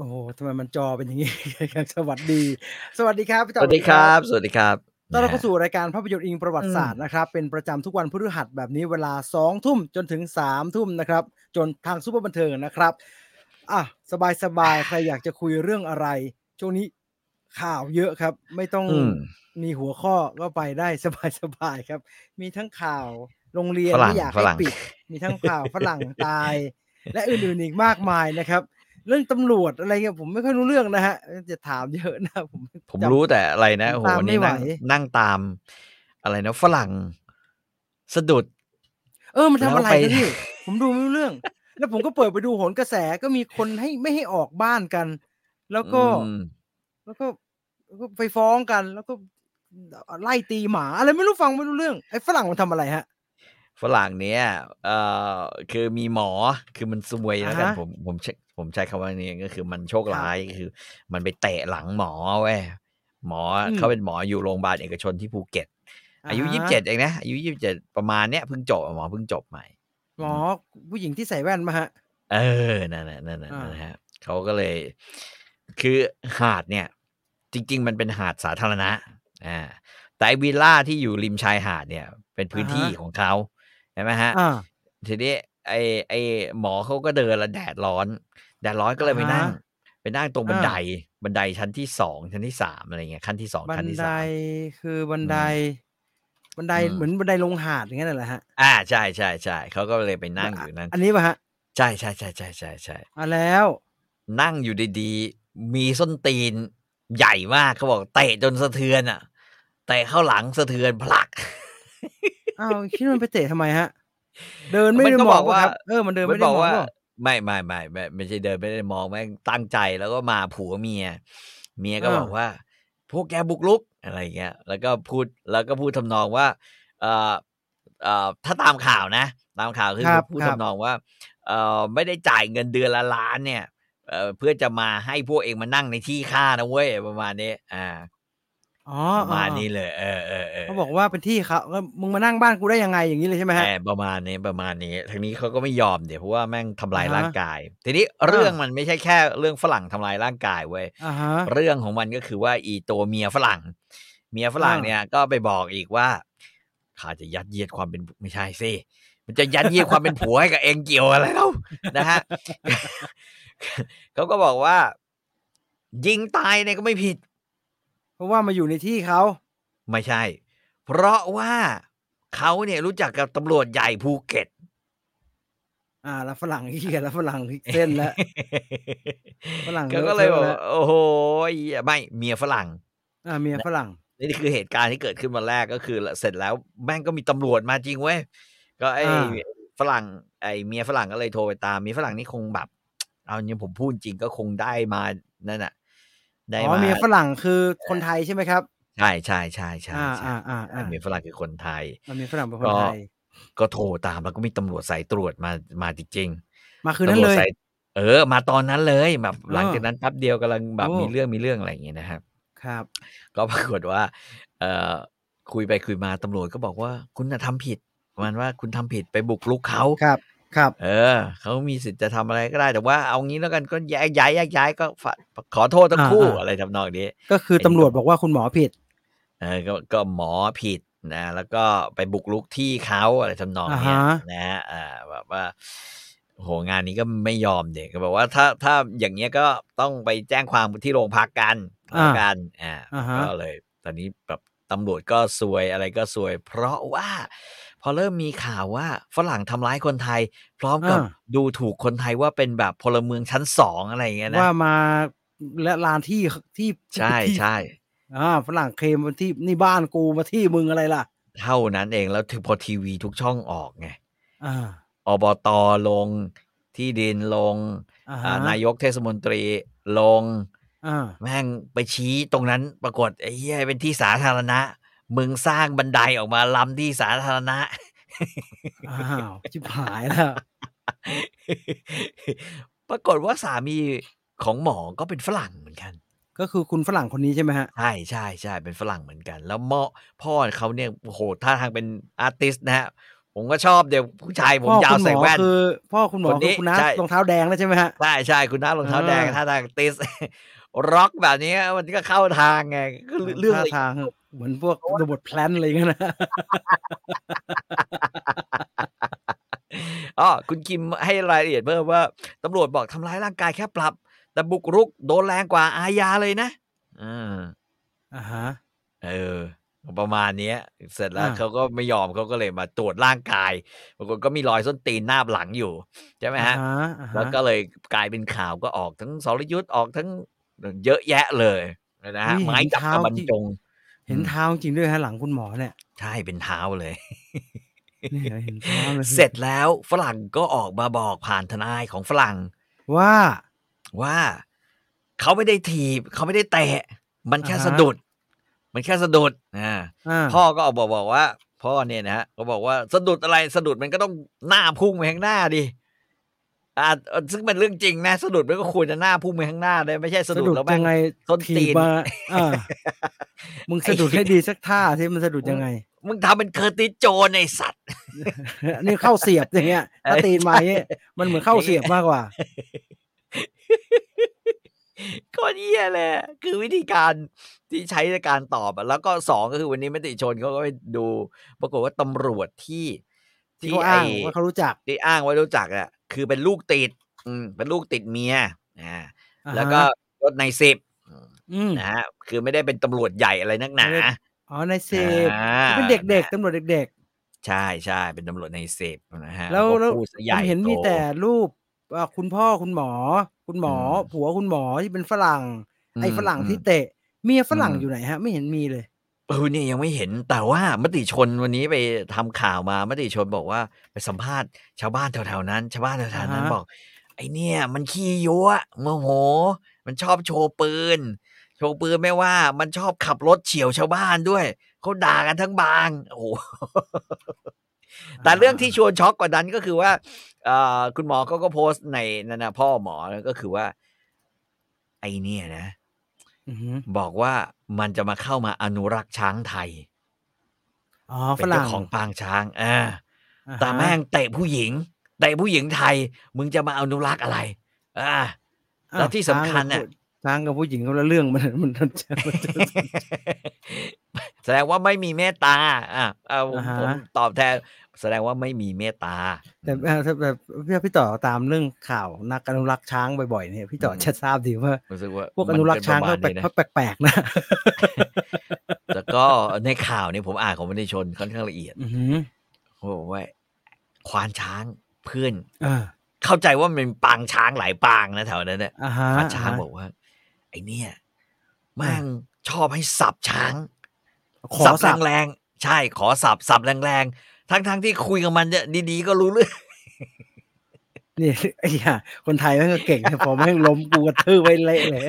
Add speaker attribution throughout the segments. Speaker 1: โห ทำไมมันจอเป็นอย่างงี้ สวัสดี สวัสดีครับพี่
Speaker 2: ส
Speaker 1: ต่อ
Speaker 2: วัสดีครับ สวัสดีครับ
Speaker 1: ต้อนรับเข้า
Speaker 2: นะฮะ
Speaker 1: สู่รายการภาพยนตร์อิงประวัติศาสตร์นะครับ เป็นประจำทุกวันพฤหัสแบบนี้เวลาสองทุ่มจนถึงสามทุ่มนะครับ จนทางซูเปอร์บันเทิงนะครับ อ่ะ สบายสบายใครอยากจะคุยเรื่องอะไร ช่วงนี้ข่าวเยอะครับ ไม่ต้อง
Speaker 2: อืม
Speaker 1: มีหัวข้อก็ไปได้สบายสบายครับ มีทั้งข่าวโรงเรียน
Speaker 2: ฝรั่ง
Speaker 1: ไม่อยาก
Speaker 2: ฝ
Speaker 1: ให้
Speaker 2: รั่ง
Speaker 1: ปิด มีทั้งข่าวฝรั่งตาย และอื่นๆอีกมากมายนะครับ เรื่องตำรวจอะไรเงี้ยผมไม่ค่อยรู้เรื่องนะฮะจะถามเยอะนะผม
Speaker 2: ผมรู้แต่อะไรนะโอ้โห
Speaker 1: ตาม
Speaker 2: วัน
Speaker 1: ไม่
Speaker 2: นี้นั่
Speaker 1: ไห
Speaker 2: ง
Speaker 1: ว
Speaker 2: นั่งตาม อะไรนะฝรั่งสะดุด
Speaker 1: เออมันทำอะไร
Speaker 2: แล้
Speaker 1: กั
Speaker 2: วน ไป
Speaker 1: นี่ผมดูไม่รู้เรื่อง แล้วผมก็เปิดไปดูโหนกระแสก็มีคนให้ไม่ให้ออกบ้านกัน แล้วก็
Speaker 2: อืม
Speaker 1: แล้วก็แล้วก็ไปฟ้องกัน แล้วก็ไล่ตีหมาอะไรไม่รู้ฟังไม่รู้เรื่องไอ้ฝรั่งมันทำอะไรฮะ
Speaker 2: ฝรั่งเนี้ยเอ่อคือมีหมอคือมันซวยแล้วกัน
Speaker 1: อ่าฮะ
Speaker 2: ผมผมใช้ผมใช้คำว่านี้ก็คือมันโชค
Speaker 1: ครับ
Speaker 2: ร้ายคือ มันไปเตะหลังหมอเว้ยหมออ
Speaker 1: ม
Speaker 2: เขาเป็นหมออยู่โรงพยาบาลเอกชนที่ภูเก็ต อายุ
Speaker 1: ฮะ
Speaker 2: ยี่สิบเจ็ดเองนะอายุยี่สิบเจ็ดประมาณเนี้ยเพิ่งจบอะหมอเพิ่งจบใหม่
Speaker 1: หมอผู้หญิงที่ใส่แว่นมาฮะ
Speaker 2: เออ นั่นน่ะนั่นน่ะ
Speaker 1: อ่า
Speaker 2: นะฮะเขาก็เลย คือหาดเนี่ย จริง ๆ มันเป็นหาดสาธารณะ อ่า แต่ไอ้วิลล่าที่อยู่ริมชายหาดเนี่ย เป็นพื้นที่ของเขาใช่ไหมฮะ
Speaker 1: อ่า
Speaker 2: ทีนี้ไอไอหมอเขาก็เดินแล้วแดดร้อน แดดร้อนก็เลยไป
Speaker 1: อ่าฮะ
Speaker 2: นั่ง ไปนั่งตรงบัน
Speaker 1: อ่า
Speaker 2: ได บันไดชั้นที่สองชั้นที่สามอะไรเงี้ยขั้นที่สอง
Speaker 1: บัน
Speaker 2: ขั้นที่
Speaker 1: ได
Speaker 2: สาม
Speaker 1: คือบันได บันได
Speaker 2: อืม
Speaker 1: เหมือนบันไดลงหาดอย่างนั้นแหละฮะ
Speaker 2: อ่าใช่ใช่ใช่เขาก็เลยไปนั่งอยู่นั่น
Speaker 1: อันนี้ป่ะฮะ
Speaker 2: ใช่ใช่ใช่ใช่ใช่ใช่
Speaker 1: อ่ะแล้ว
Speaker 2: นั่งอยู่ดีๆ มีส้นตีนใหญ่มากเขาบอกเตะจนสะเทือนอ่ะเตะเข้าหลังสะเทือนพลัก
Speaker 1: อ้าวคิดว่ามันไปเตะทำไมฮะ เดินไม่
Speaker 2: มัน
Speaker 1: ได้
Speaker 2: ก็
Speaker 1: ม
Speaker 2: บ
Speaker 1: อ
Speaker 2: อง ก
Speaker 1: ว่า
Speaker 2: ว่า
Speaker 1: เออมันเดิน
Speaker 2: มั
Speaker 1: ไม่ได้
Speaker 2: บอก
Speaker 1: มอง
Speaker 2: ว่า
Speaker 1: ว่า
Speaker 2: ไม่ไม่ไม่ไม่ไม่ใช่เดินไม่ได้มองแม่งตั้งใจแล้วก็มาผัวเมีย เมียก็
Speaker 1: อ่า
Speaker 2: บอกว่า พวกแกบุกลุกอะไรอย่างเงี้ย แล้วก็พูดแล้วก็พูดทำนองว่าเอ่อเอ่อถ้าตามข่าวนะ ตามข่าวคือ
Speaker 1: ครับ
Speaker 2: พูด
Speaker 1: ค
Speaker 2: ทำ
Speaker 1: รับ
Speaker 2: นองว่าเอ่อไม่ได้จ่ายเงินเดือนละล้านเนี่ยเอ่อเพื่อจะมาให้พวกเองมานั่งในที่ข้านะเว้ยประมาณนี้อ่า
Speaker 1: อ๋อ
Speaker 2: ประ
Speaker 1: อ๋อ
Speaker 2: มาณ
Speaker 1: อ๋อ
Speaker 2: นี้เลย เออเออเออ
Speaker 1: เขาบอกว่าเป็นที่เขาก็มึงมานั่งบ้านกูได้ยังไงอย่างนี้เลยใช่ไหม
Speaker 2: เอ
Speaker 1: ฮะ
Speaker 2: อประมาณนี้ประมาณนี้ทางนี้เขาก็ไม่ยอมเดี๋ยวเพราะว่าแม่งทำลาย
Speaker 1: อ่าฮะ
Speaker 2: ร่างกาย ทีนี้เรื่
Speaker 1: อ่า
Speaker 2: องมันไม่ใช่แค่เรื่องฝรั่งทำลายร่างกายเว้ย
Speaker 1: อ่าฮะ
Speaker 2: เรื่องของมันก็คือว่าอีตัวเมียฝรั่ง เมียฝรั่ง
Speaker 1: อ่า
Speaker 2: เนี่ยก็ไปบอกอีกว่าข้าจะยัดเยียดความเป็นไม่ใช่สิมันจะยัดเยียดความเป็นผัวให้กับเองเกี่ยวอะไรเล่านะฮะ เขาก็บอกว่า ยิงตายเนี่ยก็ไม่ผิด
Speaker 1: เพราะว่ามาอยู่ในที่เขา
Speaker 2: ไม่ใช่ เพราะว่าเขาเนี่ยรู้จักกับตำรวจใหญ่ภูเก็ต
Speaker 1: อ่าแล้วฝรั่งอีกแล้วฝรั่งเส้น แล้ว ฝรั่ง
Speaker 2: เขา
Speaker 1: เล
Speaker 2: ก็
Speaker 1: อะ
Speaker 2: เลย
Speaker 1: เทอะ
Speaker 2: บอก
Speaker 1: แล้ว
Speaker 2: ว่าโอ้โหไอ้เหี้ยไม่เมียฝรั่ง
Speaker 1: อ่าเมียฝรั่ง
Speaker 2: นี่คือเหตุการณ์ที่เกิดขึ้นวันแรกก็คือเสร็จแล้วแม่งก็มีตำรวจมาจริงเว้ยก็ไอ้
Speaker 1: อ่า
Speaker 2: ฝรั่งไอ้เมียฝรั่งก็เลยโทรไปตามเมียฝรั่งนี่คงแบบ เอาจริงผมพูดจริงก็คงได้มานั่นน่ะ ได้
Speaker 1: อ๋อ
Speaker 2: มา
Speaker 1: เมียฝรั่งคือคนไทยใช่ไหมครับ
Speaker 2: ใช่ใช่ใช่ใช่
Speaker 1: อ่า
Speaker 2: ใช่
Speaker 1: อ่าอ่าอ่า
Speaker 2: เมียฝรั่งคือคนไทย
Speaker 1: อ่าเมียฝรั่งเป็นคน
Speaker 2: ก็
Speaker 1: ไทย
Speaker 2: ก็โทรตามแล้วก็มีตำรวจสายตรวจมามาจริงๆ
Speaker 1: มาคืนนั้น
Speaker 2: ตำรว
Speaker 1: เล
Speaker 2: จ
Speaker 1: ย
Speaker 2: สายเออ มาตอนนั้นเลยแบบ
Speaker 1: เอ
Speaker 2: หลัง
Speaker 1: อ
Speaker 2: จากนั้นแป๊บเดียวกำลังแบบ
Speaker 1: โอ้
Speaker 2: มีเรื่องมีเรื่องอะไรอย่างเงี้ยนะครับ
Speaker 1: ครับ
Speaker 2: ก็ปรากฏว่า เออคุยไปคุยมาตำรวจก็บอกว่าคุณน่ะทำผิดประมันว่าคุณทำผิดไปบุกรุกเขา
Speaker 1: ครับ ครับ
Speaker 2: เออ เขามีสิทธิ์จะทำอะไรก็ได้แต่ว่าเอางี้แล้วกันก็ย้ายย้ายย้ายย้ายก็ฝะขอโทษทั้ง
Speaker 1: อ่า
Speaker 2: คู่
Speaker 1: อ่า
Speaker 2: อะไรทำนองนี้
Speaker 1: ก็คือ
Speaker 2: ไอ้นี่
Speaker 1: ตำรวจ
Speaker 2: ก็
Speaker 1: บอกว่าคุณหมอผิด
Speaker 2: เออก็ก็หมอผิดนะแล้วก็ไปบุกรุกที่เขาอะไรทำนอง
Speaker 1: อ่า
Speaker 2: เนี้ย
Speaker 1: ฮะ
Speaker 2: นะฮะอ่าแบบว่าโหงานนี้ก็ไม่ยอมเด็กก็บอกว่าถ้าถ้าอย่างเงี้ยก็ต้องไปแจ้งความที่โรงพักกัน
Speaker 1: อ่า
Speaker 2: แล้วกันอ่า
Speaker 1: อ่าฮะ
Speaker 2: ก็เลย ตอนนี้แบบตำรวจก็ซวยอะไรก็ซวย เพราะว่า พอเริ่มมีข่าวว่าฝรั่งทำร้ายคนไทย พร้อมกับ
Speaker 1: อ่า
Speaker 2: ดูถูกคนไทยว่าเป็นแบบพลเมืองชั้นสองอะไรอย่างเงี้ยนะ
Speaker 1: ว่ามาและลานที่ที่
Speaker 2: ใช่
Speaker 1: ที่
Speaker 2: ใช่
Speaker 1: อ่าฝรั่งเคลมว่าที่นี่บ้านกูมาที่มึงอะไรล่ะ
Speaker 2: เท่านั้นเองแล้วถึงพอทีวีทุกช่องออกไง
Speaker 1: อ่า
Speaker 2: อบตลงที่ดินลง
Speaker 1: อ่า
Speaker 2: อ่า
Speaker 1: ฮะ
Speaker 2: นายกเทศมนตรีลง
Speaker 1: อ่า
Speaker 2: แม่งไปชี้ตรงนั้นปรากฏไอ้เหี้ยเป็นที่สาธารณะ มึงสร้างบันไดออกมาล้ำที่สาธารณะ
Speaker 1: อ้าวชิบหายแล้ว
Speaker 2: ปรากฏว่าสามีของหมอก็เป็นฝรั่งเหมือนกัน
Speaker 1: ก็คือคุณฝรั่งคนนี้ใช่ไหมฮะ
Speaker 2: ใช่ใช่ใช่เป็นฝรั่งเหมือนกัน แล้วหมอพ่อเขาเนี่ยโอ้โหท่าทางเป็นอาร์ติสต์นะฮะ ผมก็ชอบเดี๋ยวผู้ชายผมยาว
Speaker 1: คุณห
Speaker 2: ใส่แว่น
Speaker 1: คือ พ่อคุณหมอ
Speaker 2: คน
Speaker 1: คื
Speaker 2: นี้
Speaker 1: อคุณน้า
Speaker 2: ใช่
Speaker 1: รองเท้าแดงแล้วใช่ไหมฮะ
Speaker 2: ใช่ใช่คุณน้ารองเท้า
Speaker 1: อ่า
Speaker 2: แดงท่าทางติส ร็อกแบบนี้มันก็เข้าทางไงก็เรื่อง
Speaker 1: ท่า
Speaker 2: อะไร
Speaker 1: ทางเหมือนพวกระบบแพลนอะไรเงี้ยนะ
Speaker 2: อ๋อคุณคิมให้รายละเอียดเพิ่มว่าตำรวจบอกทำร้ายร่างกายแค่ปรับ แต่บุกรุกโดนแรงกว่าอาญาเลยนะอ่า
Speaker 1: อ่าฮะ
Speaker 2: เออ ประมาณเนี้ย เสร็จแล้ว
Speaker 1: อ่า
Speaker 2: เขาก็ไม่ยอมเขาก็เลยมาตรวจร่างกายปรากฏก็มีรอยส้นตีนหน้าหลังอยู่ ใช่ไหมฮะ
Speaker 1: อ่าฮะ
Speaker 2: แล้วก็เลยกลายเป็นข่าวก็ออกทั้งสรยุทธ์ออกทั้งเยอะแยะเลยนะฮะ
Speaker 1: เฮ้ย
Speaker 2: ไม้จับกระบรรจง
Speaker 1: เห็นเท้าจริงด้วยฮะหลังคุณหมอเนี่ย
Speaker 2: ใช่เป็นเท้าเลย
Speaker 1: นี่เห็นเท้าเลย
Speaker 2: เสร็จแล้วฝรั่งก็ออกมาบอกผ่านทนายของฝรั่ง
Speaker 1: ว่า
Speaker 2: ว่าเขาไม่ได้ถีบเขาไม่ได้เตะ มันแค่
Speaker 1: อ่าฮะ
Speaker 2: สะดุด มันแค่สะดุดอ่า
Speaker 1: อ่า
Speaker 2: พ่อก็ออกบอกบอกว่า พ่อเนี่ยนะฮะก็บอกว่าสะดุดอะไรสะดุดมันก็ต้องหน้าพุ่งไปข้างหน้าดิอ่าซึ่งเป็นเรื่องจริงนะสะดุดมันก็ควรจะหน้าพุ่งไปข้างหน้าเลยไม่ใช่สะ
Speaker 1: สะ
Speaker 2: ดุด
Speaker 1: ดุด
Speaker 2: แล้วแม่
Speaker 1: ยัง งไง
Speaker 2: ส้นตีน
Speaker 1: ถีบมาอ่ามึงสะดุด
Speaker 2: ไอ้
Speaker 1: ให้ดีสักท่าที่มันสะดุดยังไง
Speaker 2: มึงทำเป็นเคอร์ติสโจนไอสัตว์
Speaker 1: นี่เข้าเสียบอย่างเงี้ย ถ้าตีนมาอย่างเงี้ยมันเหมือนเข้าเสียบมากกว่า
Speaker 2: ก็เยี่ยเลย คือวิธีการที่ใช้ในการตอบอะแล้วก็สองก็คือวันนี้มติชนเขาก็ไปดู ปรากฏว่าตำรวจที่
Speaker 1: ที่เขาอ้าง
Speaker 2: ไ
Speaker 1: ว่าเขารู้จัก
Speaker 2: ที่อ้างว่ารู้จักอะคือเป็นลูกติด อืมเป็นลูกติดเมียอ่า
Speaker 1: อ่าฮะ
Speaker 2: แล้วก็ยศในสิบ
Speaker 1: อืม
Speaker 2: นะฮะคือไม่ได้เป็นตำรวจใหญ่อะไรนักหนา
Speaker 1: ไม่ได้ อ๋อในเซฟ
Speaker 2: อ่า
Speaker 1: เป็นเด็กๆตำรวจเด็ก
Speaker 2: ใช่ใช่เป็นตำรวจในสิบนะฮะ
Speaker 1: แล้วแล้ว
Speaker 2: ก็พูดซะ
Speaker 1: ๆ
Speaker 2: ให
Speaker 1: ผ
Speaker 2: ญ่
Speaker 1: มเห็นมี
Speaker 2: โต
Speaker 1: แต่รูปเอ่อคุณพ่อคุณหมอ คุณหมออ
Speaker 2: ม
Speaker 1: ผัวคุณหมอที่เป็นฝรั่ง ไอ้
Speaker 2: ม
Speaker 1: ฝรั่งที่
Speaker 2: อืม
Speaker 1: เตะเมียฝรั่ง
Speaker 2: อืม
Speaker 1: อยู่ไหนฮะ ไม่เห็นมีเลย
Speaker 2: เออเนี่ยยังไม่เห็นแต่ว่ามติชนวันนี้ไปทำข่าวมามติชนบอกว่าไปสัมภาษณ์ชาวบ้านแถวๆนั้น ชาวบ้านแถวๆนั้น
Speaker 1: อ่าฮะ
Speaker 2: บอก ไอเนี่ย มันขี้ยั่วโมโห มันชอบโชว์ปืน โชว์ปืนไม่ว่า มันชอบขับรถเฉียวชาวบ้านด้วยเขาด่ากันทั้งบางโอ้โห แต่เรื่องที่ชวนช็อกกว่านั้นก็คือว่าเอ่อคุณหมอเขาก็โพสต์ในนันนะพ่อหมอแล้วก็คือว่า ไอเนี่ยนะ
Speaker 1: อือหือ
Speaker 2: บอกว่ามันจะมาเข้ามาอนุรักษ์ช้างไทย
Speaker 1: อ๋อ
Speaker 2: เป็
Speaker 1: ฝ
Speaker 2: น
Speaker 1: รั่
Speaker 2: เจ้าง ของปางช้างอ่า
Speaker 1: อ่าฮะ
Speaker 2: แต่แม่งเตะผู้หญิงเตะผู้หญิงไทย มึงจะมาอนุรักษ์อะไรอ่า แล้ว
Speaker 1: อ้า
Speaker 2: ที่สำคัญ
Speaker 1: ช้างกับ
Speaker 2: น่ะ
Speaker 1: ผู้ช้างกับผู้หญิงเขาละเรื่องมัน มันมันจะมันจะ
Speaker 2: แสดงว่าไม่มีเมตตาอ่าเอาผม
Speaker 1: อ่าฮะ
Speaker 2: ผมตอบแทน แสดงว่าไม่มีเมตตา
Speaker 1: แต่เอ่อแต่แต่พี่พี่ต่อตามเรื่องข่าวนักอนุรักษ์ช้างบ่อยๆเนี่ยพี่ต่ออ
Speaker 2: ม
Speaker 1: จะทราบดีว่า
Speaker 2: รู้สึกว่า
Speaker 1: พวกอ
Speaker 2: มั
Speaker 1: นุรักษ์ช้าง
Speaker 2: เป็
Speaker 1: ก็
Speaker 2: น
Speaker 1: แปล
Speaker 2: ป
Speaker 1: กเขา
Speaker 2: ระมณนี้นะ
Speaker 1: แปลกๆนะ
Speaker 2: แล้วก็ในข่าวเนี่ยผมอ่านของมติชนค่อนข้างละเอียด
Speaker 1: อือหือ
Speaker 2: เขาบอกว่าควานช้างเพื่อน
Speaker 1: อ่า
Speaker 2: เข้าใจว่ามันปางช้างหลายปางนะแถวนั้นเนี่ย
Speaker 1: อ่าฮะ
Speaker 2: ควานช้าง
Speaker 1: อ่าฮะ
Speaker 2: บอกว่า ไอเนี่ยแม่งชอบให้สับช้าง
Speaker 1: ขอ
Speaker 2: สับ
Speaker 1: สับ
Speaker 2: แรงๆใช่ขอสับสับแรงๆทั้งๆที่คุยกับมันเนี่ยดีๆก็รู้เรื่อง
Speaker 1: นี่ ไอ้ห่าคนไทยแม่งก็เก่งนะพอแม่งล้มกูกระทืบไว้เละเลย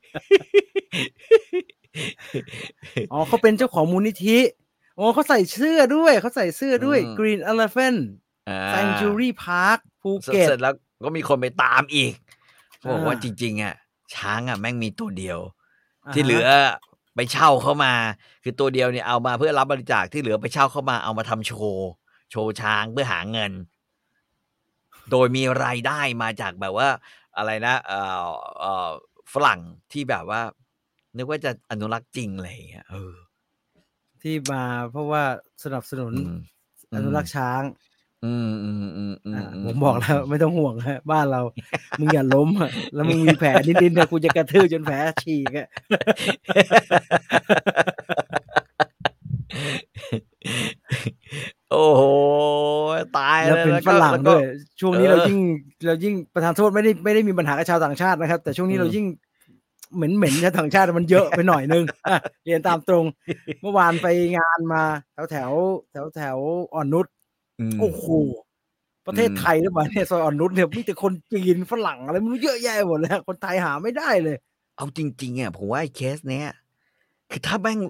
Speaker 1: อ๋อเขาเป็นเจ้าของมูลนิธิอ๋อเขาใส่เสื้อด้วย เขาใส่เสื้อด้วย Green Elephant
Speaker 2: อ่า
Speaker 1: Sanctuary Park ภู
Speaker 2: เสร็จ
Speaker 1: เก็ต
Speaker 2: เสร็จแล้วก็มีคนไปตามอีกบอกว่า
Speaker 1: อ่า
Speaker 2: จริง ๆ อ่ะ ช้างอ่ะแม่งมีตัวเดียว
Speaker 1: า
Speaker 2: ที่เหลือ
Speaker 1: ฮะ
Speaker 2: ไปเช่าเข้ามา คือตัวเดียวเนี่ยเอามาเพื่อรับบริจาคที่เหลือไปเช่าเข้ามาเอามาทำโชว์โชว์ช้างเพื่อหาเงิน โดยมีรายได้มาจากแบบว่า อะไรนะเอ่อเอ่อฝรั่งที่แบบว่า นึกว่าจะอนุรักษ์จริงอะไรอย่างเงี้ยเออ
Speaker 1: ที่มาเพราะว่าสนับสนุน
Speaker 2: อืม
Speaker 1: อนุรักษ์ช้าง
Speaker 2: อืมอืมอืมอืม
Speaker 1: อ่ะ
Speaker 2: อื
Speaker 1: ผมบอกแล้ว ไม่ต้องห่วงฮะบ้านเรา มึงอย่าล้มอะ แล้วมึงมีแผลนิดๆเนี่ยกูจะกระทืบจนแผลฉีกอะ
Speaker 2: โอ้โหตาย
Speaker 1: แล้วเป็น
Speaker 2: แก็
Speaker 1: ฝรั่ง
Speaker 2: แก็
Speaker 1: ด้วย ช่วงนี้
Speaker 2: เออ
Speaker 1: เรายิ่งเรายิ่งประธานโทษไม่ได้ไม่ได้มีปัญหากับชาวต่างชาตินะครับ แต่ช่วงนี้
Speaker 2: อืม
Speaker 1: เรายิ่งเหม็นเหม็นชาวต่างชาติมันเยอะไปหน่อยนึง อ่ะเรียนตามต รง เมื่อวานไปงานมาแถวแถวแถวแถวอ่อนนุช
Speaker 2: อืม
Speaker 1: โอ้โหประเทศ
Speaker 2: อืม
Speaker 1: ไทยหรือเปล่าเนี่ยซอยอ่อนนุชเนี่ยมีแต่คนจีนฝรั่งอะไรไม่รู้เยอะแยะหมดเลยฮะคนไทยหาไม่ได้เลย
Speaker 2: เอาจริงๆอ่ะผมว่าไอ้เคสเนี้ยคือถ้าแม่ง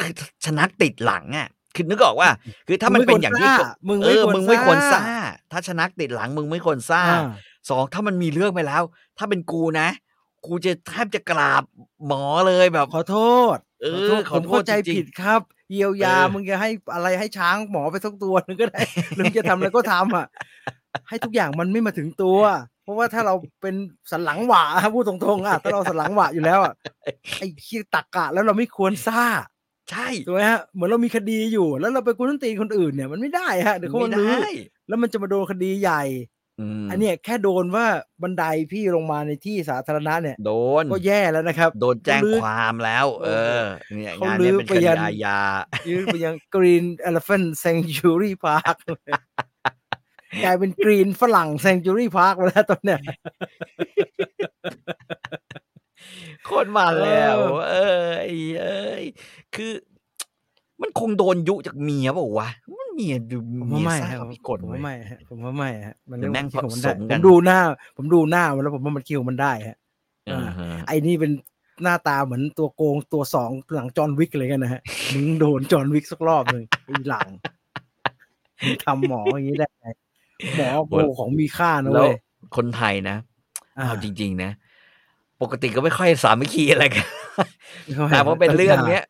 Speaker 2: คือชนะติดหลังอ่ะคือนึกออกว่า คือถ้ามันเป็นอย่างที่
Speaker 1: มึง
Speaker 2: เอ
Speaker 1: ไม่ควรซ่ามึง
Speaker 2: อมึงไม่
Speaker 1: ไม่
Speaker 2: ค
Speaker 1: คว ว
Speaker 2: ร
Speaker 1: ร
Speaker 2: ซ่า
Speaker 1: ซ่า
Speaker 2: ถ้าชนะติดหลังมึงไม่ควรซ่าสองถ้ามันมีเรื่องไปแล้ว ถ้าเป็นกูนะ กูจะแทบจะกราบหมอเลยแบบ
Speaker 1: ขอโทษ
Speaker 2: เอ
Speaker 1: ขอโท
Speaker 2: อ
Speaker 1: ษ
Speaker 2: ข
Speaker 1: ผ
Speaker 2: อ
Speaker 1: ม
Speaker 2: โทษ
Speaker 1: เข้าใจ
Speaker 2: จริง
Speaker 1: ผิดครับ เยียวยา
Speaker 2: เออ
Speaker 1: มึงจะให้อะไรให้ช้างหมอไปสักตัวหนึงก็ได้ หรือมึงจะทำอะไรก็ทำอ่ะ ให้ทุกอย่างมันไม่มาถึงตัว เพราะว่าถ้าเราเป็นสันหลังหวะพูดตรงๆอ่ะถ้าเราสันหลังหวะอยู่แล้วอ่ะไอ้ขี้ยตักกะแล้วเราไม่ควรซ่า
Speaker 2: ๆใช่
Speaker 1: ถูกไหมฮะเหมือนเรามีคดีอยู่ แล้วเราไปกุนตีคนอื่นเนี่ยมันไม่ได้ฮะเดี๋ยวเขา
Speaker 2: ไม่
Speaker 1: มัน
Speaker 2: ได้
Speaker 1: รู้แล้วมันจะมาโดนคดีใหญ่
Speaker 2: ม
Speaker 1: อันเนี้ยแค่โดนว่าบันไดพี่ลงมาในที่สาธารณะเนี่ย
Speaker 2: โดน
Speaker 1: ก็แย่แล้วนะครับ
Speaker 2: โดนแจ้ง
Speaker 1: ลื้อ
Speaker 2: ความแล้ว เออ เนี่ย
Speaker 1: เขา
Speaker 2: งานเนี้
Speaker 1: ลื้อ
Speaker 2: เป็น
Speaker 1: ไป
Speaker 2: คดี
Speaker 1: ยัน
Speaker 2: อาญา
Speaker 1: ยืดไปยัง Green Elephant Sanctuary Park กลายเป็น Green ฝรั่ง Sanctuary Park ไปแล้วตอนเนี้ย
Speaker 2: โคตรมันแล้ว
Speaker 1: เออ
Speaker 2: เอ้ยเอ้ยคือ มันคงโดนยุจากเมียเปล่าวะ มันเมียดู
Speaker 1: ผม
Speaker 2: เมี
Speaker 1: ว่าย ไม่
Speaker 2: สร้าง
Speaker 1: ครับ
Speaker 2: พิกล
Speaker 1: ผม
Speaker 2: เว้
Speaker 1: ว่าย ไม่ฮะผมว่าไม่ฮะมัน
Speaker 2: หรือแม่ง
Speaker 1: คิดของมัน
Speaker 2: ผส
Speaker 1: ได้
Speaker 2: ม
Speaker 1: ผ
Speaker 2: กัน
Speaker 1: มดูหน้า ผมดูหน้ามันแล้วผมว่ามันคิวมันได้ฮะ
Speaker 2: อ่าฮะ
Speaker 1: ไอ้นี่เป็นหน้าตาเหมือนตัวโกงตัวสองหลังจอห์นวิกเลยกันนะฮะ มึงโดนจอห์นวิกสักรอบหนึ่งไอ้หลังมึงทำหมออย่างนี้ได้ไงหมอโกงของมีค่านะ
Speaker 2: แล้ว
Speaker 1: เว้ย
Speaker 2: คนไทยนะ
Speaker 1: อ่า
Speaker 2: เอาจริง ๆ นะ ปกติก็ไม่ค่อยสามัคคีอะไร กัน แต่พอเป็นเรื่องเนี้ย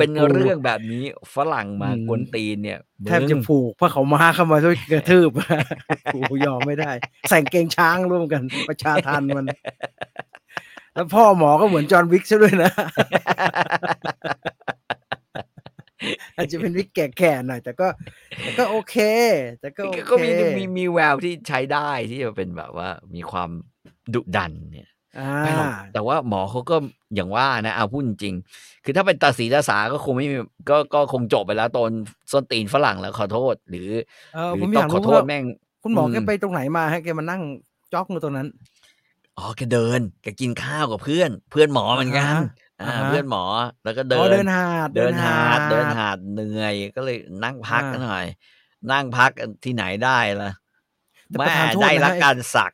Speaker 2: เป็นเรื่องแบบนี้ฝรั่งมา
Speaker 1: อืม
Speaker 2: กวนตีนเนี่ย
Speaker 1: แทบจะ
Speaker 2: มึง
Speaker 1: ผูกผ้าเขาวมาเข้ามาช่วยกระทืบ กูยอมไม่ได้ ใส่กางเกงช้างร่วมกัน ประชาทันมัน แล้วพ่อหมอก็เหมือนจอห์นวิกซะด้วยนะ อาจจะเป็นวิกแก่ๆหน่อยแต่ก็แต่ก็โอเค แต่ก็โอ
Speaker 2: ก็
Speaker 1: เค
Speaker 2: มีมีมีแววที่ใช้ได้ที่จะเป็นแบบว่า มีความดุดันเนี่ย
Speaker 1: อ่า
Speaker 2: ไม่หรอกแต่ว่าหมอเขาก็อย่างว่านะเอาพูดจริงๆคือถ้าเป็นตาสีตาสาก็คงไม่มีก็ก็คงจบไปแล้วตอนส้นตีนฝรั่งแล้วขอโทษ หรือ
Speaker 1: เออ
Speaker 2: หรื
Speaker 1: ผม
Speaker 2: ต้อย
Speaker 1: อาก
Speaker 2: งขอ
Speaker 1: รู้
Speaker 2: โทษ
Speaker 1: ว่า
Speaker 2: แม่ง
Speaker 1: คุณหมอ
Speaker 2: อืม
Speaker 1: แกไปตรงไหนมาฮะแกมานั่งจ๊อกอยู่ตรงนั้น
Speaker 2: อ๋อแกเดินแกกินข้าวกับเพื่อน เพื่อนหมอเหมือนกัน
Speaker 1: อ่าฮะ
Speaker 2: อ่าเพื่อนหมอแล้วก็เดิ
Speaker 1: อ๋อน เดินหาด
Speaker 2: เดินหาดเดิน
Speaker 1: หาด
Speaker 2: หาดเหนื่อยก็เลยนั่งพัก
Speaker 1: อ่า
Speaker 2: หน่อย นั่งพักที่ไหนได้ล่ะ
Speaker 1: แต่ป
Speaker 2: แม่
Speaker 1: ระธานโทษ
Speaker 2: ได้รับ
Speaker 1: นะฮะ
Speaker 2: การสัก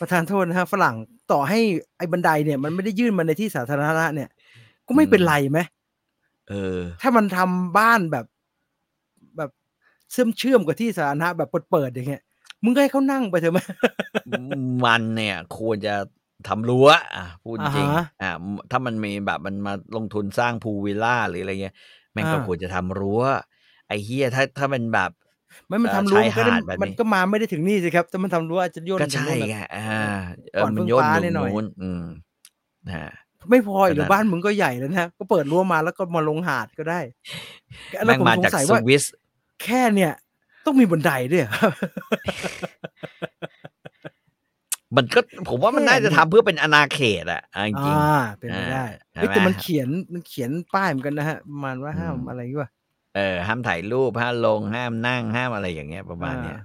Speaker 1: ประธานโทษนะฮะฝรั่งต่อให้ไอ้บันไดเนี่ย มันไม่ได้ยื่นมาในที่สาธารณะเนี่ย ก็ไม่เป็นไรไหม
Speaker 2: เออ
Speaker 1: ถ้ามันทำบ้านแบบแบบเชื่อมเชื่อมๆกับที่สาธารณะแบบเปิดเปิดๆอย่างเงี้ยมึงก็ให้เขานั่งไปเถอะมั้ย
Speaker 2: มันเนี่ยควรจะทำรั้วอ่ะพูดจริง
Speaker 1: อ่าฮะ
Speaker 2: อ่าถ้ามันมีแบบมันมาลงทุนสร้างพูลวิลล่าหรืออะไรเงี้ยแม่งก็
Speaker 1: อ่า
Speaker 2: ควรจะทำรั้ว ไอ้เฮียถ้าถ้ามันแบบ
Speaker 1: ไม่มัน
Speaker 2: เอ่อ
Speaker 1: ทำรั้วมันก็
Speaker 2: ชาย
Speaker 1: ได้
Speaker 2: หาดแบบนี้
Speaker 1: มันก็มาไม่ได้ถึงนี่สิครับแต่มันทำรั้วอาจจะย่น
Speaker 2: ก็
Speaker 1: ถึง
Speaker 2: ใช่
Speaker 1: นู่น
Speaker 2: ไง
Speaker 1: น่ะ
Speaker 2: อ่าเอ
Speaker 1: ก่
Speaker 2: อ
Speaker 1: อน
Speaker 2: มั
Speaker 1: เพิ่
Speaker 2: น
Speaker 1: ง
Speaker 2: โยน
Speaker 1: ฟ้าห
Speaker 2: ห
Speaker 1: น่
Speaker 2: นุ
Speaker 1: อยๆ
Speaker 2: นอืมนะ
Speaker 1: ไม่พออีกเห
Speaker 2: ข
Speaker 1: รือ
Speaker 2: นาด
Speaker 1: บ้านมึงก็ใหญ่แล้วนะก็เปิดรั้วมาแล้วก็มาลงหาดก็ได้แล้ว
Speaker 2: แม่ง
Speaker 1: ผม
Speaker 2: มา
Speaker 1: สง
Speaker 2: จาก
Speaker 1: สัย
Speaker 2: ส
Speaker 1: ว่า
Speaker 2: วิส
Speaker 1: แค่เนี่ย ต้องมีบันไดด้วยเหรอ
Speaker 2: มันก็ผมว่ามันน่าจะ
Speaker 1: แค่นี้
Speaker 2: ทำเพื่อเป็นอาณาเขตอ่ะเอาจริง
Speaker 1: อ่าเป็นไปได้
Speaker 2: อ่า
Speaker 1: เฮ้ยแต่มัน
Speaker 2: ใช่ไหม
Speaker 1: เขียนมันเขียนป้ายเหมือนกันนะฮะประมาณว่าห้าม
Speaker 2: อืม
Speaker 1: อะไรวะ
Speaker 2: ๆเออห้ามถ่ายรูปห้ามลงห้ามนั่งห้ามอะไรอย่างเงี้ยประมาณเนี้ย
Speaker 1: อ่า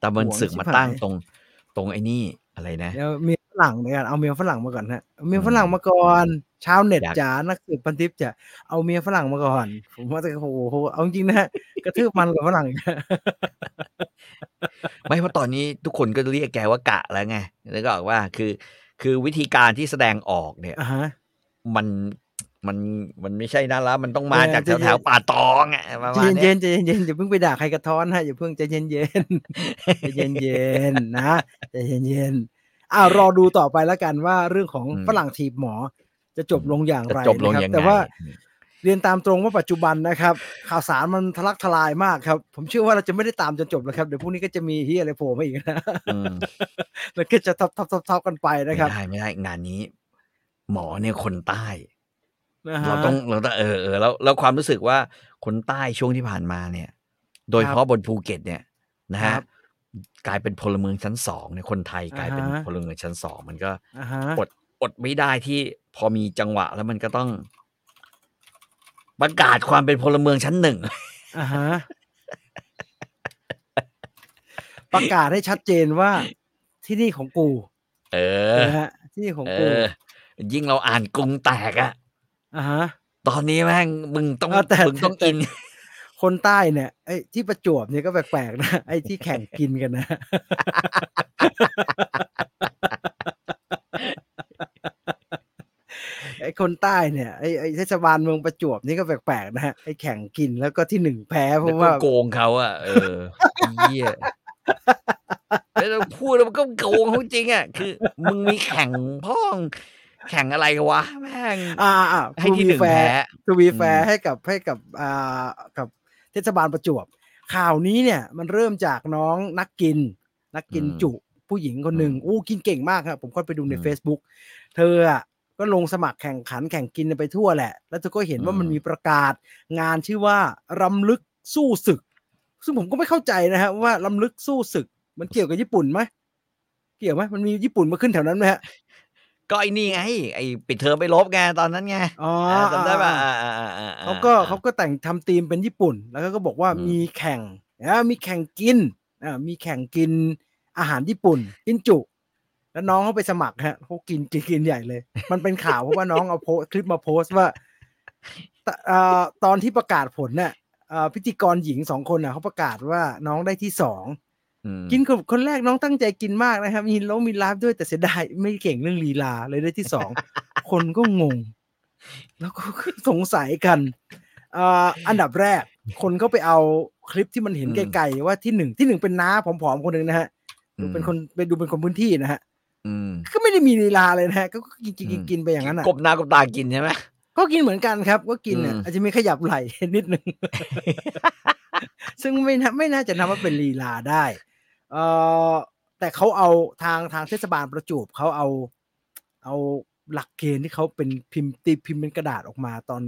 Speaker 2: แต่มัน
Speaker 1: ห่วง
Speaker 2: สึกมา
Speaker 1: ชิบหาย
Speaker 2: ตั้งตรงตรงไอ้นี่อะไรนะ
Speaker 1: เดี๋ยวเมียฝรั่งเนกันเอาเมียฝรั่งมาก่อนฮะเอาเมีย
Speaker 2: อืม
Speaker 1: ฝรั่งมาก่อนชาวเน็ต
Speaker 2: อยาก
Speaker 1: จ๋านักสืบพันทิปจะเอาเมียฝรั่งมาก่อน ผมว่าแต่โอ้โหเอาจริงนะฮะกระทืบมันกับฝรั่งอี กนะ
Speaker 2: ไม่เพราะตอนนี้ทุกคนก็เรียกแกว่ากะแล้วไงแล้วก็บอกว่าคือ คือวิธีการที่แสดงออกเนี่ย
Speaker 1: อ่าฮะ
Speaker 2: มันมันมันไม่ใช่นั่นแล้วมันต้องมา
Speaker 1: เออ
Speaker 2: จาก
Speaker 1: ใจเย็น
Speaker 2: แถวๆป่าตองอะประมาณ
Speaker 1: ใจ
Speaker 2: เนี้
Speaker 1: เย็
Speaker 2: ย
Speaker 1: นใจเย็นใจเย็นอย่าเพิ่งไปด่าใครกระท้อนฮะอย่าเพิ่งใจเย็นเย็น ใจเย็นเย็นนะใจเย็นเย็นอ่ารอดูต่อไปแล้วกันว่าเรื่องของฝรั่งทีบหมอ จะจบลงอย่าง
Speaker 2: จะ
Speaker 1: ไร
Speaker 2: จบลง
Speaker 1: นะครับ
Speaker 2: ยังไง
Speaker 1: แต่ว่า เรียนตามตรงว่าปัจจุบันนะครับ ข่าวสารมันทะลักทลายมากครับ ผมเชื่อว่าเราจะไม่ได้ตามจนจบแล้วครับ เดี๋ยวพรุ่งนี้ก็จะมีเฮียอะไรโผล่มาอีกนะ
Speaker 2: อืม
Speaker 1: แล้วก็จะทับทับทับทับกันไป
Speaker 2: ไม่
Speaker 1: นะครับ
Speaker 2: ได้ไม่ได้งานนี้ หมอเนี่ยคนใต้
Speaker 1: นะฮะ
Speaker 2: เราต้องเราต้องเออเออแล้วแล้วความรู้สึกว่าคนใต้ช่วงที่ผ่านมาเนี่ย โดยเฉพาะบนภูเก็ตเนี่ยนะ
Speaker 1: ค
Speaker 2: ฮะ
Speaker 1: รับ
Speaker 2: กลายเป็นพลเมืองชั้นสองเนี่ยคนไทยกลายเป็น
Speaker 1: อ่าฮะ
Speaker 2: พลเมืองชั้นสองมันก็
Speaker 1: อ่าฮะ
Speaker 2: อดอดไม่ได้ที่พอมีจังหวะแล้วมันก็ต้อง ประกาศความเป็นพลเมืองชั้นหนึ่ง
Speaker 1: อ่าฮะประกาศให้ชัดเจนว่าที่นี่ของกู
Speaker 2: เออ
Speaker 1: นะฮะที่นี่ของ
Speaker 2: เอ
Speaker 1: กู
Speaker 2: อ ยิ่งเราอ่านกรุงแตกอะ
Speaker 1: อ่าฮะ
Speaker 2: ตอนนี้แม่งมึงต้อง
Speaker 1: เออแต่
Speaker 2: มึงต้อง
Speaker 1: แต่
Speaker 2: อิน
Speaker 1: คนใต้เนี่ยไอ้ที่ประจวบเนี่ยก็แปลกๆนะ ไอ้ที่แข่งกินกันนะ ไอ้คนใต้เนี่ยไอ้ไอ้เทศบาลเมืองประจวบนี่ก็แปลกๆนะฮะไอ้แข่งกินแล้วก็ที่หนึ่งแพ้เพ
Speaker 2: แล้
Speaker 1: ราะ
Speaker 2: วก็
Speaker 1: ว่า
Speaker 2: โกงเขาอะเออไอ้เยี่ยแล้วเราพูดแล้วมันก็โกงเขาจริงอะคือ มึงมีแข่งพ่อง แข่งอะไรวะแม่ง
Speaker 1: อ่าอ่า
Speaker 2: ให้ที่หนึ่ง
Speaker 1: แฟ
Speaker 2: แพ้
Speaker 1: ร์ทูบีแฟ
Speaker 2: อื
Speaker 1: ร์
Speaker 2: ม
Speaker 1: ให้กับให้กับอ่ากับเทศบาลประจวบ ข่าวนี้เนี่ยมันเริ่มจากน้องนักกิน นักกิน
Speaker 2: อืม
Speaker 1: จุผู้หญิงคนหนึ่ง
Speaker 2: อืม
Speaker 1: อู้กินเก่งมากครับ ผมค่อยไปดูใน
Speaker 2: อืม
Speaker 1: Facebook เธออะก็ลงสมัครแข่งขันแข่งกินไปทั่วแหละ แล้วเธอก็เห็นว่า
Speaker 2: อืม
Speaker 1: มันมีประกาศงานชื่อว่ารำลึกสู้ศึก ซึ่งผมก็ไม่เข้าใจนะฮะว่ารำลึกสู้ศึก มันเกี่ยวกับญี่ปุ่นไหมเกี่ยวไหมมันมีญี่ปุ่นมาขึ้นแถวนั้นไหมฮะ
Speaker 2: ก็ไอ้นี่ไงไอ้ปิดเทอมไปลบไงตอนนั้นไง
Speaker 1: อ๋อ
Speaker 2: าจำได้ป่ะอ่าอ่าอ่อ่
Speaker 1: เขาก็เขาก็แต่งทำธีมเป็นญี่ปุ่น แล้วก็บอกว่า
Speaker 2: อืม
Speaker 1: มีแข่งนะมีแข่งกินอ่ามีแข่งกินอาหารญี่ปุ่น กินจุ แล้วน้องเขาไปสมัครฮะเขากินกินกินใหญ่เลย มันเป็นข่าวเพราะว่าน้องเอาโพสคลิปมาโพสต์ว่าตเอ่อตอนที่ประกาศผลเนี่ยเอ่อพิธีกรหญิงสองคนน่ะเขาประกาศว่าน้องได้ที่สอง
Speaker 2: อืม
Speaker 1: กินคนคนแรกน้องตั้งใจกินมากนะครับ มีโลมีลาบด้วยแต่เสียดายไม่เก่งเรื่องลีลาเลยได้ที่สอง คนก็งง แล้วก็ สงสัยกันเอ่ออันดับแรก คนก็ไปเอาคลิปที่มันเห็นไกลๆว่าที่หนึ่งที่หนึ่งเป็นน้าผอมๆคนหนึ่งนะฮะดูเป็นคนเป็นดูเป็นคนพื้นที่นะฮะ
Speaker 2: อืม
Speaker 1: ก็ไม่ได้มีลีลาเลยนะฮะก็ก็กินกินกิน
Speaker 2: อืม
Speaker 1: กินไปอย่างนั้นอ่ะ
Speaker 2: กบหน้ากบตากินใช่ไหม
Speaker 1: ก็กินเหมือนกันครับ ก็กินอ่ะ
Speaker 2: อืม
Speaker 1: อาจจะมีขยับไหล่ นิดนึง ซึ่งไม่น่าไม่น่าจะนับว่าเป็นลีลาได้เอ่อแต่เขาเอาทางทางเทศบาลประจวบเขาเอา เอาหลักเกณฑ์ที่เขาเป็นพิมพ์ตีพิมพ์เป็นกระดาษออกมาตอน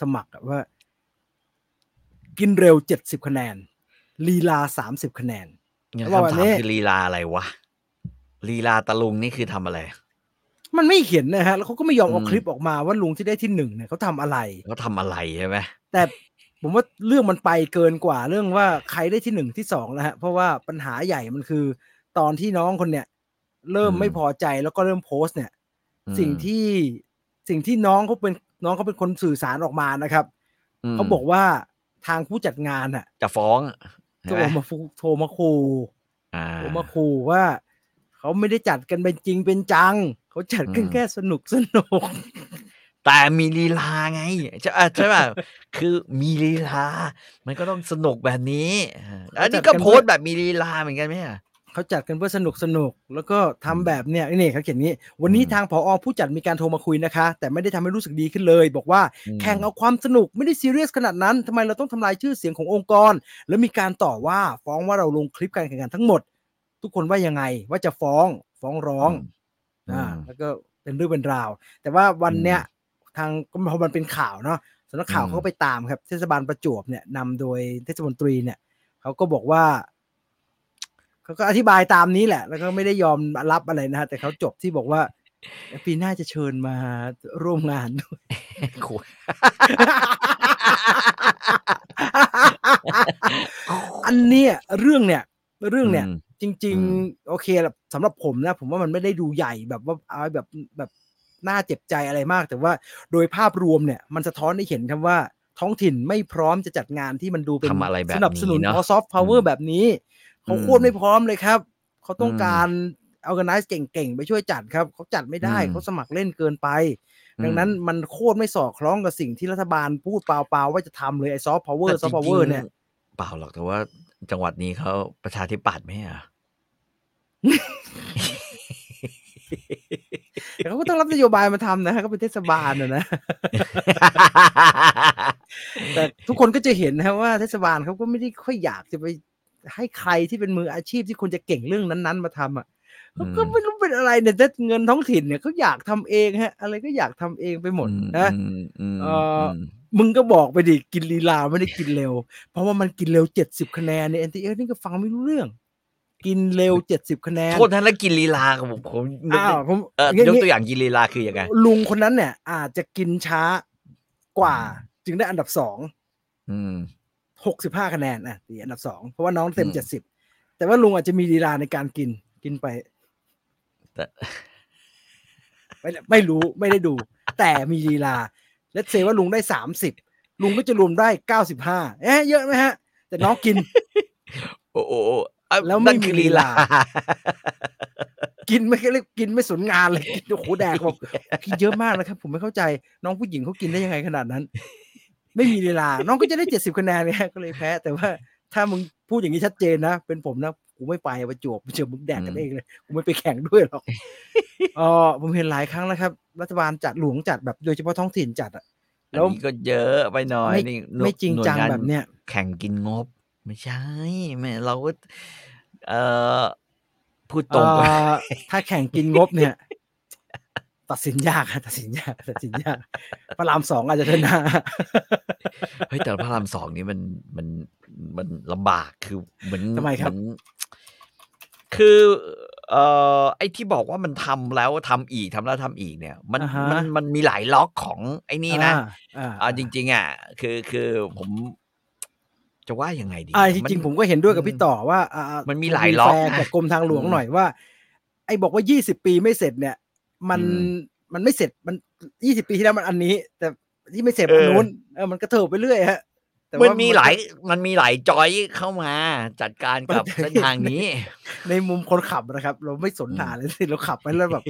Speaker 1: สมัครอะว่า กินเร็วเจ็ดสิบคะแนน ลีลาสามสิบคะแนน
Speaker 2: งั้น
Speaker 1: ระหว่าง
Speaker 2: คำถาม
Speaker 1: นี้
Speaker 2: คือลีลาอะไรวะลีลาตะลุงนี่คือทำอะไร
Speaker 1: มันไม่เห็นนะฮะ แล้วเขาก็ไม่ยอมเอาคลิปออกมาว่าลุงที่ได้ที่หนึ่งเนี่ยเขาทำอะไร
Speaker 2: เขาทำอะไรใช่ไหม
Speaker 1: แต่ผมว่าเรื่องมันไปเกินกว่าเรื่องว่าใครได้ที่หนึ่งที่สองแล้วฮะ เพราะว่าปัญหาใหญ่มันคือ ตอนที่น้องคนเนี่ย เริ่มไม่พอใจแล้วก็เริ่มโพสต์เนี่ย
Speaker 2: อืม
Speaker 1: สิ่งที่สิ่งที่น้องเขาเป็นน้องเขาเป็นคนสื่อสารออกมานะครับ
Speaker 2: ม
Speaker 1: เขาบอกว่าทางผู้จัดงานอ่ะ
Speaker 2: จะฟ้อง
Speaker 1: โท
Speaker 2: ใช่
Speaker 1: ร
Speaker 2: ไหม
Speaker 1: มาฟูโทรมาคู
Speaker 2: อ่า
Speaker 1: โทรมาคูว่าเขาไม่ได้จัดกันเป็นจริงเป็นจัง เขาจัดกัน
Speaker 2: อืม
Speaker 1: แค่สนุกสนุก
Speaker 2: แต่มีลีลาไงใช่อ่ะใช่ป่ะ คือมีลีลา มันก็ต้องสนุกแบบนี้อ่าอันนี้ก็โพสต์แบบมีลีลาเหมือนกันไหมอ่ะ
Speaker 1: เขาจัดกันเพื่อสนุกสนุกแล้วก็ทำ
Speaker 2: อืม
Speaker 1: แบบเนี้ยนี่เขาเขียนนี้ วันนี้
Speaker 2: อืม
Speaker 1: ทางผอผู้จัดมีการโทรมาคุยนะคะ แต่ไม่ได้ทำให้รู้สึกดีขึ้นเลย บอกว่า
Speaker 2: อืม
Speaker 1: แข่งเอาความสนุกไม่ได้ซีเรียสขนาดนั้นทำไมเราต้องทำลายชื่อเสียงขององค์กร แล้วมีการต่อว่าฟ้องว่าเราลงคลิปการแข่งขันทั้งหมด ทุกคนว่ายังไงว่าจะฟ้องฟ้องร้อง
Speaker 2: อื
Speaker 1: อ่าม แล้วก็เป็นเรื่องเป็นราว แต่ว่าวันเนี้ย
Speaker 2: อื
Speaker 1: ทางก็พอมันเป็นข่าวเนาะสำนักข่าว
Speaker 2: อืม
Speaker 1: เขาก็ไปตามครับเทศบาลประจวบเนี่ยนำโดยเทศมนตรีเนี่ย เขาก็บอกว่า เขาก็อธิบายตามนี้แหละ แล้วก็ไม่ได้ยอมรับอะไรนะฮะแต่เขาจบที่บอกว่า ปีหน้าจะเชิญมาร่วมงานด้วย
Speaker 2: โอ้ย
Speaker 1: อันเนี้ยเรื่องเนี่ย เรื่องเนี่ย
Speaker 2: ม
Speaker 1: จริง
Speaker 2: อืม
Speaker 1: ๆ โอเคแหละสำหรับผมนะ ผมว่ามันไม่ได้ดูใหญ่แบบว่าเอาแบบแบบน่าเจ็บใจอะไรมาก แต่ว่าโดยภาพรวมเนี่ย มันสะท้อนให้เห็นครับว่า ท้องถิ่นไม่พร้อมจะจัดงานที่มันดูเป็น
Speaker 2: ทำอะไรแบบ
Speaker 1: สนับสนุน
Speaker 2: นี้เนอะ
Speaker 1: พอซอฟต์พาวเวอ
Speaker 2: อื
Speaker 1: ร์
Speaker 2: ม
Speaker 1: แบบนี้ เขา
Speaker 2: อืม
Speaker 1: โคตรไม่พร้อมเลยครับ เขาต้อง
Speaker 2: อืม
Speaker 1: การเอากันไนซ์เก่งๆ ไปช่วยจัดครับ เขาจัดไม่ได้
Speaker 2: อืม
Speaker 1: เขาสมัครเล่นเกินไป ดังนั้นมันโคตรไม่สอดคล้องกับสิ่งที่รัฐบาลพูดเปล่าๆว่าจะทำเลยไอ้ซอฟต์พาวเวอ
Speaker 2: แต่
Speaker 1: ร์ซอฟต์พาวเวอร์
Speaker 2: จงๆ
Speaker 1: เนี่ย
Speaker 2: เปล่าหรอกแต่ว่าจังหวัดนี้เขาประชาธิปัตย์ไหมอ่ะ
Speaker 1: แต่เขาก็ต้องรับนโยบายมาทำนะฮะก็เป็นเทศบาลนะนะ แต่ทุกคนก็จะเห็นนะครับว่าเทศบาลเขาก็ไม่ได้ค่อยอยากจะไปให้ใครที่เป็นมืออาชีพที่ควรจะเก่งเรื่องนั้นๆมาทำอ่ะ
Speaker 2: อืม
Speaker 1: ก็ไม่รู้เป็นอะไรเนี่ยแต่เงินท้องถิ่นเนี่ยเขาอยากทำเองฮะ อะไรก็อยากทำเองไปหมดนะ
Speaker 2: อืมอืม
Speaker 1: เอ่ออื
Speaker 2: ม
Speaker 1: มึงก็บอกไปดิกินลีลาไม่ได้กินเร็ว เพราะว่ามันกินเร็วเจ็ดสิบคะแนนเนี่ยเอ็นทีเอนี่ก็ฟังไม่รู้เรื่อง กินเร็วเจ็ดสิบคะแนน
Speaker 2: โทษนะแล้วกินลีลาของผมผมนึก
Speaker 1: อ้าวผม
Speaker 2: เอ่อ
Speaker 1: งี้
Speaker 2: ยก
Speaker 1: งี้
Speaker 2: ตัวอย่างกินลีลาคือยังไง
Speaker 1: ลุงคนนั้นเนี่ย อาจจะกินช้ากว่า จึงได้อันดับสอง
Speaker 2: อืม
Speaker 1: หกสิบห้าคะแนนอ่ะดีอันดับสองเพราะว่าน้องเต็ม
Speaker 2: อืม
Speaker 1: เจ็ดสิบแต่ว่าลุงอาจจะมีลีลาในการกินกินไป
Speaker 2: แต่
Speaker 1: ไม่ ไม่รู้ไม่ได้ดู แต่มีลีลา และเซว่าลุงได้สามสิบลุงก็จะรวมได้เก้าสิบห้าเอ๊ะเยอะไหมฮะ แต่น้องกิน
Speaker 2: โอ้โอ้โอ้เอ้า
Speaker 1: แล้วไม่
Speaker 2: นั่นคือ
Speaker 1: มีลี
Speaker 2: ลี
Speaker 1: ลา
Speaker 2: ลา
Speaker 1: กินไม่เรียกกินไม่สนงานเลย กินโอ้โหแดก บอกกินเยอะมากนะครับ ผมไม่เข้าใจน้องผู้หญิงเขากินได้ยังไงขนาดนั้น ไม่มีเวลา น้องก็ จะได้เจ็ดสิบคะแนนเนี่ยก็เลยแพ้ แต่ว่าถ้ามึงพูดอย่างนี้ชัดเจนนะ เป็นผมนะกูไม่ไปประจวบเจอมึงแดกกัน
Speaker 2: อืม
Speaker 1: เองเลยกูไม่ไปแข่งด้วยหรอกเออผมเห็นหลายครั้งแล้วครับ รัฐบาลจัดหลวงจัดแบบโดยเฉพาะท้องถิ่นจัดอะ
Speaker 2: อันนี้ก็เยอะไปหน่อย
Speaker 1: ไม่
Speaker 2: นี่
Speaker 1: ไม่จริง
Speaker 2: หว
Speaker 1: จัง
Speaker 2: า
Speaker 1: แบบเนี้ย
Speaker 2: แข่งกินงบ ไม่ใช่แม่เราก็เออพูดตรงไป
Speaker 1: เอ่อถ้าแข่งกินงบเนี่ย ตัดสินยากอะตัดสินยากตัดสินยากพระรามสองอาจจะชนะ
Speaker 2: เฮ้ยแต่พระรามสองนี่มันมันมันลำบากคือเหมือน
Speaker 1: ทำไมครับ
Speaker 2: เหอนคือเอ่อไอ้ที่บอกว่ามันทำแล้วทำอีกทำแล้วทำอีกเนี่ย มัน
Speaker 1: อ่าฮะ
Speaker 2: มันมันมีหลายล็อกของไอ้นี่นะ
Speaker 1: อ่า
Speaker 2: เอาจริง ๆอ่ะคือคือผม จะว่ายังไงดี
Speaker 1: อ่าจ
Speaker 2: มัน
Speaker 1: ริงๆผมก็เห็นด้วยกับพี่ต่อว่าอ่า
Speaker 2: มั
Speaker 1: มัน
Speaker 2: มีหลายล็อก
Speaker 1: แฟร์
Speaker 2: นะ
Speaker 1: กับกรมทางหลวง
Speaker 2: อืม
Speaker 1: หน่อยว่า ไอ้บอกว่ายี่สิบปีไม่เสร็จเนี่ย มัน
Speaker 2: อืม
Speaker 1: มันไม่เสร็จมันยี่สิบปีที่แล้วมันอันนี้ แต่ที่ไม่เสร็จ
Speaker 2: เออ
Speaker 1: มันนู้นเออมันกระเถิบไปเรื่อยฮะแต่
Speaker 2: มัน
Speaker 1: ว่
Speaker 2: มีหลายมันมีหลายจอยเข้ามา จัดการกับเส้นทางนี้
Speaker 1: ในมุมคนขับนะครับ เราไม่สนทานเลยสิเราขับไปแล้วแบบ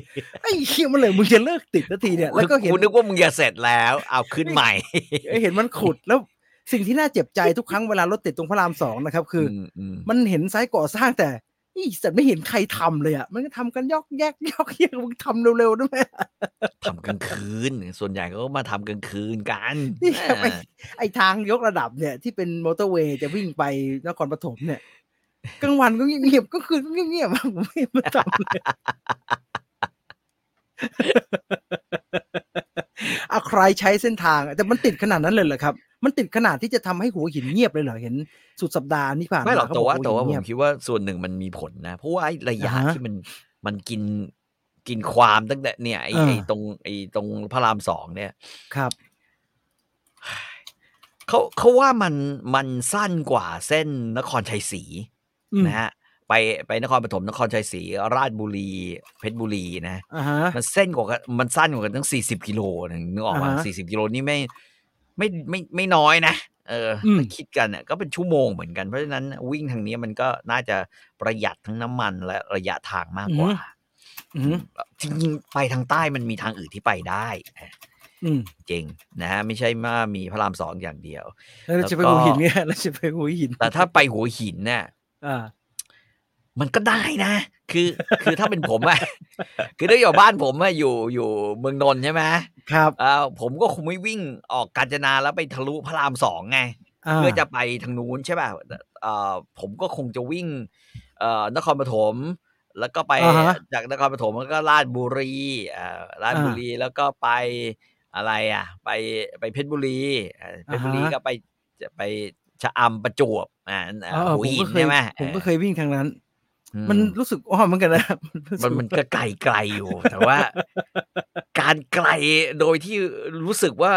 Speaker 1: ไอ้เคี้ยมันเลยมึงจะเลิกติดสัก ทีเนี่ยแล้วก็ เห็น
Speaker 2: กูนึกว่ามึงจะเสร็จแล้ว เอาขึ้นใหม่
Speaker 1: เอ้ยเห็นมันขุดแล้วสิ่งที่น่าเจ็บใจทุกครั้งเวลารถติดตรงพระรามสองนะครับ คือ
Speaker 2: มอืม
Speaker 1: มันเห็นไซต์ก่อสร้างแต่อีสัตว์ไม่เห็นใครทำเลยอ่ะมันก็ทำกันยอกแยกยอกแยกมึงทำเร็วๆได้ไหม
Speaker 2: ทำกลางคืน ส่วนใหญ่เขาก็มาทำกลางคืนกัน
Speaker 1: นี่ครับไอ้
Speaker 2: อ่า
Speaker 1: ไอทางยกระดับเนี่ย ที่เป็นมอเตอร์เวย์จะวิ่งไปนครปฐมเนี่ยกลางวันก็เงียบๆก็คืนก็เงียบๆอะผมไม่มาทำเลย อะใครใช้เส้นทาง แต่มันติดขนาดนั้นเลยเหรอครับ มันติดขนาดที่จะทำให้หัวหินเงียบเลยเหรอเห็นสุดสัปดาห์นี่ผ่าน
Speaker 2: ไม่หรอก
Speaker 1: เขบ
Speaker 2: แต่ว่า
Speaker 1: หั
Speaker 2: แต่ว่า
Speaker 1: หิน
Speaker 2: ผ
Speaker 1: เงียบ
Speaker 2: มคิดว่าส่วนหนึ่งมันมีผลนะเพราะว่าไอ้ระยะ
Speaker 1: อ่าฮะ
Speaker 2: ที่มันมันกินกินความตั้งแต่เนี่ยไอ้
Speaker 1: อ่า
Speaker 2: ไอ้ตรงไอ้ตรงพระรามสองเนี่ย
Speaker 1: ครับ
Speaker 2: เขาเขาว่ามันมันสั้นกว่าเส้นนครชัยศรี
Speaker 1: อืม
Speaker 2: นะฮะไปไปนครปฐมนครชัยศรีราชบุรี เพชรบุรีนะ
Speaker 1: อ่าฮะ
Speaker 2: มันเส้นกว่ากันมันสั้นกว่ากันตั้งสี่สิบกิโลนะนึกออกมา
Speaker 1: อ่าฮะ
Speaker 2: สี่สิบกิโลนี่ไม่ไม่ไม่ไม่น้อยนะ เอออ
Speaker 1: ม
Speaker 2: ถ้าคิดกันน่ะก็เป็นชั่วโมงเหมือนกัน เพราะฉะนั้นวิ่งทางนี้มันก็น่าจะประหยัดทั้งน้ำมันและระยะทางมากกว่า
Speaker 1: อืม
Speaker 2: จริงๆไปทางใต้มันมีทางอื่นที่ไปได้
Speaker 1: อืม
Speaker 2: จริงนะฮะไม่ใช่ว่ามีพระรามสองอย่างเดียว
Speaker 1: แล้วเราจะไป
Speaker 2: แล้วก็
Speaker 1: หัวหินเนี่ย เราจะไปหัวหิน
Speaker 2: แต่ถ้าไปหัวหินเนี่ย
Speaker 1: อ่า
Speaker 2: มันก็ได้นะ คือ คือถ้าเป็นผมอะ คือถ้าอยู่บ้านผมอะอยู่อยู่เมืองนนท์ใช่ไหม
Speaker 1: ครับ
Speaker 2: เอ่อผมก็คงไม่วิ่งออกกาญจนาแล้วไปทะลุพระรามสองไง
Speaker 1: อ่า
Speaker 2: เพื่อจะไปทางนู้นใช่ป่ะเอ่อผมก็คงจะวิ่งเอ่อนครปฐมแล้วก็ไป
Speaker 1: อ่าฮะ
Speaker 2: จากนครปฐมแล้วก็ราชบุรีอ่าราชบุรีแล้วก็ไปอะไรอ่ะ ไปไปเพชรบุรีอ่าเพชรบุรี
Speaker 1: อ่าฮะ
Speaker 2: ก็ไปจะไปชะอำประจวบอ่า
Speaker 1: เออ
Speaker 2: หัวหิน
Speaker 1: ผมก็เคย
Speaker 2: ใช่ไหม
Speaker 1: ผมก็
Speaker 2: เออ
Speaker 1: เคยวิ่งทางนั้น
Speaker 2: อื
Speaker 1: มันรู้สึกอ้อมเหมือนกันนะ รู้สึ
Speaker 2: มั
Speaker 1: ก
Speaker 2: นมันก็ไกลไกลอยู่ แต่ว่า การไกลโดยที่รู้สึกว่า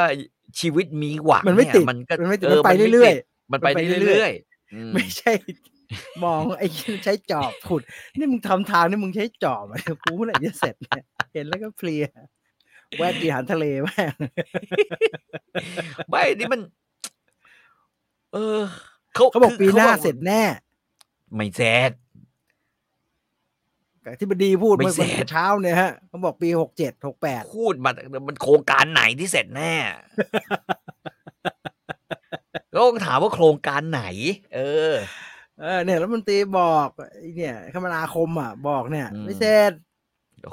Speaker 2: ชีวิตมีหวัง
Speaker 1: มันไม่
Speaker 2: เย
Speaker 1: ติด
Speaker 2: มันก็
Speaker 1: มันไม่ติด
Speaker 2: อ
Speaker 1: มันไป
Speaker 2: ม่ติด
Speaker 1: เรื่อยๆ
Speaker 2: มันไป
Speaker 1: มันไปเรื่
Speaker 2: เรื่อ
Speaker 1: อย ย
Speaker 2: ๆอืม
Speaker 1: ไม่ใช่ มองไอ้ ใช้จอบขุด นี่มึงทำทางนี่มึงใช้จอบอะ กูเมื่อไหร่จะเสร็จเนี่ยเห็นแล้วก็เพลียแวะกีหารทะเลแม่ง
Speaker 2: ไม่นี่มัน เออเขา
Speaker 1: เขาบอก
Speaker 2: คื
Speaker 1: ปีหน้า
Speaker 2: ขบก
Speaker 1: เสร็จแน่
Speaker 2: ไม่เสร็จ
Speaker 1: แต่ที่บดีพูด
Speaker 2: ไม่
Speaker 1: เมื่อ
Speaker 2: เสร็จ
Speaker 1: เช้าเนี่ยฮะเขาบอกปีหกเจ็ดหกแปด
Speaker 2: พูดมามันโครงการไหนที่เสร็จ แน่ ก็ต้องถามว่าโครงการไหน เออ
Speaker 1: เออเนี่ยรัฐมนตรีบอกไอ้เนี่ยคมนาคมอ่ะบอกเนี่ย
Speaker 2: อืม
Speaker 1: ไม่เสร็จ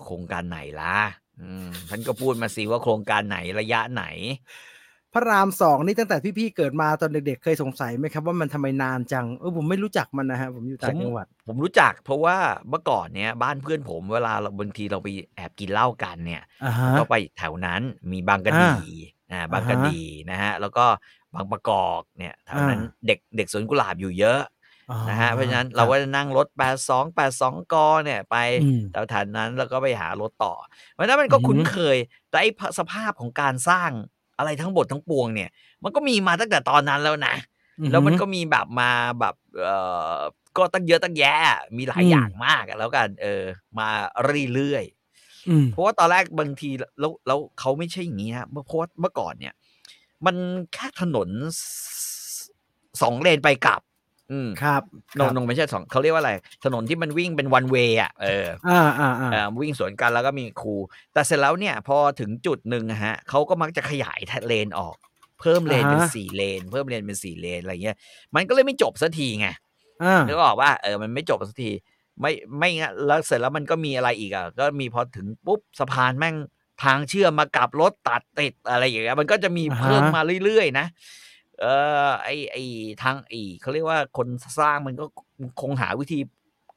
Speaker 2: โครงการไหนล่ะอืมท่านก็พูดมาสิว่าโครงการไหนระยะไหน
Speaker 1: พระรามสองนี่ตั้งแต่พี่ๆเกิดมาตอนเด็กๆ เคยสงสัยไหมครับว่ามันทำไมนานจังเออผมไม่รู้จักมันนะฮะผมอยู่ต่างจังหวัด
Speaker 2: ผมรู้จักเพราะว่าเมื่อก่อนเนี้ยบ้านเพื่อนผมเวลาเราบางทีเราไปแอบกินเหล้ากันเนี่ย
Speaker 1: อ่าฮะ
Speaker 2: ก็ไปแถวนั้นมีบางกะดีอ่าบางกะ
Speaker 1: อ่าฮะ
Speaker 2: ดีนะฮะแล้วก็บางประกอบเนี่ยแถวนั้นเด็กเด็กสวนกุหลาบอยู่เยอะ
Speaker 1: อ๋อ
Speaker 2: นะฮะเพราะฉะนั้นเราก็จะนั่งรถ 82 82กเนี่ยไป
Speaker 1: อืม
Speaker 2: แถวฐานนั้นแล้วก็ไปหารถต่อ เพราะฉะนั้นมันก็
Speaker 1: อือหือ
Speaker 2: คุ้นเคยแต่ไอ้สภาพของการสร้างอะไรทั้งหมดทั้งปวงเนี่ย มันก็มีมาตั้งแต่ตอนนั้นแล้วนะ แล้วมันก็มีแบบมาแบบเออก็ตั้งเยอะตั้งแยะ มีหลาย
Speaker 1: อืม
Speaker 2: อย่างมากอะแล้วกันเออ มาเรื่อย
Speaker 1: อืม
Speaker 2: ๆเพราะว่าตอนแรกบางทีแล้วแล้วเขาไม่ใช่อย่างนี้ฮะเพราะว่าเมื่อก่อนเนี่ย มันแค่ถนนสสองเลนไปกลับ อืม
Speaker 1: ครับ
Speaker 2: นงนงไม่ใช่สองเขาเรียกว่าอะไร ถนนที่มันวิ่งเป็นวันเวย์อ่ะเออ
Speaker 1: อ่าอ่าอ่า
Speaker 2: เอ่อวิ่งสวนกันแล้วก็มีครู แต่เสร็จแล้วเนี่ยพอถึงจุดหนึ่งอะฮะเขาก็มักจะขยายเลนออก เพิ่มเลนเป็นสี่เลน เพิ่มเลนเป็นสี่เลนอะไรเงี้ย มันก็เลยไม่จบสักทีไง
Speaker 1: อ่า
Speaker 2: นึกออกว่าเออมันไม่จบสักที ไม่ไม่งั้นแล้วเสร็จแล้วมันก็มีอะไรอีกอ่ะก็มีพอถึงปุ๊บสะพานแม่ง ทางเชื่อมมากลับรถตัดติดอะไรอย่างเงี้ยมันก็จะมีเพิ่ม
Speaker 1: อ่าฮะ
Speaker 2: มาเรื่อยๆนะ เออไอไอทางไอเขาเรียกว่าคนสร้างมันก็คงหาวิธี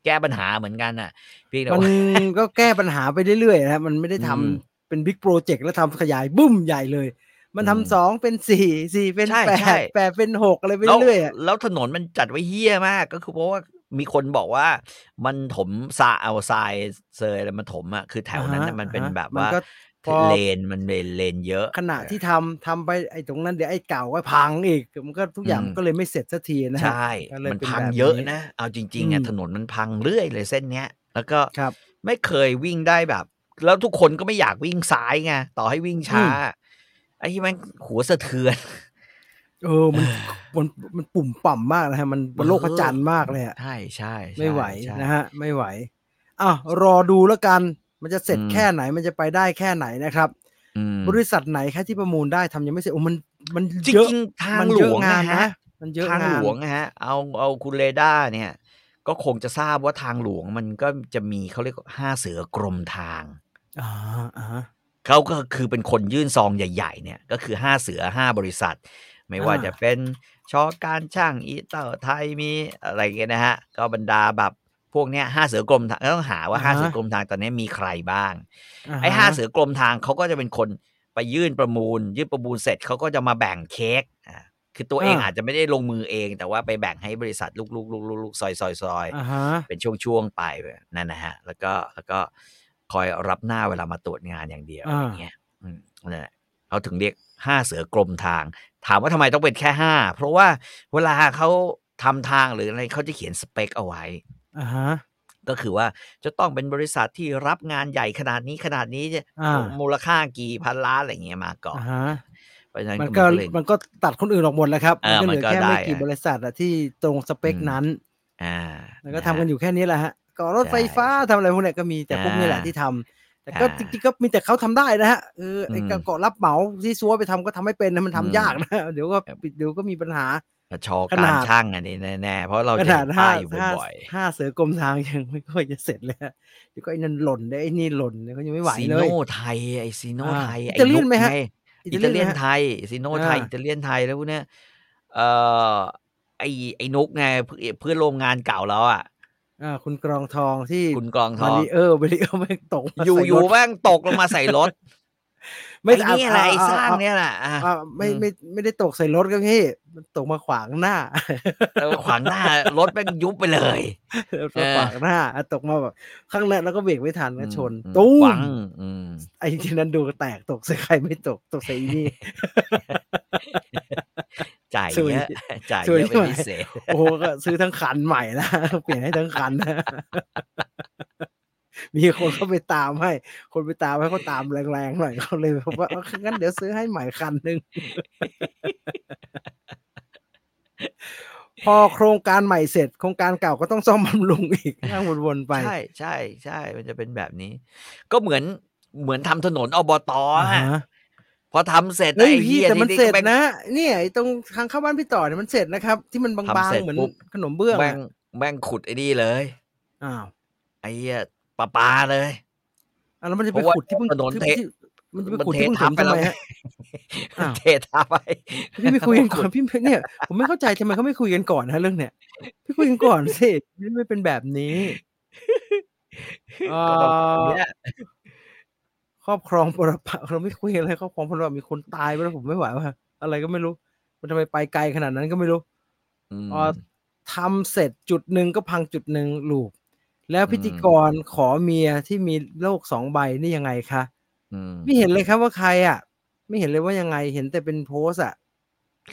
Speaker 2: แก้ปัญหาเหมือนกันน่ะเพียงแต่
Speaker 1: มัน
Speaker 2: ว่า
Speaker 1: ก็แก้ปัญหาไปเรื่อยๆนะครับมันไม่ได้ทำ
Speaker 2: อืม
Speaker 1: เป็นบิ๊กโปรเจกต์แล้วทำขยายบุ้มใหญ่เลย มัน
Speaker 2: อืม
Speaker 1: ทำสองเป็นสี่สี่เป็น
Speaker 2: ใช่
Speaker 1: แป
Speaker 2: ใช่
Speaker 1: ดแปดเป็นหกอะไรไป
Speaker 2: แล้ว
Speaker 1: เรื่อยๆอะ
Speaker 2: แล้วถนนมันจัดไว้เฮี้ยมากก็คือเพราะว่ามีคนบอกว่า มันถมซาเอาทรายเซยอะไรมาถมอ่ะคือแถวนั้นน่ะ
Speaker 1: อ่าฮะ
Speaker 2: มันเป็น
Speaker 1: อ่าฮะ
Speaker 2: แบบ
Speaker 1: มัน
Speaker 2: ว่าม
Speaker 1: ก็ พอ
Speaker 2: เลนมันเป็นเลนเยอะ
Speaker 1: ขณะที่ทำทำไปไอ้ตรงนั้นเดี๋ยวไอ้เก่าก็พังอีกมันก็ทุกอย่าง
Speaker 2: อืม
Speaker 1: มันก็เลยไม่เสร็จสักทีนะฮะ
Speaker 2: ใช่
Speaker 1: ก็เลย
Speaker 2: มัน
Speaker 1: เป็น
Speaker 2: พัง
Speaker 1: แบบ
Speaker 2: เยอะ
Speaker 1: นี้
Speaker 2: นะ เอาจริงๆอ่ะ
Speaker 1: อืม
Speaker 2: ถนนมันพังเรื่อยเลยเส้นเนี้ย แล้วก็
Speaker 1: ครับ
Speaker 2: ไม่เคยวิ่งได้แบบ แล้วทุกคนก็ไม่อยากวิ่งซ้ายไงต่อให้วิ่งช้า
Speaker 1: อื
Speaker 2: ไอ้ที่มันหัวสะเทือน
Speaker 1: เออมันมันมันปุ่มป่ำมากนะฮะมันมันโลกพระจันทร์มากเลยอะ
Speaker 2: ใช่ใช่ใช่
Speaker 1: ไม่ไหว
Speaker 2: ใช่
Speaker 1: นะฮะไม่ไหวอ่ะรอดูแล้วกัน มันจะเสร็จ
Speaker 2: อืม
Speaker 1: แค่ไหนมันจะไปได้แค่ไหนนะครับ
Speaker 2: อืม
Speaker 1: บริษัทไหนแค่ที่ประมูลได้ทำยังไม่เสร็จโอ้มันมัน
Speaker 2: จ
Speaker 1: เยอะ
Speaker 2: ริงๆทาง
Speaker 1: มัน
Speaker 2: หล
Speaker 1: เยอะ
Speaker 2: วง
Speaker 1: งาน
Speaker 2: นะ
Speaker 1: นะ
Speaker 2: ฮะ
Speaker 1: มันเยอะ
Speaker 2: ทาง
Speaker 1: งา
Speaker 2: ห
Speaker 1: น
Speaker 2: ลวงนะฮะ เอาเอาคุณเรดาร์เนี่ย ก็คงจะทราบว่าทางหลวงมันก็จะมีเขาเรียกว่าห้าเสือกรมทาง
Speaker 1: อ่าอ่า
Speaker 2: เขาก็คือเป็นคนยื่นซองใหญ่ ๆ เนี่ยก็คือห้าเสือห้าบริษัท ไม่ว่า
Speaker 1: อ่า
Speaker 2: จะเป็นชอการช่างอีเตอร์ไทยมีอะไรเงี้ยนะฮะ ก็บรรดาแบบพวกเนี้ยห้าเสือกรมทางก็ต้องหาว่าห้าเสือกรมทางตอนนี้มีใครบ้าง ไอ้ห้าเสือกรมทางเขาก็จะเป็นคนไปยื่นประมูล ยื่นประมูลเสร็จเขาก็จะมาแบ่งเค้กอ่าคือตัวเอง
Speaker 1: อ่า
Speaker 2: อาจจะไม่ได้ลงมือเอง แต่ว่าไปแบ่งให้บริษัทลูกๆลูกๆลูกๆซอยซอยซอยๆ
Speaker 1: อ่าฮะ
Speaker 2: เป็นช่วงๆไปนั่นนะฮะ แล้วก็แล้วก็คอยรับหน้าเวลามาตรวจงานอย่างเดียว
Speaker 1: อ่า
Speaker 2: อย่างเงี้ยอืมนั่นแหละเขาถึงเรียกห้าเสือกรมทาง ถามว่าทำไมต้องเป็นแค่ห้าเพราะว่าเวลาเขาทำทางหรืออะไรเขาจะเขียนสเปคเอาไว้
Speaker 1: อ่าฮะ
Speaker 2: ก็คือว่าจะต้องเป็นบริษัทที่รับงานใหญ่ขนาดนี้ขนาดนี้เนี่ย
Speaker 1: อ่า
Speaker 2: มูลค่ากี่พันล้านอะไรเงี้ยมาก่อน
Speaker 1: อ่าฮะ
Speaker 2: เพราะฉะนั้น
Speaker 1: มัน
Speaker 2: ก็
Speaker 1: ก็
Speaker 2: เลย
Speaker 1: มันก็ตัดคนอื่นออกหมดแล้วครับ
Speaker 2: เออ
Speaker 1: ก็เหลื
Speaker 2: มัน
Speaker 1: อ
Speaker 2: ก็
Speaker 1: แค่ไม่
Speaker 2: ได้
Speaker 1: กี่
Speaker 2: อะ
Speaker 1: บริษัทอะที่ตรงสเปค
Speaker 2: อืม
Speaker 1: นั้น
Speaker 2: อ่า
Speaker 1: แล้วก็
Speaker 2: ะ
Speaker 1: ทำ
Speaker 2: ฮะ
Speaker 1: กันอยู่แค่นี้แหละฮะก่อรถไฟ
Speaker 2: ใช่
Speaker 1: ฟ้าทำอะไรพวกเนี้ยก็มีแต่
Speaker 2: อ่า
Speaker 1: พวกนี้แหละที่ทำแต่ก็
Speaker 2: อ่า
Speaker 1: จริงๆก็มีแต่เขาทำได้นะฮะเออไอ้
Speaker 2: อืม
Speaker 1: การก่อรับเหมาที่ซัวไปทำก็ทำไม่เป็นนะมันทำ
Speaker 2: อืม
Speaker 1: ยากนะ เดี๋ยวก็
Speaker 2: ครับ
Speaker 1: ปิดเดี๋ยวก็มีปัญหา
Speaker 2: ชอ
Speaker 1: ข
Speaker 2: การ
Speaker 1: นาด
Speaker 2: ช่างอันนี้แน่ๆเพราะเรา
Speaker 1: ข
Speaker 2: จะ
Speaker 1: นา
Speaker 2: เห็
Speaker 1: ด
Speaker 2: น
Speaker 1: ห้า
Speaker 2: ป้ายอยู่
Speaker 1: ห้า
Speaker 2: บ่อย
Speaker 1: ห้าเสือกรมทางยังไม่ค่อยจะเสร็จเลยฮะเดี๋ยวก็ไอ้นั่นหล่นได้ไอ้นี่หล่นเดี๋ยวก็ยังไม่ไหว
Speaker 2: ซี
Speaker 1: เลย
Speaker 2: โน่ไทยไอซีโน่
Speaker 1: อ่า
Speaker 2: ไทย
Speaker 1: อิ
Speaker 2: ไอ้
Speaker 1: ตาเลียน
Speaker 2: ก
Speaker 1: ไหมฮะ
Speaker 2: ไง อิ
Speaker 1: อิ
Speaker 2: ตา
Speaker 1: ตา
Speaker 2: เลี
Speaker 1: เลี
Speaker 2: ย
Speaker 1: ย
Speaker 2: น
Speaker 1: นฮะ
Speaker 2: ไทยซิโนไทย
Speaker 1: อ่า
Speaker 2: อิตาเลียนไทยแล้วพวกเนี้ยเอ่อไอไอนุกไงเพื่อนเพื่อนโรงงานเก่าเราอ่ะ
Speaker 1: อ่าคุณกรองทองที่
Speaker 2: คุณกรองท
Speaker 1: มา
Speaker 2: อง
Speaker 1: ริเออร์มาริเออร์ไม่งตกมา
Speaker 2: อยู่
Speaker 1: ใส่
Speaker 2: อยู่
Speaker 1: รถ
Speaker 2: ๆแม่งตกลงมาใส่รถ
Speaker 1: ไม่
Speaker 2: ไอ้นี่อะไรไอ้
Speaker 1: เเเ
Speaker 2: สร้างเนี่ยแหละอ่ะ
Speaker 1: อ่าไม่
Speaker 2: อืม
Speaker 1: ไม่ไม่ได้ตกใส่รถครับพี่มันตกมาขวางหน้า
Speaker 2: เออขวางหน้า รถแม่งยุบไปเลย
Speaker 1: แล้ว
Speaker 2: เอ
Speaker 1: ก็
Speaker 2: อ
Speaker 1: ขวางหน้าอ่ะตกมาแบบข้างหน้าแล้วก็เบรกไม่ทัน
Speaker 2: อื
Speaker 1: ก็
Speaker 2: ม
Speaker 1: ชน
Speaker 2: อืม
Speaker 1: ตุ้
Speaker 2: ปั
Speaker 1: ม
Speaker 2: งอืม
Speaker 1: ไอ้ที่นั้นดูก็แตกตกใส่ใครไม่ตกตกใส่อีนี่
Speaker 2: จ่าย
Speaker 1: สวย
Speaker 2: เยอะ จ่าย
Speaker 1: สวย
Speaker 2: เยอะเป็น
Speaker 1: หน่อย
Speaker 2: พิเศษ
Speaker 1: โอ้โหก็ซื้อทั้งคันใหม่นะ เปลี่ยนให้ทั้งคันนะ มีคนเขาไปตามให้ คนไปตามให้เขาตามแรงๆหน่อยเขาเลยบอกว่าเอางั้นเดี๋ยวซื้อให้ใหม่คันหนึ่ ง พอโครงการใหม่เสร็จ โครงการเก่าก็ต้องซ่อมบำรุงอีก นั่งวนๆไป
Speaker 2: ใช่ใช่ใช่ มันจะเป็นแบบนี้ ก็เหมือนเหมือนทำถนนอบต
Speaker 1: อ่า
Speaker 2: อะ
Speaker 1: ฮะ
Speaker 2: พอทำเสร็จ
Speaker 1: เฮ้ย
Speaker 2: เหี้
Speaker 1: พี่
Speaker 2: ย
Speaker 1: แต่มัน
Speaker 2: ที่
Speaker 1: เสร็จ
Speaker 2: แม่ง
Speaker 1: นะเนี่ยไอ้ตรงทางเข้าบ้านพี่ต่อเนี่ยมันเสร็จนะครับ ที่มันบา
Speaker 2: ทำ
Speaker 1: ง
Speaker 2: เส
Speaker 1: ๆ
Speaker 2: ร็จ
Speaker 1: เหมือน
Speaker 2: ปุ๊บ
Speaker 1: ขนมเบื้อง
Speaker 2: แม่
Speaker 1: อะ
Speaker 2: งแม่งขุดไอ้นี่เลย
Speaker 1: อ้าว
Speaker 2: ไอ้เหี้ยปลาปาเลย
Speaker 1: อ่ะแล้วมันจะ
Speaker 2: เพ
Speaker 1: ไป
Speaker 2: ราะว่า
Speaker 1: ขุดที่เพิ่ง
Speaker 2: ถนน
Speaker 1: ที่
Speaker 2: เท
Speaker 1: ที่มันจะไป
Speaker 2: มัน
Speaker 1: ขุด
Speaker 2: เท
Speaker 1: ที่เพิ่งถ
Speaker 2: ทับ
Speaker 1: ม
Speaker 2: ไป
Speaker 1: ทำ
Speaker 2: แล้ว
Speaker 1: ไม
Speaker 2: ไง
Speaker 1: ฮะ อ้าว
Speaker 2: เททับไป
Speaker 1: พี่ไปคุยกันก่อน
Speaker 2: ขุด
Speaker 1: พี่เนี่ยผมไม่เข้าใจทำไมเขาไม่คุยกันก่อนนะเรื่องเนี่ยพี่คุยกันก่อนสิมันไม่เป็นแบบนี้เอ่
Speaker 2: ก็ต้อง
Speaker 1: อ
Speaker 2: เนี่ย
Speaker 1: ครอบครองปรปักษ์ เราไม่คุยอะไรครอบครองปรปักษ์มีคนตายไปแล้วผมไม่ไหวว่ะอะไรก็ไม่รู้ มันทำไมไปไกลขนาดนั้นก็ไม่รู้
Speaker 2: ม
Speaker 1: เอ่อทำเสร็จจุดหนึ่งก็พังจุดหนึ่งลูป แล้วพิธี
Speaker 2: อืม
Speaker 1: กรขอเมียที่มีโลกสองใบนี่ยังไงคะ
Speaker 2: ม
Speaker 1: ไม่เห็นเลยครับว่าใครอ่ะ ไม่เห็นเลยว่ายังไงเห็นแต่เป็นโพสต์อ่ะ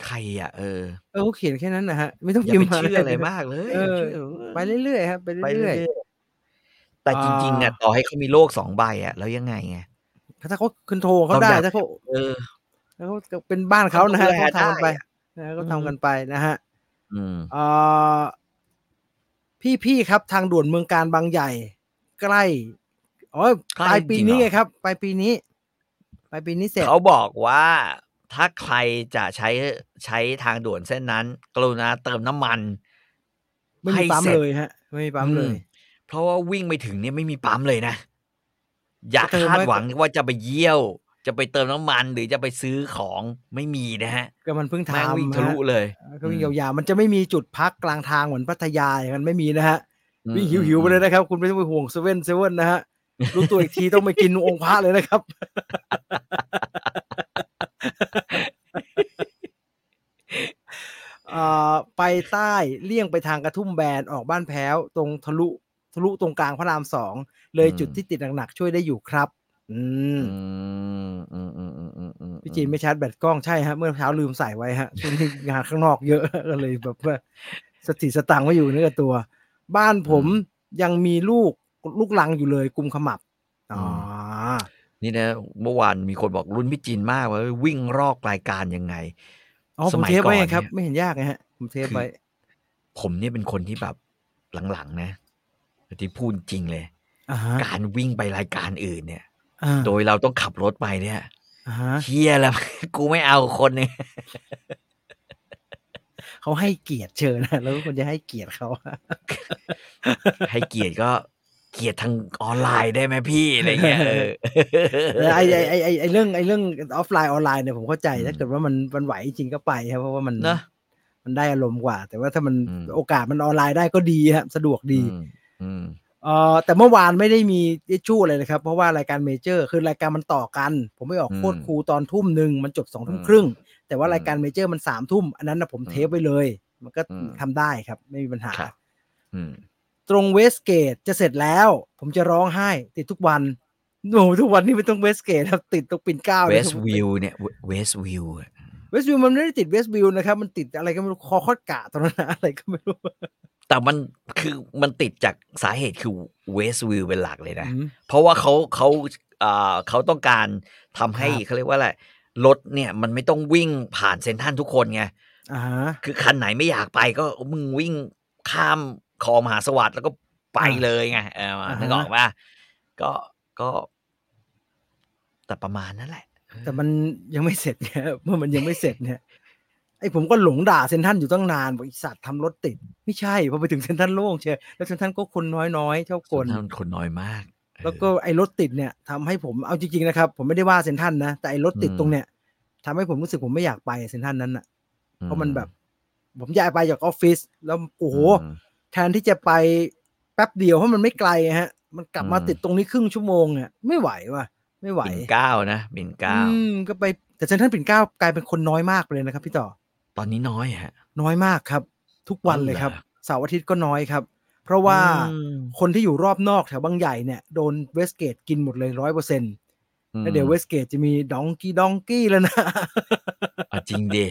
Speaker 2: ใครอ่ะเออ
Speaker 1: เออเขาเขียนแค่นั้นนะฮะ ไม่ต้อง
Speaker 2: อย่า
Speaker 1: พิมพ์
Speaker 2: ไป
Speaker 1: มา
Speaker 2: เชื่
Speaker 1: เล
Speaker 2: อ
Speaker 1: ย
Speaker 2: อะไรมากเลย
Speaker 1: เออ
Speaker 2: เชื่อ
Speaker 1: ไปเรื่อยๆครับไป
Speaker 2: ไป
Speaker 1: เรื่
Speaker 2: เรื่
Speaker 1: อ
Speaker 2: อย ยๆแต่จริงๆอ่ะ
Speaker 1: อ่า
Speaker 2: ต่อให้เขามีโลกสองใบอ่ะ แล้วยังไงไง
Speaker 1: ๆถ้าเขาคืนโทรเขา
Speaker 2: เขา
Speaker 1: ได้
Speaker 2: อยาก
Speaker 1: ถ้าเขา
Speaker 2: เออ
Speaker 1: ถ้าเขาเป็นบ้านเขานะฮะ
Speaker 2: เขา
Speaker 1: เขา
Speaker 2: ดู
Speaker 1: ทำกัน
Speaker 2: แล
Speaker 1: ไป
Speaker 2: ได้อะ
Speaker 1: นะฮะเขาทำกันไปนะฮะ
Speaker 2: อืม
Speaker 1: เอ่อพี่ๆครับทางด่วนเมืองการบางใหญ่ ใกล้โอ้ย
Speaker 2: ใกล้
Speaker 1: ปลายปีนี้
Speaker 2: จริงเหรอ
Speaker 1: ไงครับปลายปีนี้ปลายปีนี้เสร็จ
Speaker 2: เขาบอกว่าถ้าใครจะใช้ใช้ทางด่วนเส้นนั้น กรุณาเติมน้ำมัน
Speaker 1: ไม่มี
Speaker 2: ให้
Speaker 1: ปั๊ม
Speaker 2: สร็จ
Speaker 1: เลยฮะ ไม่มีปั๊มเลย
Speaker 2: อืมเพราะว่าวิ่งไปถึงเนี่ยไม่มีปั๊มเลยนะ อยาก
Speaker 1: จะเติม
Speaker 2: คาด
Speaker 1: ไหม
Speaker 2: หวังว่าจะไปเยี่ยว จะไปเติมน้ำมันหรือจะไปซื้อของไม่มีนะฮะ
Speaker 1: ก็มันเพิ่ง
Speaker 2: แม่ง
Speaker 1: ทำ
Speaker 2: วิ่งทะลุ
Speaker 1: น
Speaker 2: เลย
Speaker 1: ฮก็วิ่งยาวๆมันจะไม่มีจุดพักกลางทางเหมือนพัทยาอย่างนั้นไม่มีนะฮะ
Speaker 2: อืม
Speaker 1: วิ่งหิวๆไปเลยนะครับ คุณไม่ต้องไปห่วงเซเว่นเซเว่นนะฮะรู้ตัวอีกทีต้องไปกินองค์พระเลย นะครับ เอ่อไปใต้เลี่ยงไปทางกระทุ่มแบนออกบ้านแพ้ว ตรงทะลุทะลุตรงกลางพระรามสองเลยจุดที่ติดหนักๆช่วยได้อยู่ครับ อืม
Speaker 2: อืมอืมอืมอืมอืมอืม
Speaker 1: พี่จีนไม่ชาร์จแบตกล้องใช่ฮะเมื่อเช้าลืมใส่ไว้ ฮะช่วงนี้งานข้างนอกเยอะ ก็เลยแบบว่าสติสตังค์ไม่อยู่เนื้อกับตัว บ้านผมยังมีลูกลูกลังอยู่เลยกุมขมับอ๋อ
Speaker 2: นี่นะเมื่อวานมีคนบอกรุ่นพี่จีนมากว่าวิ่งรอกรายการยังไง
Speaker 1: อ๋อ
Speaker 2: ส
Speaker 1: ผม
Speaker 2: มัย
Speaker 1: เทปไว้ไง
Speaker 2: ก่อนเนี่ย
Speaker 1: ครับ ไม่เห็นยากไงฮะ ผมเทปไว้
Speaker 2: ผมเนี่ยเป็นคนที่แบบหลังๆนะที่พูดจริงเลย
Speaker 1: อ่าฮะ
Speaker 2: การวิ่งไปรายการอื่นเนี่ย
Speaker 1: อ่า
Speaker 2: โดยเราต้องขับรถไปเนี่ย
Speaker 1: อ่าฮะ
Speaker 2: เฮียแล้ว กูไม่เอาคนเนี่ย
Speaker 1: เขาให้เกียรติเชิญนะ แล้วคนจะให้เกียรติเขา
Speaker 2: ให้เกียรติก็เกียรติทางออนไลน์ได้ไหมพี่อะไรเงี้ยเออ
Speaker 1: แต่ไอไอไอไอ้ไอเรื่องไอเรื่องออฟไลน์ออนไลน์เนี่ยผมเข้าใจ
Speaker 2: อืม
Speaker 1: ถ้าเกิดว่ามันมันไหวจริงก็ไปครับเพราะว่ามัน
Speaker 2: เนอะ
Speaker 1: มันได้อารมณ์กว่า แต่ว่าถ้ามัน
Speaker 2: อืม
Speaker 1: โอกาสมันออนไลน์ได้ก็ดีฮะสะดวกดี
Speaker 2: อืมอืม
Speaker 1: เอ่อแต่เมื่อวานไม่ได้มีอิชชูอะไรนะครับ เพราะว่ารายการเมเจอร์ คือรายการมันต่อกัน ผมไม่ออก
Speaker 2: อืม
Speaker 1: โคตรครูตอนทุ่มหนึ่งมันจบสองทุ่ม
Speaker 2: อืม
Speaker 1: ครึ่ง แต่ว่ารายการเมเจอร์มันสามทุ่มอันนั้นนะผมเทปไว้เลย มันก็
Speaker 2: อืม
Speaker 1: ทำได้ครับ ไม่มีปัญหา
Speaker 2: ครับ อืม
Speaker 1: ตรงเวสเกตจะเสร็จแล้ว ผมจะร้องไห้ ติดทุกวันโอ้โหทุกวันนี้ไม่ต้องเวสเกตครับติดตรงปิ่นเกล้า
Speaker 2: เว
Speaker 1: เลย
Speaker 2: สวิวเนี่ยเวสวิว
Speaker 1: เวสวิวมันไม่ได้ติดเวสวิวนะครับมันติดอะไรก็ไม่รู้คอคอดกะตรงนั้นนะอะไรก็ไม่รู้
Speaker 2: แต่มันคือมันติดจากสาเหตุคือเวสวิวเป็นหลักเลยนะ
Speaker 1: อืม
Speaker 2: เพราะว่าเขาเขาอ่าเขาต้องการทำให้
Speaker 1: ครับ
Speaker 2: เขาเรียกว่าอะไรรถเนี่ยมันไม่ต้องวิ่งผ่านเซนทรันทุกคนไง
Speaker 1: อ่าฮะ
Speaker 2: คือคันไหนไม่อยากไปก็มึงวิ่งข้ามคลองมหาสวัสดิ์แล้วก็ไปเลยไงเออ
Speaker 1: อ่าฮะ
Speaker 2: นึกออกป่ะก็ก็แต่ประมาณนั่นแหละ
Speaker 1: แต่มันยังไม่เสร็จเนี่ย เมื่อมันยังไม่เสร็จเนี่ยไอ้ผมก็หลงด่าเซนทรันอยู่ตั้งนานบอกไอีสัตว์ทำรถติด ไม่ใช่พอไปถึงเซนทรันโล่งเชียวแล้วเซนทรันก็คนน้อยๆเท่าคน
Speaker 2: เท่าคนน้อยมากเออ
Speaker 1: แล้วก็ไอ้รถติดเนี่ยทำให้ผมเอาจริงๆนะครับ ผมไม่ได้ว่าเซนทรันนะแต่ไอ้รถติด
Speaker 2: อืม
Speaker 1: ตรงเนี่ยทำให้ผมรู้สึกผมไม่อยากไปเซนทรันนั้นอ่ะเพราะมันแบบ ผมอยากไปจากออฟฟิศแล้วโอ้โห
Speaker 2: อืม
Speaker 1: แทนที่จะไปแป๊บเดียวเพราะมันไม่ไกลฮะ มันกลับมา
Speaker 2: อืม
Speaker 1: ติดตรงนี้ครึ่งชั่วโมงอ่ะไม่ไหวว่ะไม่ไหว
Speaker 2: ปิ่นเกล้านะปิ่นเกล้า
Speaker 1: อืมก็ไปแต่เซนทรัลปิ่นเกล้ากลายเป็นคนน้อยมากไปเลยนะครับพี่ต่อ
Speaker 2: ตอนนี้น้อยฮะ
Speaker 1: น้อยมากครับ ทุกวันเลยครับ
Speaker 2: อ๋อเหรอ
Speaker 1: เสาร์อาทิตย์ก็น้อยครับ เพราะว่า
Speaker 2: อืม
Speaker 1: คนที่อยู่รอบนอกแถวบางใหญ่เนี่ยโดนเวสเกตกินหมดเลยร้อยเปอร์เซ็นต์แล้วเดี๋ยวเวสเกตจะมีดองกี้ดองกี้แล้วนะ
Speaker 2: อ่ะจริงดิ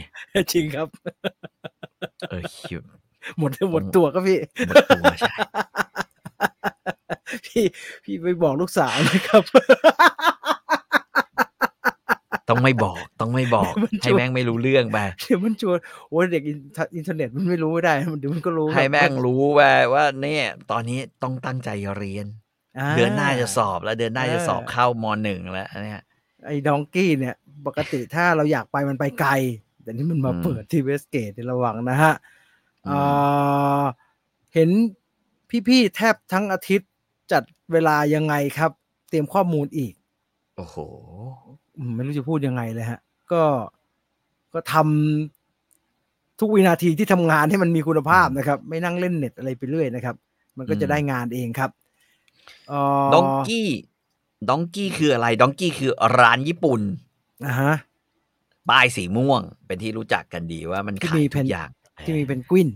Speaker 1: จริงครับ
Speaker 2: เออคิว
Speaker 1: หมดหมดตัวก็พี่
Speaker 2: หมดตัวใช่
Speaker 1: พี่พี่ไปบอกลูกสาวนะครับ
Speaker 2: ต้องไม่บอกต้องไม่บอก
Speaker 1: มัน
Speaker 2: ให้
Speaker 1: จะ
Speaker 2: แม่งไม่รู้เรื่องไป
Speaker 1: เดี๋ยวมันชวนโอ้ยเด็กอินอินเทอร์เน็ตมันไม่รู้ไม่ได้มันเดี๋ยวมันก็รู้
Speaker 2: ให้
Speaker 1: ครับ
Speaker 2: แม่งรู้ไปว่าเนี่ยตอนนี้ต้องตั้งใจเรียน
Speaker 1: า
Speaker 2: เดือนหน้าจะสอบแล้วเดือนหน้าจะสอบ
Speaker 1: เออ
Speaker 2: เข้ามหนึ่งแล้วเนี่ย
Speaker 1: ไอ้ดองกี้เนี่ยปกติถ้าเราอยากไปมันไปไกล แต่นี่มันมา
Speaker 2: อืม
Speaker 1: เปิดที่เวสเกตในระหว่างนะฮะ
Speaker 2: อืม
Speaker 1: เอ่อเห็นพี่ๆแทบทั้งอาทิตย์จัดเวลายังไงครับ เตรียมข้อมูลอีก
Speaker 2: โอ้โห
Speaker 1: อืมไม่รู้จะพูดยังไงเลยฮะ ก็ก็ทำทุกวินาทีที่ทำงานให้มันมีคุณภาพนะครับ ไม่นั่งเล่นเน็ตอะไรไปเรื่อยนะครับ มันก็จะ
Speaker 2: อืม
Speaker 1: ได้งานเองครับเอ่อ
Speaker 2: ดองกี้ดองกี้คืออะไรดองกี้คือร้านญี่ปุ่น
Speaker 1: อ่าฮะ
Speaker 2: ป้ายสีม่วง เป็นที่รู้จักกันดีว่ามัน
Speaker 1: ที่
Speaker 2: ขาย
Speaker 1: มี
Speaker 2: ทุ
Speaker 1: เพน
Speaker 2: กอย่าง
Speaker 1: ที่มีเป็นกวิน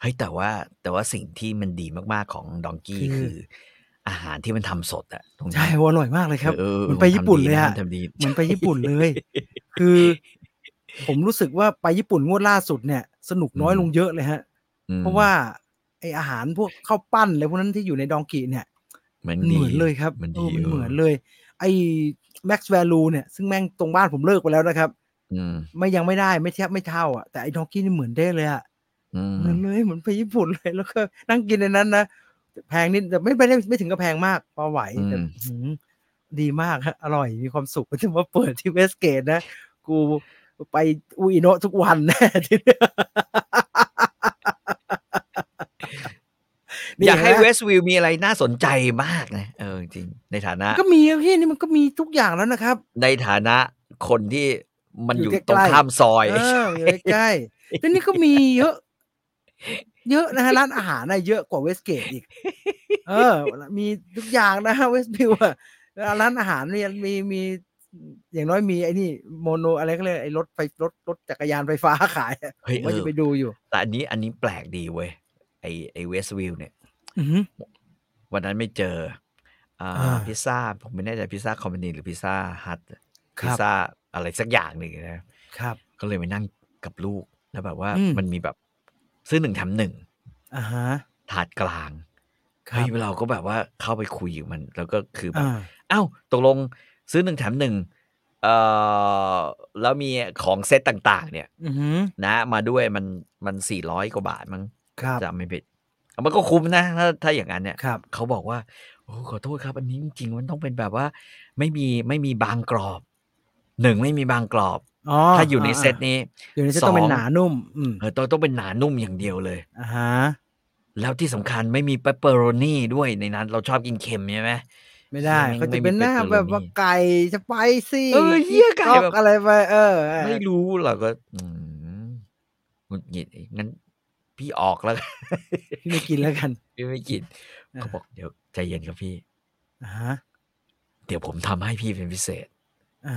Speaker 2: เฮ้ยแต่ว่าแต่ว่าสิ่งที่มันดีมากๆของดองกี้
Speaker 1: คือ
Speaker 2: คือ อาหารที่มันทำสดอะตรงนั้น
Speaker 1: ใช่โหอร่อยมากเลยครับ
Speaker 2: เออเออ
Speaker 1: มันไปญี่ปุ่นเลยฮะ
Speaker 2: มัทำดี
Speaker 1: เหมือนไปญี่ปุ่นเลย คือ ผมรู้สึกว่าไปญี่ปุ่นงวดล่าสุดเนี่ย สนุกน้อยลงเยอะเลยฮะ
Speaker 2: อืม
Speaker 1: เพราะว่าไออาหารพวกข้าวปั้นอะไรพวกนั้นที่อยู่ในดองกีเนี่ย
Speaker 2: มัน
Speaker 1: มัน
Speaker 2: ดี
Speaker 1: เหมือนเลยครับ
Speaker 2: มัน
Speaker 1: เอ
Speaker 2: ดี
Speaker 1: อมันเหมือน
Speaker 2: เออ
Speaker 1: เลย ไอแม็กซ์แวลูเนี่ยซึ่งแม่งตรงบ้านผมเลิกไปแล้วนะครับ
Speaker 2: อืม
Speaker 1: ไม่ยังไม่ได้ไม่เทียบไม่เท่าอ่ะแต่ไอดองกี้นี่เหมือนได้เลยอ่ะ
Speaker 2: อืม
Speaker 1: เหมือนเลยเหมือนไปญี่ปุ่นเลยแล้วก็นั่งกินในนั้นนะแพงนิดแต่ไม่ไม่ได้ไม่ถึงกับแพงมากพอไหวแต่
Speaker 2: อืม
Speaker 1: หืมดีมากฮะอร่อยมีความสุขแต่ว่าเปิดที่เวสเกตนะ กูไปอุอิโนะทุก วันแน่ที่เนี่ย
Speaker 2: อยากให้
Speaker 1: นะ
Speaker 2: เวสต์วิวมีอะไรน่าสนใจมากนะเออจ ริง ๆ ในฐานะ
Speaker 1: ก็มีอะพี่นี่มันก็มีทุกอย่างแล้วนะครับ
Speaker 2: ในฐานะคนที่มัน
Speaker 1: อ
Speaker 2: อยู่ ยู่
Speaker 1: ใกล้ๆ
Speaker 2: ตรงข้ามซอย
Speaker 1: เอออยู่ใกล้ ๆแต่นี่ก็มีเยอะ เยอะนะฮะร้านอาหารนะเยอะกว่าเวสเกตอีก เออ มีทุกอย่างนะฮะเวสบิวอะร้านอาหารเนี่ยมีมี อย่างน้อยมีไอ้นี่โมโนอะไรก็เลยกไอ้รถไฟรถรถจักรยานไฟฟ้าขายอะ
Speaker 2: เฮ้ย
Speaker 1: ผม
Speaker 2: เอ
Speaker 1: ว่า
Speaker 2: อ
Speaker 1: จะไปดูอยู่
Speaker 2: แต่อันนี้อันนี้แปลกดีเว้ย ไอไอเวสวิลเนี่ย
Speaker 1: อือหือ
Speaker 2: วันนั้นไม่เจออ่า
Speaker 1: อ่า
Speaker 2: พิซซ่า ผมไม่แน่ใจพิซซ่าคอมมานีหรือพิซซ่าฮัท
Speaker 1: ครับ
Speaker 2: พิซซ่าอะไรสักอย่างหนึ่งนะครับ ก็เลยไปนั่งกับลูก แล้วแบบว่า
Speaker 1: อืม
Speaker 2: มันมีแบบซื้อหนึ่งแถมหนึ่ง
Speaker 1: อ่าฮะ
Speaker 2: ถาดกลาง
Speaker 1: ครั
Speaker 2: เฮ้
Speaker 1: บ
Speaker 2: ยเราก็แบบว่าเข้าไปคุยกับมัน แล้วก็คือแบบ
Speaker 1: อ่า
Speaker 2: เอ้าตกลงซื้อหนึ่งแถมหนึ่งเอ่อแล้วมีของเซตต่างๆ เนี่ย
Speaker 1: อือหือ
Speaker 2: นะ มาด้วยมันมันสี่ร้อยกว่าบาทมั้ง
Speaker 1: ครับ
Speaker 2: จะไม่ผิดมันก็คุ้มนะ ถ้าถ้าอย่างนั้นเนี่ย
Speaker 1: ครับ
Speaker 2: เขาบอกว่า โอ้ขอโทษครับ อันนี้จริงๆมันต้องเป็นแบบว่า ไม่มีไม่มีบางกรอบหนึ่งไม่มีบางกรอบ
Speaker 1: อ๋อ
Speaker 2: ถ้าอยู่ในเซตนี้
Speaker 1: อยู่ในเซตต้องเป็น
Speaker 2: สอง
Speaker 1: หนานุ่ม อืม
Speaker 2: เออต้องต้องเป็นหนานุ่มอย่างเดียวเลย
Speaker 1: อ่าฮะ
Speaker 2: แล้วที่สำคัญไม่มีเปปเปอโรนีด้วยในนั้น เราชอบกินเค็มใช่ไหม
Speaker 1: ไม่ได้
Speaker 2: ไม่
Speaker 1: เขาจะ
Speaker 2: ไม่มี
Speaker 1: เป็นหน้าแบบ
Speaker 2: เปปเปอโรนี่
Speaker 1: ว่าไก่สไปซี่
Speaker 2: เออเหี้ยไก่
Speaker 1: ต๊อก
Speaker 2: แบบ
Speaker 1: อะไรไปเออเออ
Speaker 2: ไม่รู้เราก็ อืมหงุดหงิดอีกงั้น พี่ออกแล้วกัน
Speaker 1: พี่ไม่กินแล้วกัน
Speaker 2: พี่ไม่กิน
Speaker 1: อ่า
Speaker 2: เขาบอกเดี๋ยวใจเย็นครับพี่
Speaker 1: อ่าฮะ
Speaker 2: เดี๋ยวผมทำให้พี่เป็นพิเศษ
Speaker 1: อ่า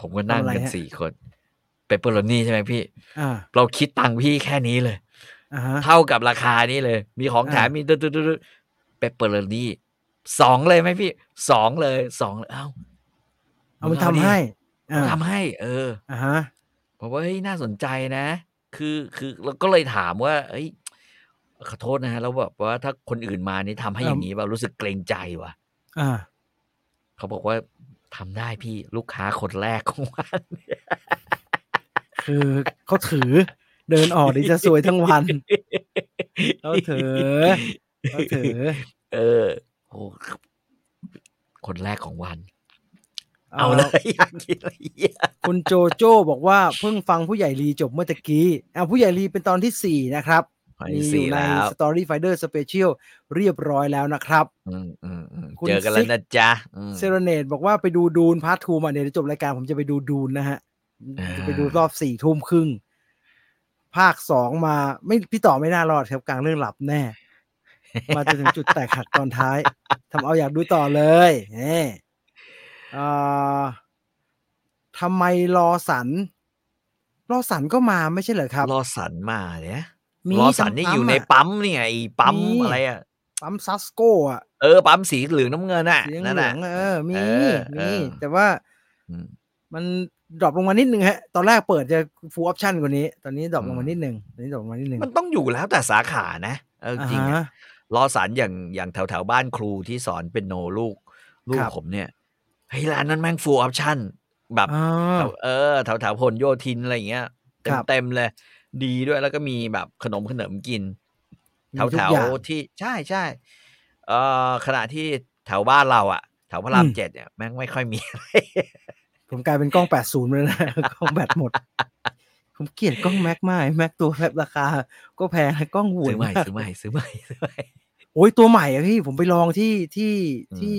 Speaker 2: ผมก็นั่ง
Speaker 1: ทำอะไร
Speaker 2: กัน
Speaker 1: ฮะ
Speaker 2: สี่คนเปปเปอโรนีใช่ไหมพี่
Speaker 1: อ่า
Speaker 2: เราคิดตังค์พี่แค่นี้เลย
Speaker 1: อ่าฮะ
Speaker 2: เท่ากับราคานี้เลย มีของแถม
Speaker 1: อ่ามี
Speaker 2: มีตุ๊ดตุ๊ดตุ๊ดตุ๊ดเปปเปอโรนีสองเลยไหมพี่สองเลยสองเลยเอ้า
Speaker 1: เอามันทำให้
Speaker 2: มั
Speaker 1: อ่าน
Speaker 2: ทำให้ เออ
Speaker 1: อ่าฮะ
Speaker 2: ผมว่าเฮ้ยน่าสนใจนะ คือคือเราก็เลยถามว่า เอ้ยขอโทษนะฮะแล้วแบบว่าถ้าคนอื่นมานี่ทำให้
Speaker 1: เอิ่ม
Speaker 2: อย่างนี้แบบรู้สึกเกรงใจว่ะ
Speaker 1: อ่า
Speaker 2: เขาบอกว่าทำได้พี่ลูกค้าคนแรกของวัน
Speaker 1: คือเขาถือเดินออกเดียวจะสวยทั้งวันเขาถือเขาถือ
Speaker 2: เออโอ้คนแรกของวัน
Speaker 1: า
Speaker 2: เอาเลย อยากกินอะไรเหี้ย
Speaker 1: คุณโจโจ้บอกว่าเพิ่งฟังผู้ใหญ่ลีจบเมื่อตะกี้เอาผู้ใหญ่ลีเป็นตอนที่สี่นะครับ
Speaker 2: อัน
Speaker 1: มี
Speaker 2: ที่
Speaker 1: อยู่
Speaker 2: สี่
Speaker 1: ใน
Speaker 2: แล้ว
Speaker 1: Story Finder Special เรียบร้อยแล้วนะครับ
Speaker 2: อืมอืมอืม
Speaker 1: คุณ
Speaker 2: เจอกันแล้
Speaker 1: ซิ
Speaker 2: ว
Speaker 1: ก
Speaker 2: นะจ๊ะอืม
Speaker 1: เซโรเนตบอกว่าไปดูดูนพาร์ททูมาเดี๋ยวจบรายการผมจะไปดูดูนนะฮะ
Speaker 2: อ่า
Speaker 1: จะไปดูรอบสี่ทุ่มครึ่ง ภาคสองมาไม่พี่ต่อไม่น่ารอดครับกลางเรื่องหลับแน่ มาจนถึงจุดแตกหักตอนท้ายทำเอาอยากดูต่อเลยเอเอ่อทำไมรอสัน รอสันก็มาไม่ใช่เหรอครับ
Speaker 2: รอสันมาเนี่ย
Speaker 1: มี
Speaker 2: รอสันนี่
Speaker 1: จำๆ
Speaker 2: อยู่ใน
Speaker 1: ะ
Speaker 2: ปั๊มเนี่ยไอ้ปั๊ม
Speaker 1: มี
Speaker 2: อะไรอ่ะ
Speaker 1: ปั๊มซัสโก้อะ
Speaker 2: เออปั๊มสีเหลืองน้ำเงินอ่ะ
Speaker 1: เสียง
Speaker 2: นั่น
Speaker 1: เหลื
Speaker 2: น่ะ
Speaker 1: องเออ มี
Speaker 2: เออเอ
Speaker 1: มี
Speaker 2: อ
Speaker 1: แต่ว่า
Speaker 2: อืม
Speaker 1: มันดรอปลงมานิดนึงฮะ ตอนแรกเปิดจะ full option กว่านี้ ตอนนี้ดรอปลง
Speaker 2: อื
Speaker 1: มาม นิดนึงตอนนี้ดรอปลงมานิดนึง
Speaker 2: มันต้องอยู่แล้วแต่สาขานะเออจริง
Speaker 1: อ่า
Speaker 2: ๆอะ
Speaker 1: ฮะ
Speaker 2: รอสารอย่างอย่างแถวแถวๆบ้านครูที่สอนเป็นโนลูก ลู
Speaker 1: ค
Speaker 2: ก
Speaker 1: รับ
Speaker 2: ผมเนี่ยเฮ้ยร้านนั้นแม่งฟูลออปชั่น แบบ
Speaker 1: อ่า
Speaker 2: แถวเออแถวแถวพลโยธินอะไรอย่างเงี้ยเต็
Speaker 1: ครั
Speaker 2: ม
Speaker 1: บ
Speaker 2: เต็มๆเลย ดีด้วยแล้วก็มีแบบขนมขนมกิน
Speaker 1: มี
Speaker 2: แถว
Speaker 1: ทุ
Speaker 2: แถ
Speaker 1: ก
Speaker 2: ว
Speaker 1: อย่าง
Speaker 2: ที่ใช่ใช่เออขณะที่แถวบ้านเราอะแถวพระราม
Speaker 1: อืม
Speaker 2: เจ็ดเนี่ยแม่งไม่ค่อยมี
Speaker 1: ผมกลายเป็นกล้อง 80ไปแล้วนะ กล้องแบตหมด ผมเกลียดกล้องแม็กมากแม็กตัวแบบราคา ก็แพงกล้องหวย
Speaker 2: ซื้อใหม่
Speaker 1: าก
Speaker 2: ซื้อใหม่ซื้อใหม่ซื้อใหม่
Speaker 1: โอ้ยตัวใหม่อะพี่ ผมไปลองที่ที่
Speaker 2: อืม
Speaker 1: ที่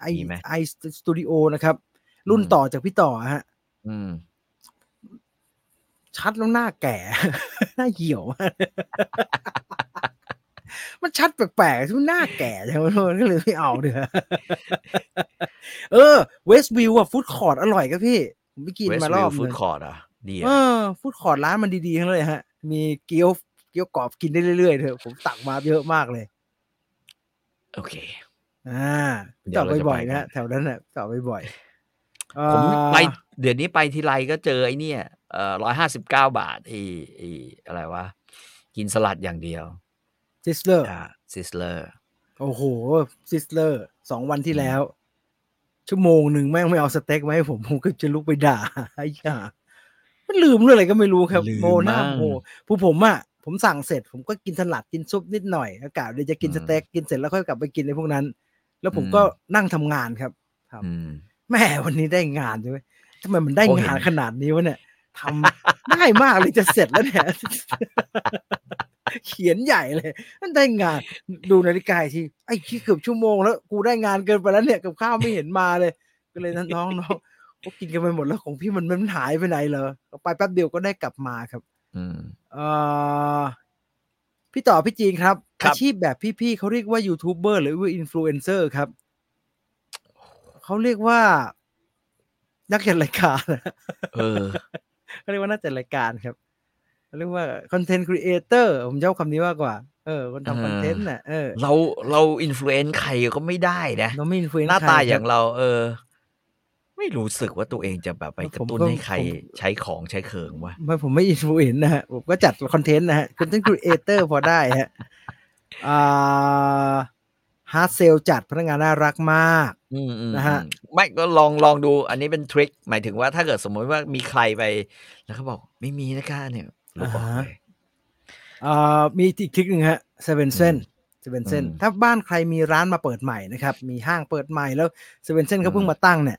Speaker 1: ไอ
Speaker 2: ดีไหม
Speaker 1: ไอสตูดิโอนะครับ รุ่น
Speaker 2: อืม
Speaker 1: ต่อจากพี่ต่อฮะ
Speaker 2: อืม
Speaker 1: ชัดแล้วหน้าแก่ หน้าเหี่ยวมาก มันชัดแปลกๆทุกหน้าแก่ใช่ไหม ทุกคนก็เลย ไม่เอาเด้อ เออเวสต์วิวอะฟู้ดคอร์ดอร่อยครับพี่ ผมไปกินมารอบ
Speaker 2: ฟู
Speaker 1: นึง
Speaker 2: ดคอร์ดอ่ะดี
Speaker 1: เอ
Speaker 2: อ่ะ
Speaker 1: อฟู้ดคอร์ดร้านมันดีๆทั้งนั้นเลยฮะ มีเกี๊ยวเกี๊ยวกรอบกินได้เรื่อยๆเถอะผมตักมาเยอะมากเลย
Speaker 2: โอเค
Speaker 1: อ่า
Speaker 2: เดี๋
Speaker 1: ต่อ
Speaker 2: ยวเราจะ
Speaker 1: บ่อย
Speaker 2: ไปกั
Speaker 1: ๆนะ
Speaker 2: น
Speaker 1: ฮะแถวนั้นน่ะต่อบ่อยๆเอ่อ
Speaker 2: ผมไปเดี๋ยวนี้ไปทีไรก็เจอไอ้เนี่ยเอ่อร้อยห้าสิบเก้าบาทไอ้ไอ้อะไรวะ กินสลัดอย่างเดียว
Speaker 1: ซิสเลอร์
Speaker 2: อ่าซิสเลอร์
Speaker 1: โอ้โหซิสเลอร์สองวันที่
Speaker 2: อืม
Speaker 1: แล้ว ชั่วโมงหนึ่งแม่งไม่เอาสเต็กมาให้ผม ผมก็จะลุกไปด่า ไอ้ห่ามันลืมเรื่องอะไรก็ไม่รู้ครับโมหน้าโมผู้ผมอ่ะผมสั่งเสร็จ ผมก็กินสลัดกินซุปนิดหน่อยอากาศเดี๋ยวจะกินสเต็กกินเสร็จแล้วค่อยกลับไปกินในพวกนั้น แล้วผมก็นั่งทำงานครับ
Speaker 2: อืม
Speaker 1: แม่วันนี้ได้งานใช่ไหมทำไมมันได้
Speaker 2: โอ้เห็น
Speaker 1: งานขนาดนี้วะเนี่ยทำ ได้มากเลยจะเสร็จแล้วเนี่ย เขียนใหญ่เลยนั่นได้งานดูนาฬิกาอีกทีไอ้ขี้เกือบชั่วโมงแล้วกูได้งานเกินไปแล้วเนี่ยกับข้าวไม่เห็นมาเลย ก็เลยน้องน้องก็กินกันไปหมดแล้วของพี่มันมันหายไปไหนเหรอไปแป๊บเดียวก็ได้กลับมาครับ
Speaker 2: อืม
Speaker 1: เอ่อพี่ต่อพี่จีนครับ
Speaker 2: ครั
Speaker 1: อา
Speaker 2: บ
Speaker 1: ชีพแบบพี่ๆเขาเรียกว่ายูทูบเบอร์หรือว่าอินฟลูเอนเซอร์ครับ เขาเรียกว่า นักจัดรายการ
Speaker 2: เออ
Speaker 1: เขาเรียกว่านักจัดรายการครับเขาเรียกว่าคอนเทนต์ครีเอเตอร์ผมชอบคำนี้มากกว่า เออ คนทำคอนเทนต์น่ะเออ
Speaker 2: เราเราอินฟลูเอนซ์ใครก็ไม่ได้นะ
Speaker 1: เราไม่อินฟลูเอน
Speaker 2: หน้าตาอย่างเรา เออ ไม่รู้สึกว่าตัวเองจะแบบไปกระตุ้นให้ใครใช้ของใช้เขิงวะ
Speaker 1: ไม่ผมไม่อินฟลูเอนนะฮะผมก็จัดคอนเทนต์นะฮะคอนเทนต์ครีเอเตอร์พอได้ฮะอ่าฮาร์ดเซลจัดพนักงานน่ารักมาก
Speaker 2: อืมอืม
Speaker 1: นะฮะ
Speaker 2: อืมไม่ก็ลองลองดู อันนี้เป็นทริคหมายถึงว่าถ้าเกิดสมมติว่ามีใครไป แล้วเขาบอกไม่มีนะคะเนี่ยลบออกเลย
Speaker 1: เอ่อมีอีกทริคหนึ่งฮะเซเว่นเซนเซเว่นเซน
Speaker 2: อืม
Speaker 1: ถ้าบ้านใครมีร้านมาเปิดใหม่นะครับ มีห้างเปิดใหม่แล้วเซเว่นเซนเขาเพิ่ง
Speaker 2: อืม
Speaker 1: มาตั้งเนี่ย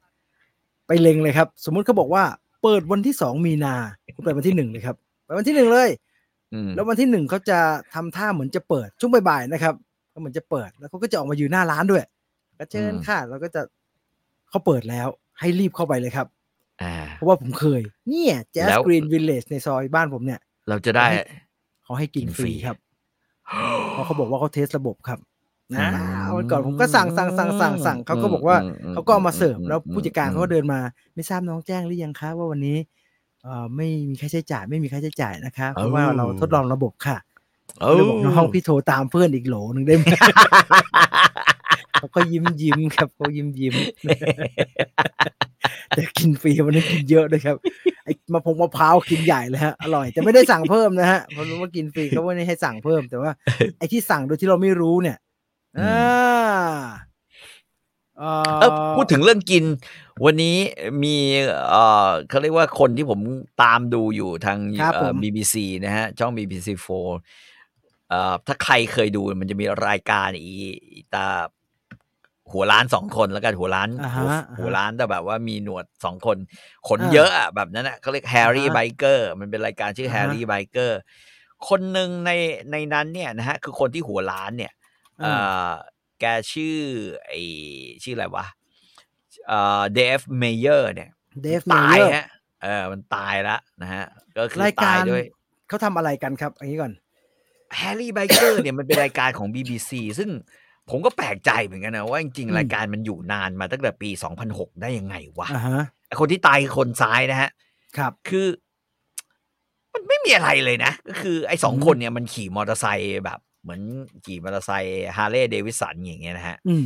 Speaker 1: ไปเล็งเลยครับ สมมุติเขาบอกว่าเปิดวันที่สองมีนาคุณไปวันที่หนึ่งเลยครับไปวันที่หนึ่งเลย
Speaker 2: อืม
Speaker 1: แล้ววันที่หนึ่งเขาจะทำท่าเหมือนจะเปิดช่วงบ่ายๆนะครับก็เหมือนจะเปิดแล้วเขาก็จะออกมาอยู่หน้าร้านด้วยก็เชิญค่ะแล้วก็จะเขาเปิดแล้วให้รีบเข้าไปเลยครับ
Speaker 2: อ่า
Speaker 1: เพราะว่าผมเคย เนี่ยแจ๊ส
Speaker 2: แล้ว
Speaker 1: กรีนวิลเลจในซอยบ้านผมเนี่ย
Speaker 2: เราจะได้
Speaker 1: เขาให้กิน
Speaker 2: กิน
Speaker 1: ฟ
Speaker 2: ฟรี
Speaker 1: รีครับ เพราะเขาบอกว่าเขาเทสระบบครับนะ
Speaker 2: อืม
Speaker 1: วันก่อนผมก็สั่งสั่งสั่งสั่งสั่งเขาก็บอกว่า
Speaker 2: อืมอืม
Speaker 1: เขาก็เอามาเสิร์ฟ
Speaker 2: อืม
Speaker 1: แล้วผู้จัดการ
Speaker 2: อืม
Speaker 1: เขาก็เดินมา ไม่ทราบน้องแจ้งหรือยังคะว่าวันนี้เอ่อไม่มีค่าใช้จ่ายไม่มีค่าใช้จ่ายนะคะเพราะว่าเราทดลองระบบค่ะ
Speaker 2: เอ
Speaker 1: ก็
Speaker 2: อ
Speaker 1: เลยบอกน้องพี่โทรตามเพื่อนอีกโหลหนึ่งได้ไหม เขาก็ยิ้มยิ้มครับเขายิ้มยิ้ม แต่กินฟรีวันนี้นกินเยอะด้วยครับไอ้มะพงมะพร้าวกินใหญ่เลยฮะอร่อยแต่ไม่ได้สั่งเพิ่มนะฮะเพราะรู้ว่ากินฟรีเขาไม่ได้ให้สั่งเพิ่ม แต่ว่า ไอ้ที่สั่งโดยที่เราไม่รู้เนี่ยอ่าเอ
Speaker 2: เออพูดถึงเรื่องกิน วันนี้มีเอ่อเขาเรียกว่าคนที่ผมตามดูอยู่ทาง
Speaker 1: ครับ
Speaker 2: เอ่
Speaker 1: ผ
Speaker 2: อ
Speaker 1: ม
Speaker 2: BBC นะฮะช่อง BBC 4เอ่อถ้าใครเคยดูมันจะมีรายการอีอีตาหัวล้านสองคนแล้วกันหัวล้าน
Speaker 1: อ่าฮะ
Speaker 2: หัว
Speaker 1: อ่าฮะ
Speaker 2: หัวล้านแต่แบบว่ามีหนวดสองคน ขน
Speaker 1: อ่า
Speaker 2: เยอะอะแบบนั้นอะเขาเรียกแฮร์รี่
Speaker 1: อ่าฮะ
Speaker 2: ไบเกอร์มันเป็นรายการชื่อ
Speaker 1: อ่า
Speaker 2: แฮ
Speaker 1: ฮะ
Speaker 2: ร์รี่ไบเกอร์คนหนึ่งในในนั้นเนี่ยนะฮะคือคนที่หัวล้านเนี่ย เอ่อแกชื่อไอชื่ออะไรวะเอ่อเดฟเมเยอร์เนี่ย
Speaker 1: เดฟ
Speaker 2: ตา
Speaker 1: เม
Speaker 2: ย
Speaker 1: เยอร์
Speaker 2: ฮะเออมันตายแล้วนะฮะ ก็คือ
Speaker 1: รา
Speaker 2: ตาก
Speaker 1: ยาย ร
Speaker 2: ด้วย
Speaker 1: เขาทำอะไรกันครับอันนี้ก่อน
Speaker 2: แฮร์รี่ไบเกอร์เนี่ยมันเป็นรายการของ BBC ซึ่งผมก็แปลกใจเหมือนกันนะว่าจริง
Speaker 1: อืม
Speaker 2: ๆ รายการมันอยู่นานมาตั้งแต่ปี 2006 ได้ยังไงวะ
Speaker 1: อ่าฮะ
Speaker 2: ไอ้คนที่ตายคือคนซ้ายนะฮะ
Speaker 1: ครับ
Speaker 2: คือ มันไม่มีอะไรเลยนะ ก็คือไอ้สอง
Speaker 1: อืม
Speaker 2: คนเนี่ยมันขี่มอเตอร์ไซค์แบบ เหมือนขี่มอเตอร์ไซค์ฮาร์เลย์เดวิสันอย่างเงี้ยนะฮะ
Speaker 1: อืม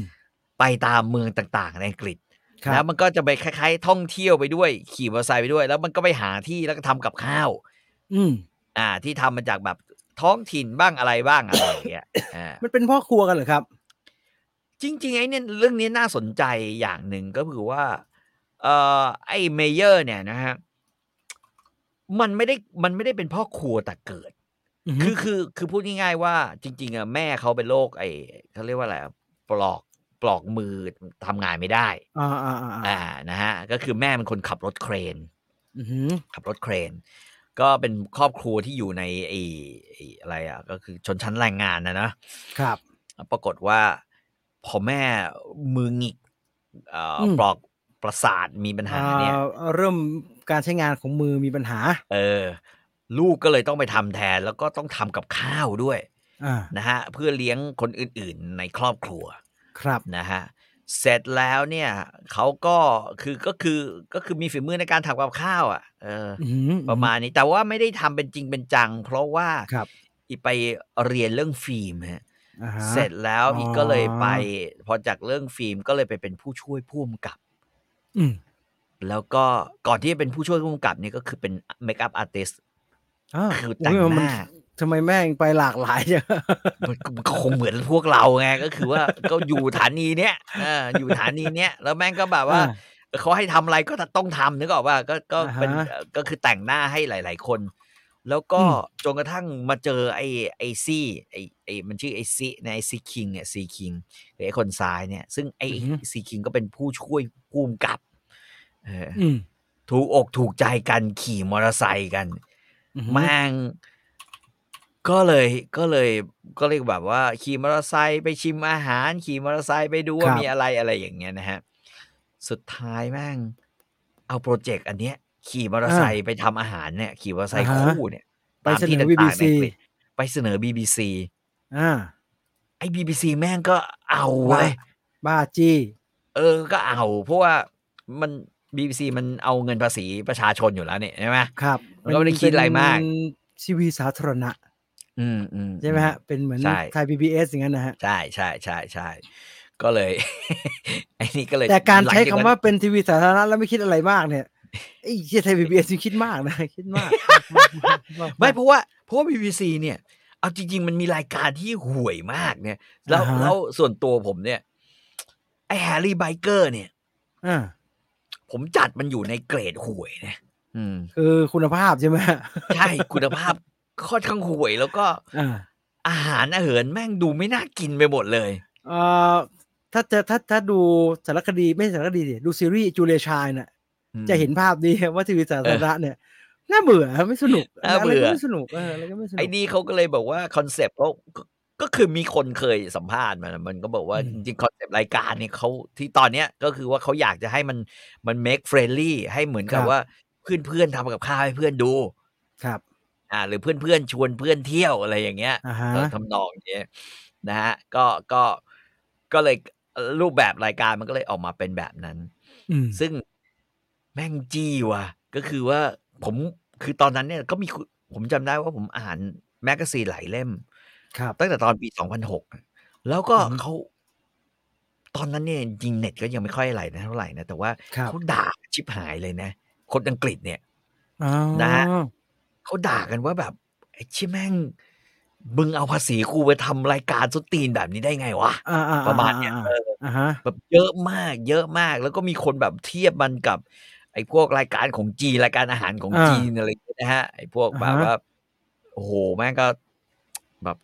Speaker 2: ไปตามเมืองต่างๆ ในอังกฤษ
Speaker 1: ครั
Speaker 2: แล้
Speaker 1: บ
Speaker 2: วมันก็จะไปคล้ายๆ ท่องเที่ยวไปด้วย ขี่มอเตอร์ไซค์ไปด้วย แล้วมันก็ไปหาที่แล้วก็ทำกับข้าว
Speaker 1: อืม
Speaker 2: อ่า ที่ทำมาจากแบบท้องถิ่นบ้างอะไรบ้างอะไรอย่างเงี้ย อ่า
Speaker 1: มันเป็นพ่อครัวกันเหรอครับ
Speaker 2: จริง ๆ ไอ้เนี่ยเรื่องนี้น่าสนใจอย่างหนึ่งก็คือว่า เอ่อไอ้เมเยอร์เนี่ยนะฮะมันไม่ได้มันไม่ได้เป็นพ่อครัวแต่เกิด
Speaker 1: อือฮึ
Speaker 2: คือคือคือพูดง่ายๆว่า จริง ๆอ่ะแม่เขาเป็นโรคไอ้เขาเรียกว่าอะไรอ่ะปลอกปลอกมือทำงานไม่ได้
Speaker 1: อ่าอ่าอ่าอ่า
Speaker 2: อ่านะฮะก็คือแม่เป็นคนขับรถเครน
Speaker 1: อือฮึ
Speaker 2: ขับรถเครน ก็เป็นครอบครัวที่อยู่ในไอ้ไอ้อะไรอ่ะก็คือชนชั้นแรงงานนะนะครับ ปรากฏว่าพอแม่มือหงิกเอ่ออ
Speaker 1: ม
Speaker 2: ปลอกประสาทมีปัญหาเนี่ย
Speaker 1: อ่าเริ่มการใช้งานของมือมีปัญหา
Speaker 2: เออ ลูกก็เลยต้องไปทำแทน แล้วก็ต้องทำกับข้าวด้วย
Speaker 1: อ่า
Speaker 2: นะฮะเพื่อเลี้ยงคนอื่นๆในครอบครัว
Speaker 1: ครับ
Speaker 2: นะฮะเสร็จแล้วเนี่ยเขาก็คือก็คือก็คือมีฝีมือในการทำกับข้าวอ่ะเอออ
Speaker 1: อืม
Speaker 2: ประมาณนี้แต่ว่าไม่ได้ทำเป็นจริงเป็นจัง เพราะว่า
Speaker 1: ครับ
Speaker 2: อีไปเรียนเรื่องฟิล์มฮะ
Speaker 1: อ่าฮะ
Speaker 2: เสร็จแล้ว
Speaker 1: อ๋ออี
Speaker 2: อีกก็เลยไป พอจากเรื่องฟิล์มก็เลยไปเป็นผู้ช่วยผู้กำกับ
Speaker 1: อืม
Speaker 2: แล้วก็ก่อนที่จะเป็นผู้ช่วยผู้กำกับเนี่ยก็คือเป็นเมคอัพอาร์ติส
Speaker 1: อ้าว
Speaker 2: คือแต่ง
Speaker 1: โยมั
Speaker 2: หน้า
Speaker 1: ทำไมแม่งไปหลากหลายจัง
Speaker 2: มันก็มันก็คงเหมือนพวกเราไงก็คือว่า ก็อยู่ฐานีเนี้ยเอออยู่ฐานีเนี้ยแล้วแม่งก็แบบว่า เขาให้ทำอะไรก็ต้องทำนึกออกว่าก็ก็เป็น
Speaker 1: อ่าฮะ
Speaker 2: เอ่อก็คือแต่งหน้าให้หลาย ๆ คน แล้วก็
Speaker 1: อืม
Speaker 2: จนกระทั่งมาเจอไอ้ไอ้ซี่ไอ้ไอ้มันชื่อไอ้ซี่นะไอ้ซีคิงเนี่ยซีคิงหรือไอ้คนซ้ายเนี่ย ซึ่งไอ้ซีคิงก็เป็นผู้ช่วยภูมิกับเออ
Speaker 1: อืม
Speaker 2: ถูกอกถูกใจกันขี่มอเตอร์ไซค์กัน
Speaker 1: อือฮึ
Speaker 2: แม่ง ก็เลยก็เลยก็เรียกแบบว่า ขี่มอเตอร์ไซค์ไปชิมอาหาร ขี่มอเตอร์ไซค์ไปดูว่า
Speaker 1: ครับ
Speaker 2: มีอะไรอะไรอย่างเงี้ยนะฮะสุดท้ายแม่ง เอาโปรเจกต์อันเนี้ย ขี่มอเตอร์ไซค์ไปทำอาหารเนี่ย ขี่มอเตอร์ไซค์คู่เนี่ย
Speaker 1: ไป
Speaker 2: ตาม
Speaker 1: เสน
Speaker 2: ที่
Speaker 1: อ
Speaker 2: ต่างๆ
Speaker 1: BBC
Speaker 2: ในอังกฤษไปเสนอ BBC
Speaker 1: อ่า
Speaker 2: ไอ้ BBC แม่งก็เอาเว้ย
Speaker 1: บ้าจี้
Speaker 2: เออ ก็เอา เพราะว่ามัน BBC มันเอาเงินภาษีประชาชนอยู่แล้วเนี่ยใช่ไหม
Speaker 1: ครับ
Speaker 2: มันก็ไม่ได้คิดอะไรมาก
Speaker 1: ชีวีสาธารณะ
Speaker 2: อืมอืม
Speaker 1: ใช่ไหมฮะ เป็นเหมือน
Speaker 2: ใช่
Speaker 1: ไทย PBS อย่างนั้นนะฮะ
Speaker 2: ใช่ใช่ใช่ใช่ก็เลย ไอ้นี่ก็เลย
Speaker 1: แต่การใช้
Speaker 2: ห
Speaker 1: คำ
Speaker 2: ลังจ
Speaker 1: ว่าเป็นทีวีสาธารณะแล้วไม่คิดอะไรมากเนี่ยไอ้เหี้ยไทย PBS นี่คิดมากนะ คิดมาก
Speaker 2: ไม่เพราะว่าเพราะว่า BBC เนี่ย เอาจริง ๆ มันมีรายการที่ห่วยมากเนี่ย แล้ว
Speaker 1: อ่าฮะ
Speaker 2: แล้วส่วนตัวผมเนี่ย ไอแฮร์รี่ไบเกอร์เนี่ย
Speaker 1: อ่า
Speaker 2: ผมจัดมันอยู่ในเกรดห่วยนะอืม
Speaker 1: คือคุณภาพใช่ไหมฮะ
Speaker 2: ใช่ คุณภาพค่อนข้างห่วยแล้วก็
Speaker 1: อ่า
Speaker 2: อาหารอาเหินแม่งดูไม่น่ากินไปหมดเลย
Speaker 1: เอ่อถ้าจะถ้าถ้าดูสารคดีไม่ใช่สารคดีดิดูซีรีส์จูเลียชายน่ะ
Speaker 2: อืม
Speaker 1: จะเห็นภาพดี ว่าทีวีสาธารณะเนี่ยน่าเบื่อไม่สนุก
Speaker 2: น่าเบื่ออ
Speaker 1: ะไรก็ไม่สนุกเอออะไรก็ไม่สนุก
Speaker 2: ไอ้นี่เขาก็เลยบอกว่าคอนเซปต์เขาก็ก็คือมีคนเคยสัมภาษณ์มันมันก็บอกว่า
Speaker 1: อืม
Speaker 2: จริงๆคอนเซปต์รายการเนี่ยเขาที่ตอนเนี้ยก็คือว่าเขาอยากจะให้มันมัน make friendly ให้เหมือนกับว่าเพื่อนๆทำกับข้าวให้เพื่อนดู
Speaker 1: ครับ
Speaker 2: อ่า หรือเพื่อนๆชวนเพื่อนเที่ยวอะไรอย่างเงี้ย
Speaker 1: อ่าฮะ
Speaker 2: ทำนองเนี้ยนะฮะก็ก็ก็เลยรูปแบบรายการมันก็เลยออกมาเป็นแบบนั้น
Speaker 1: อืม
Speaker 2: ซึ่งแม่งจี้ว่ะ ก็คือว่าผมคือตอนนั้นเนี่ยก็มีคุณผมจำได้ว่าผมอ่านแมกกาซีนหลายเล่ม
Speaker 1: ครับ
Speaker 2: ตั้งแต่ตอนปี 2006 แล้วก็
Speaker 1: อือฮึ
Speaker 2: เขาตอนนั้นเนี่ยจริงเน็ตก็ยังไม่ค่อยอะไรนะเท่าไหร่นะ แต่ว่า
Speaker 1: ครับ
Speaker 2: เขาด่าชิบหายเลยนะ คนอังกฤษเนี่ย
Speaker 1: อ๋อ
Speaker 2: นะฮะ เขาด่ากันว่าแบบไอ้ชิแม่งมึงเอาภาษีกูไปทำรายการสุดตีนแบบนี้ได้ไงวะ
Speaker 1: อ่อ่
Speaker 2: ประมาณเนี้ย
Speaker 1: อ่
Speaker 2: เออ
Speaker 1: อ่าฮะ
Speaker 2: แบบเยอะมาก เยอะมาก แล้วก็มีคนแบบเทียบมันกับ ไอ้พวกรายการของจีนรายการอาหารของจีนอะไรอย่างเงี้ยนะฮะไอ้พวกแบบว่าโอ้โหแม่งก็แบบ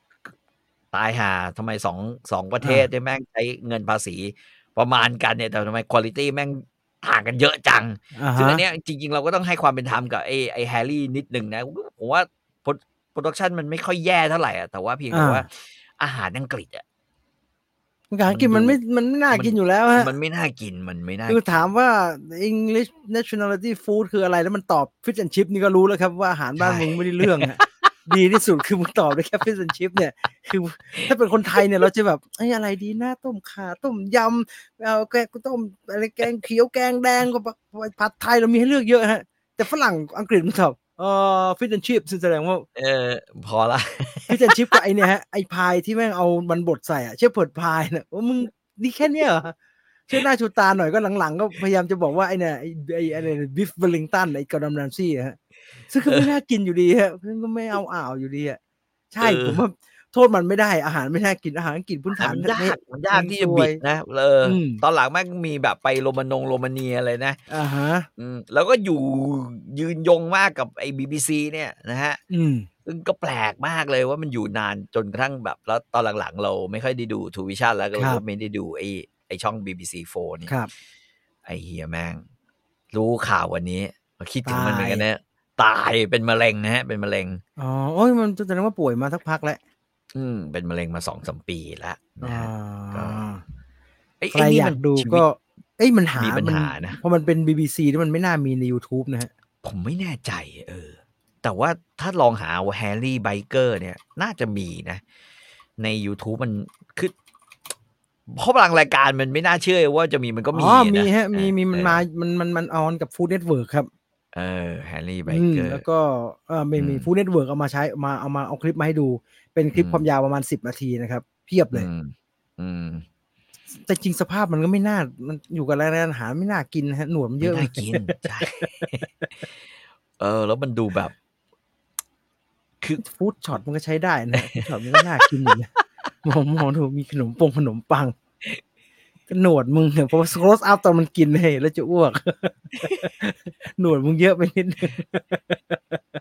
Speaker 2: ตายหาทำไมสองสองประเทศเนี่ยแม่งใช้เงินภาษีประมาณกันเนี่ยแต่ทำไมคุณภาพแม่งต่างกันเยอะจัง
Speaker 1: อ่า
Speaker 2: ซึ่ง
Speaker 1: ฮะ
Speaker 2: อันเนี้ยจริงๆ เราก็ต้องให้ความเป็นธรรมกับไอ้ไอ้แฮร์รี่นิดหนึ่งนะ ผมว่าโปรดักชันมันไม่ค่อยแย่เท่าไหร่อะแต่ว่าเพียงแต่ว่า อาหารอังกฤษอะ
Speaker 1: มันการกินมันไม่มันไม่น่า
Speaker 2: มัน
Speaker 1: กินอยู่แล้วฮะ
Speaker 2: มันไม่น่ากินมันไม่น่า
Speaker 1: คือ
Speaker 2: กิน
Speaker 1: ถามว่า English nationality food คืออะไรแล้วมันตอบ fish and chip นี่ก็รู้แล้วครับว่าอาหารบ้าน
Speaker 2: ใช่
Speaker 1: มึงไม่ได้เรื่องฮะ ดีที่สุดคือมึงตอบได้แค่ fish and chip เนี่ย คือ ถ้าเป็นคนไทยเนี่ยเราจะแบบไอ้ยอะไรดีนะต้มข่าต้มยำเอาแกงต้มอะไรแกงเขียวแกงแดงก็ผัดไทยเรามีให้เลือกเยอะฮะ แต่ฝรั่งอังกฤษมันตอบเอ่อ fish and chip ซึ่งแสดงว่า
Speaker 2: เออพอละ
Speaker 1: พี่เจนชิปกับไอเนี่ยฮะไอพายที่แม่งเอามันบดใส่อะเชื่อเปิดพายเนี่ยว่ามึงนี่แค่เนี้ยเหรอเชื่อหน้าชูตาหน่อยก็หลังๆ ก็พยายามจะบอกว่าไอเนี่ยไอ้ไอไออะไรบิฟเวลลิงตันไอกอร์ดอมแรมซี่อะฮะซึ่งก็ไม่น่ากินอยู่ดีฮะซึ่งก็ไม่เอาอ่าวอยู่ดีอะใช่
Speaker 2: เอ
Speaker 1: ผ
Speaker 2: อ
Speaker 1: มว่าโทษมันไม่ได้อาหารไม่น่ากินอาหารกินพื้นฐาน
Speaker 2: มัน
Speaker 1: แบบนี้
Speaker 2: ยากมันยากที่จะบิดนะเอออ
Speaker 1: ม
Speaker 2: ตอนหลังแม่งมีแบบไปโรมานงโรมาเนียอะไรนะ
Speaker 1: อ่าฮะ
Speaker 2: อืมแล้วก็อยู่ยืนยงมากกับไอ้บีบีซีเนี่ยนะฮะ
Speaker 1: อืม
Speaker 2: ซึ่งก็แปลกมากเลยว่ามันอยู่นานจนกระทั่งแบบ แล้วตอนหลังๆ เราไม่ค่อยได้ดูทูวิชั่นแล้วก็
Speaker 1: ครับ
Speaker 2: ไม่ได้ดูไอ้ไอ้ช่อง BBC 4นี่
Speaker 1: ครับ
Speaker 2: ไอ้เฮียแม่ง รู้ข่าววันนี้มาคิดถึง
Speaker 1: ตาย
Speaker 2: มันเหมือนกันนะตายเป็นมะเร็งนะฮะ เป็นมะเร็ง
Speaker 1: อ๋อโอ้ยมันแสดงว่าป่วยมาสักพักแล้ว
Speaker 2: อืมเป็นมะเร็งมาสองสมปีแล้วนะ
Speaker 1: อ่
Speaker 2: ฮะ ก็
Speaker 1: า
Speaker 2: ไอ้
Speaker 1: ใคร
Speaker 2: ไนี่
Speaker 1: อยา
Speaker 2: มั
Speaker 1: ก
Speaker 2: น
Speaker 1: ดู
Speaker 2: ชีวิต
Speaker 1: ก็ เอ้ยมันหาม
Speaker 2: ปัญหานะ
Speaker 1: เพราะมันเป็น BBC ที่มันไม่น่ามีใน YouTube นะฮะ
Speaker 2: ผมไม่แน่ใจ เออ แต่ว่าถ้าลองหาแฮร์รี่ไบเกอร์เนี่ย น่าจะมีนะ ใน YouTube มันคือเพราะบางรายการมันไม่น่าเชื่อว่าจะมีมันก็มี
Speaker 1: อ๋อ
Speaker 2: น
Speaker 1: มีฮะ มี
Speaker 2: เออ
Speaker 1: มี มันมา มัน มัน มันออนกับฟู้ดเน็ตเวิร์กครับ
Speaker 2: เออแฮร์รี่ไบ
Speaker 1: อืม
Speaker 2: เกอร์
Speaker 1: แล้วก็เออไม่มี
Speaker 2: อืม
Speaker 1: ฟู้ดเน็ตเวิร์กเอามาใช้ มา เอามา เอาคลิปมาให้ดู เป็นคลิป
Speaker 2: อืม
Speaker 1: ความยาวประมาณสิบนาทีนะครับ เพียบเลย
Speaker 2: อืมอืม
Speaker 1: แต่จริงสภาพมันก็ไม่น่า มันอยู่กับร้านอาหารไม่น่ากินนะฮะ หนวดมันเย
Speaker 2: เย
Speaker 1: อะ
Speaker 2: อะน่ากิน ใช่ เออ แล้วมันดูแบบ คือ
Speaker 1: ฟู้ดช็อตมันก็ใช้ได้นะช็อตมันก็น่ากินอยู่นะ มองมองดูมีขนมปงขนมปังก็หนวดมึงเนี่ยเพราะว่าสโครสอัพตอนมันกินเลยแล้วจะอ้วก หนวดมึงเยอะไปนิดนึง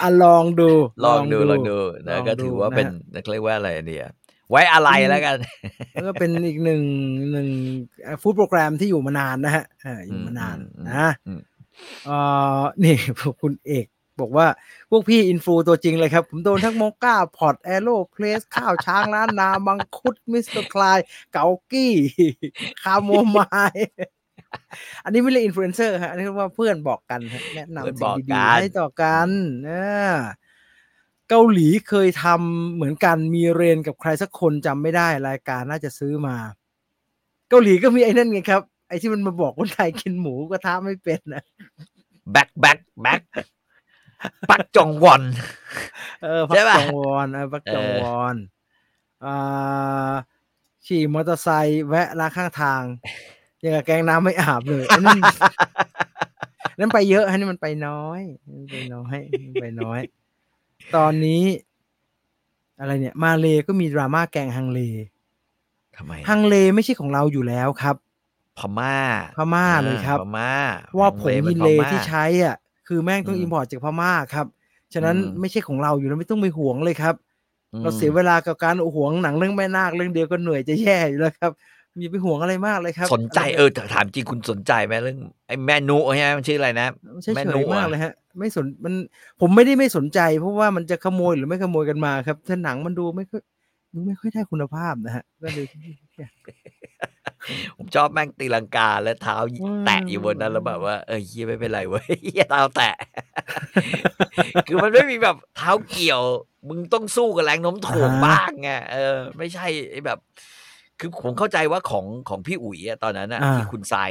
Speaker 1: อ่ะลองดู
Speaker 2: ลองดูลองดูนะ
Speaker 1: ลอง
Speaker 2: ก็
Speaker 1: ดู
Speaker 2: ถือว่า
Speaker 1: นะฮะ
Speaker 2: เป็นเรียกว่าอะไรเนี่ย ไว้อะไรแล้วกัน
Speaker 1: แล้วก็เป็นอีกหนึ่งหนึ่งฟู้ดโปรแกรมที่อยู่มานานนะฮะเอออยู่มานาน
Speaker 2: อืมอืม
Speaker 1: นะ
Speaker 2: อืม
Speaker 1: เออนี่ คุณเอก บอกว่าพวกพี่อินฟลูตัวจริงเลยครับ ผมโดนทั้งโมก้าพอร์ตแอโรเพลสข้าวช้างล้านนามังคุดมิสเตอร์คลายเกากี้ คาโมไมล์ อันนี้ไม่เรียกอินฟลูเอนเซอร์ฮะอันนี้เรียกว่าเพื่อนบอกกันฮะแนะนำ
Speaker 2: เพื่อนบ
Speaker 1: สิ่ดี
Speaker 2: อง กกัน
Speaker 1: ๆให้ต่อกันนะเกาหลีเคยทำเหมือนกันมีเรนกับใครสักคนจำไม่ได้รายการน่าจะซื้อมา เกาหลีก็มีไอ้นั่นไงครับ ไอ้ที่มันมาบอกคนไทยกินหมูกระทะไม่เป็นนะ
Speaker 2: แบ็คแบ็คแบ็ค ปักจองวอน
Speaker 1: เออพัก
Speaker 2: ใช่ปะ
Speaker 1: จองวอนเออพักจอง
Speaker 2: เออ
Speaker 1: วอนอ่าขี่มอเตอร์ไซค์แวะร้านข้าง ทางยังกับแกงน้ำไม่อาบเลยอันนั้น นั่นไปเยอะอันนี้มันไปน้อยมันไปน้อยมันไปน้อย ตอนนี้ อะไรเนี่ย มาเลก็มีดราม่าแกงฮังเล
Speaker 2: ทำไม
Speaker 1: ฮังเลไม่ใช่ของเราอยู่แล้วครับ
Speaker 2: พม่า
Speaker 1: พม่าเลยครับ
Speaker 2: อ่พม่า
Speaker 1: ว่าผง
Speaker 2: ป็
Speaker 1: ยิ
Speaker 2: น
Speaker 1: น
Speaker 2: พ
Speaker 1: เล
Speaker 2: ม่า
Speaker 1: ที่ใช้อ่ะ คือแม่งต้อง
Speaker 2: อืม
Speaker 1: อิมพอร์ตจากพม่าครับ ฉะนั้น
Speaker 2: อืม
Speaker 1: ไม่ใช่ของเราอยู่แล้วไม่ต้องไปห่วงเลยครับ
Speaker 2: อืม
Speaker 1: เราเสียเวลากับการหวงหนังเรื่องแม่นาคเรื่องเดียวก็เหนื่อยจะแย่อยู่แล้วครับมีไปห่วงอะไรมากเลยครับ
Speaker 2: สนใจเออถถามจริงคุณสนใจไหมเรื่องไอ้แมนูใช่ไหมมันชื่ออะไรนะ
Speaker 1: ไม่ใช่
Speaker 2: แม่
Speaker 1: เฉ
Speaker 2: นุ
Speaker 1: ย
Speaker 2: อะ
Speaker 1: มากเลยฮะ ไม่สนมันผมไม่ได้ไม่สนใจ เพราะว่ามันจะขโมยหรือไม่ขโมยกันมาครับถ้าหนังมันดูไม่ค่อยดูไม่ค่อยได้คุณภาพนะฮะก็เลย
Speaker 2: ผมชอบแม่งตีลังกาแล้วเท้า
Speaker 1: อืม
Speaker 2: แตะอยู่บนนั้นแล้วแบบว่าเออเฮียไม่เป็นไรเว้ยเฮียเท้าแตะ คือมันไม่มีแบบเท้าเกี่ยว มึงต้องสู้กับแรงโน้มถ่วงบ้างไงเออ ไม่ใช่ไอ้แบบ คือผมเข้าใจว่าของของพี่อุ๋ยอะตอนนั้นอะ
Speaker 1: อ่า
Speaker 2: ที่คุณทราย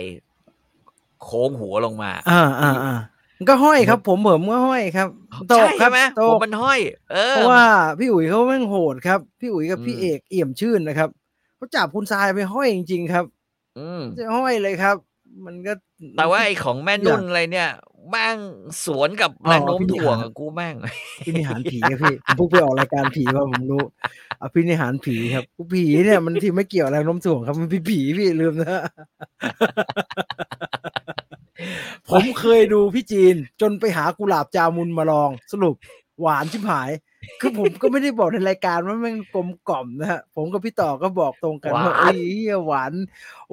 Speaker 2: โค้งหัวลงมา
Speaker 1: อ่าอ่าอ่ามันก็ห้อยครับ ผมผมก็ห้อยครับโตกค
Speaker 2: ใช่
Speaker 1: รั
Speaker 2: ใช่
Speaker 1: บ
Speaker 2: ไหม
Speaker 1: โต
Speaker 2: ผม
Speaker 1: ก
Speaker 2: มันห้อย เออ
Speaker 1: เพราะว่าพี่อุ๋ยเขาแม่งโหดครับ พี่อุ๋ยกับพี่
Speaker 2: อืม
Speaker 1: เอกเอี่ยมชื่นนะครับเขาจับคุณทรายไปห้อยจริงๆครับ
Speaker 2: อืม
Speaker 1: จะห้อยเลยครับ มันก็
Speaker 2: แต่ว่าไอ้ของแม่นุ่นอะไรเนี่ยแม่งสวนกับแรงโน้มถ่วง
Speaker 1: อ๋อพี่หา
Speaker 2: อะกูแม่ง
Speaker 1: พินิหารผีครับพี่ผมเพิ่งไปออกรายการผีมาผมรู้อภินิหารผีครับผีเนี่ยมันที่ไม่เกี่ยวแรงโน้มถ่วงครับมันเป็นผีพี่ลืมนะ ผมเคยดูพี่จีน จนไปหากุหลาบจามุนมาลอง สรุปหวานชิบหาย คือผมก็ไม่ได้บอกในรายการว่าแมันกลมกล่อมนะฮะผมกับพี่ต่อก็บอกตรงกันว่า
Speaker 2: หวาน
Speaker 1: ไอ้ยเหี้ยหวาน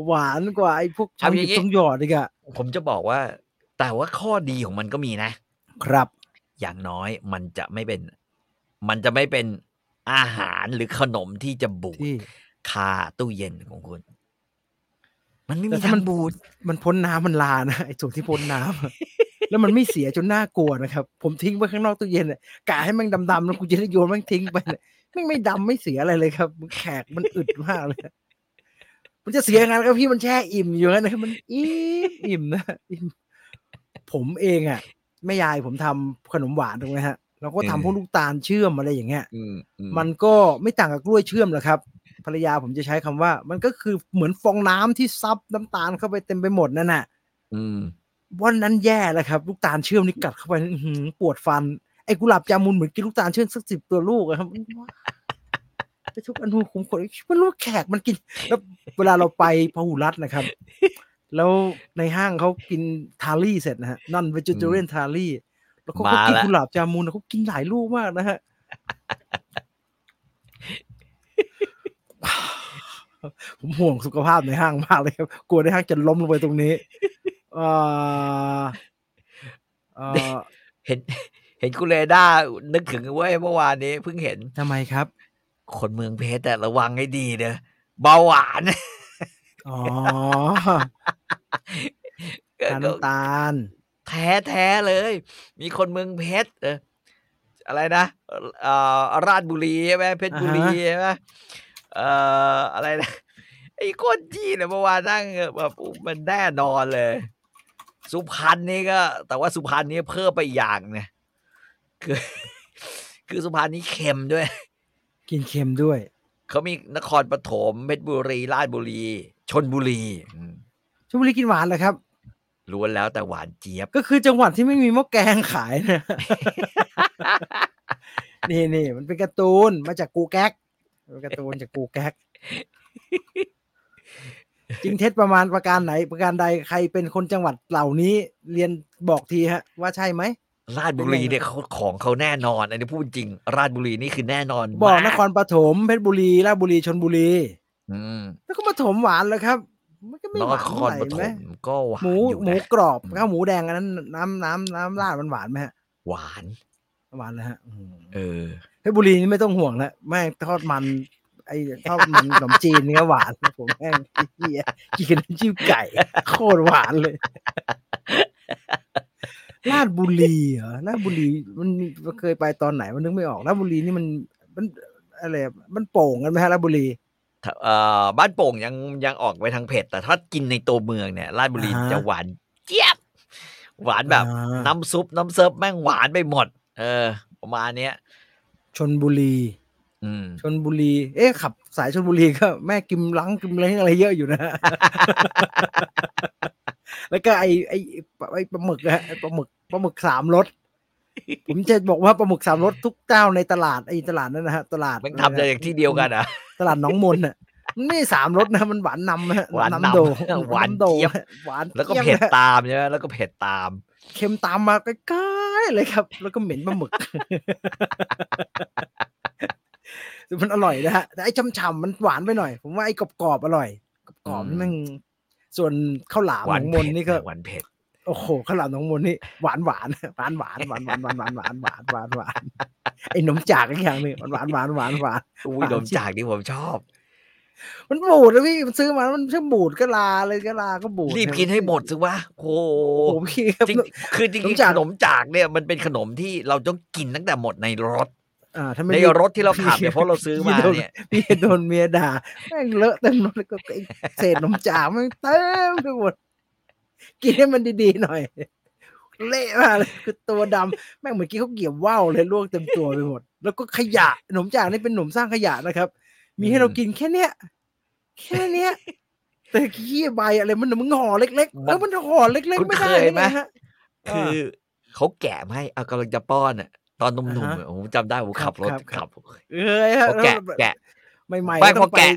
Speaker 1: หวานกว่าไอ้พวกช่อง
Speaker 2: เอา
Speaker 1: ห
Speaker 2: อ
Speaker 1: ยิบ
Speaker 2: ย่างงี้
Speaker 1: ช่องหยอดอีกอะ
Speaker 2: ผมจะบอกว่า แต่ว่าข้อดีของมันก็มีนะ
Speaker 1: ครับ
Speaker 2: อย่างน้อยมันจะไม่เป็น มันจะไม่เป็นอาหารหรือขนมที่จะบูด
Speaker 1: ที่
Speaker 2: คาตู้เย็นของคุณ มันไม่
Speaker 1: แต่
Speaker 2: มี
Speaker 1: ถ้า
Speaker 2: ทา
Speaker 1: มั
Speaker 2: ง
Speaker 1: น
Speaker 2: บูด
Speaker 1: มันพ้นน้ำมันลานะ ไอ้ส่วนที่พ้นน้ำอะ แล้วมันไม่เสียจนน่ากลัวนะครับ ผมทิ้งไว้ข้างนอกตู้เย็นอะกะให้แมันดำๆแล้วกูจะได้โยนแมันทิ้งไปเนี่ยแม่งไม่ดำไม่เสียอะไรเลยครับมันแขกมันอึดมากเลย มันจะเสียงานครับพี่มันแช่อิ่มอยู่งั้นนะมันอิ่มอิ่มนะอิ่มผมเองอ่ะแม่ยายผมทำขนมหวานถูกไหมฮะแล้วก็ทำ
Speaker 2: เออ
Speaker 1: พวกลูกตาลเชื่อมอะไรอย่างเงี้ย
Speaker 2: อือื
Speaker 1: มันก็ไม่ต่างกับกล้วยเชื่อมหรอกครับ ภรรยาผมจะใช้คำว่า มันก็คือเหมือนฟองน้ำที่ซับน้ำตาลเข้าไปเต็มไปหมดนั่นน่ะ
Speaker 2: อืม
Speaker 1: วันนั้นแย่แล้วครับ ลูกตาลเชื่อมนี่กัดเข้าไปอื้อหือปวดฟันไอ้กุหลาบจามุนเหมือนกินลูกตาลเชื่อมสักสิบตัวลูกอะครับอื้อว้าวไปทุกอนุขุมขนมันรู้ว่าแขกมันกิน แล้วเวลาเราไปพหุรัตน์นะครับ แล้วในห้างเขากินทาลี่เสร็จนะฮะนั่นเวจิเตเรียนทาลี่แล้วเขาก็
Speaker 2: มา
Speaker 1: กิน
Speaker 2: ละ
Speaker 1: กุหลาบจามุนนะเขากินหลายลูกมาก นะฮะ ผมห่วงสุขภาพในห้างมากเลยครับ กลัวในห้างจะล้มลงไปตรงนี้เอ่อเอ่อ
Speaker 2: เห็น เห็นคุณเรด้านึกถึงเว้ยเมื่อวานนี้เพิ่งเห็น
Speaker 1: ทำไมครับ
Speaker 2: คนเมืองเพชรแต่ระวังให้ดีเด้อเบาหวาน
Speaker 1: อ๋อ
Speaker 2: ก็
Speaker 1: ทาน
Speaker 2: ก็
Speaker 1: น้ำตาล
Speaker 2: แท้แท้เลย มีคนเมืองเพชรเอออะไรนะเอ่อราชบุรีใช่ไหมเพชรบุรี
Speaker 1: อ่าฮะ
Speaker 2: ใช่ไหมเอ่ออะไรนะ ไอ้คนจีนเนี่ยเมื่อวานนั่งแบบอู้มันแน่นอนเลย สุพรรณนี่ก็ แต่ว่าสุพรรณนี่เพิ่มไปอีกอย่างนะคือ คือสุพรรณนี่เค็มด้วย
Speaker 1: กินเค็มด้วย
Speaker 2: เขามีนครปฐมเพชรบุรี ราชบุรี ชนบุรีอืม
Speaker 1: ชลบุรีกินหวานเหรอครับ
Speaker 2: ล้วนแล้วแต่หวานเจี๊ยบ
Speaker 1: ก็คือจังหวัดที่ไม่มีหม้อแกงขาย นะ นี่นี่มันเป็นการ์ตูนมาจากกูแก๊กเป็นการ์ตูนจากกูแก๊กจริงเท็จประมาณประการไหน ประการใดใครเป็นคนจังหวัดเหล่านี้ เรียนบอกทีฮะ ว่าใช่ไหม
Speaker 2: ราชบุรีเนี่ยเขาของเขาแน่นอน อันนี้พูดจริง ราชบุรีนี่คือแน่นอน
Speaker 1: บอกน
Speaker 2: มาก
Speaker 1: ครปฐมเพชรบุรีราชบุรีชนบุรี
Speaker 2: อืม
Speaker 1: แล้วก็มาถมหวานเลยครับ มันก็ไม่
Speaker 2: น
Speaker 1: หวาน
Speaker 2: ค
Speaker 1: เท่าไห
Speaker 2: ร
Speaker 1: ร่
Speaker 2: ปฐ
Speaker 1: ไหม
Speaker 2: มก็หวาน
Speaker 1: หมู
Speaker 2: อยู่
Speaker 1: หมู
Speaker 2: นะ
Speaker 1: กรอบ
Speaker 2: อืม
Speaker 1: ข้าวหมูแดงอันนั้นน้ำน้ำน้ำราดมันหวานไหมฮะ
Speaker 2: หวาน
Speaker 1: หวานนะฮะอืม
Speaker 2: เออ
Speaker 1: เพชรบุรีนี่ไม่ต้องห่วงแล้วแม่งทอดมัน ไอ้ทอดมันขนมจีนนี่ก็หวานนะผมแม่งไอ้เหี้ยกินกับน้ำจิ้มไก่ โคตรหวานเลยลาดบุรีเหรอลาดบุรีมันมีเคยไปตอนไหนมันนึกไม่ออกลาดบุรีนี่มันมันอะไรอะมันโป่งกันไหมฮะลาดบุรี
Speaker 2: ถ้าเอ่อบ้านโป่งยังยังออกไปทางเผ็ด แต่ถ้ากินในตัวเมืองเนี่ยราชบุรี
Speaker 1: อ่าฮะ
Speaker 2: จะหวานเจี๊ยบ หวานแบบ
Speaker 1: อ่า
Speaker 2: น้ำซุปน้ำเซิร์ฟแม่งหวานไปหมด เออ ประมาณเนี้ย
Speaker 1: ชนบุรี
Speaker 2: อืม
Speaker 1: ชนบุรี เอ๊ะขับสายชนบุรีก็แม่กิมลังกิมเล้งอะไรเยอะอยู่นะ แล้วก็ไอไอไอปลาหมึกนะฮะไอ้ปลาหมึกปลาหมึกสามรส ผมจะบอกว่าปลาหมึกสามรสทุกเจ้าในตลาดไอตลาดนั่นนะฮะตลา
Speaker 2: แม่
Speaker 1: ดะ
Speaker 2: ง
Speaker 1: ไร
Speaker 2: ทำ
Speaker 1: นะ
Speaker 2: จากอย่างที่เดียวกันอ่ะ
Speaker 1: ตลาดหนองมนน่ะมันไม่สามรสนะมันหวานนำฮะ
Speaker 2: หวานนำ
Speaker 1: โด
Speaker 2: หวาน
Speaker 1: โด
Speaker 2: เจี๊ยบ
Speaker 1: หวาน
Speaker 2: แล้วก็
Speaker 1: จี๊ยบ
Speaker 2: เผ็ด
Speaker 1: นะฮะ
Speaker 2: ตามใช่ไหมแล้วก็เผ็ดตาม
Speaker 1: เค็มตามมาใกล้ๆเลยครับ แล้วก็เหม็นปลาหมึก แต่มันอร่อยนะฮะแต่ไอ้ช่ำๆมันหวานไปหน่อย ผมว่าไอ้กรอบๆอร่อยกรอบๆ
Speaker 2: อืม
Speaker 1: นี่มันส่วนข้าวหลาม
Speaker 2: ห
Speaker 1: ข
Speaker 2: วา
Speaker 1: อน งม
Speaker 2: เผ็
Speaker 1: น
Speaker 2: ด
Speaker 1: ต์นี่ก็
Speaker 2: หวานเผ็ด
Speaker 1: โอ้โหข้าวหลามของมนต์นี่หวานหวานหวานหวานหวานหวานหวานหวานหวานหวานหวานหวานไอ้หนมจากอีกอย่างหนึ่งหวานหวานหวานหวาน
Speaker 2: อุ้ยว
Speaker 1: หาน
Speaker 2: นม
Speaker 1: จริง
Speaker 2: จากนี่ผมชอบ
Speaker 1: มันบูดนะพี่มันซื้อมาแล้วมันช่างบูดก็ลาเลยก็ลาก็บูด
Speaker 2: รีบกินให้หมดสิวะโอ้โห
Speaker 1: โอ้โหพี่ครับ
Speaker 2: จริงคือจริง
Speaker 1: นม
Speaker 2: ๆ
Speaker 1: จาก
Speaker 2: ขนมจากเนี่ยมันเป็นขนมที่เราต้องกินตั้งแต่หมดในรถ
Speaker 1: อ่าถ้า
Speaker 2: ใน
Speaker 1: ไม่รีบ
Speaker 2: รถที่เราขับเนี่ยเพราะเราซื้อมา
Speaker 1: พี่โดน
Speaker 2: เนี่ย
Speaker 1: พี่โดนเมียด่าแม่งเลอะเต็มรถแล้วก็ไอ้เศษหนมจากแม่งเต็มไปหมดกินให้มันดีๆหน่อย เละมากเลยคือตัวดำแม่งเหมือนกี้เขาวเกี่ยวว่าวเลยลวกเต็มตัวไปหมด แล้วก็ขยะหนมจากนี่เป็นหนมสร้างขยะนะครับ มีให้เรากินแค่เนี้ยแค่เนี้ย แต่ขี้ใบอะไรมันมึงห่อเล็กๆแล้วมันห่อเล็ก
Speaker 2: คุ
Speaker 1: ๆ
Speaker 2: ณ
Speaker 1: ไม่ได้
Speaker 2: เคยไหม
Speaker 1: นะฮะ
Speaker 2: คือเขาแกะมาให้เอากำลังจะป้อนอ่ะ ตอนหนุ่
Speaker 1: อ่าม
Speaker 2: ๆ
Speaker 1: ฮะ
Speaker 2: อะผมจำได้ผม
Speaker 1: ครั
Speaker 2: ขั
Speaker 1: บบ
Speaker 2: รถ
Speaker 1: ครับครับ
Speaker 2: ขับ
Speaker 1: เอ้ยฮะ
Speaker 2: เขาแกะแกะ
Speaker 1: ใหม่ๆ
Speaker 2: ไม่
Speaker 1: ต้
Speaker 2: พอง
Speaker 1: ไป
Speaker 2: แกะ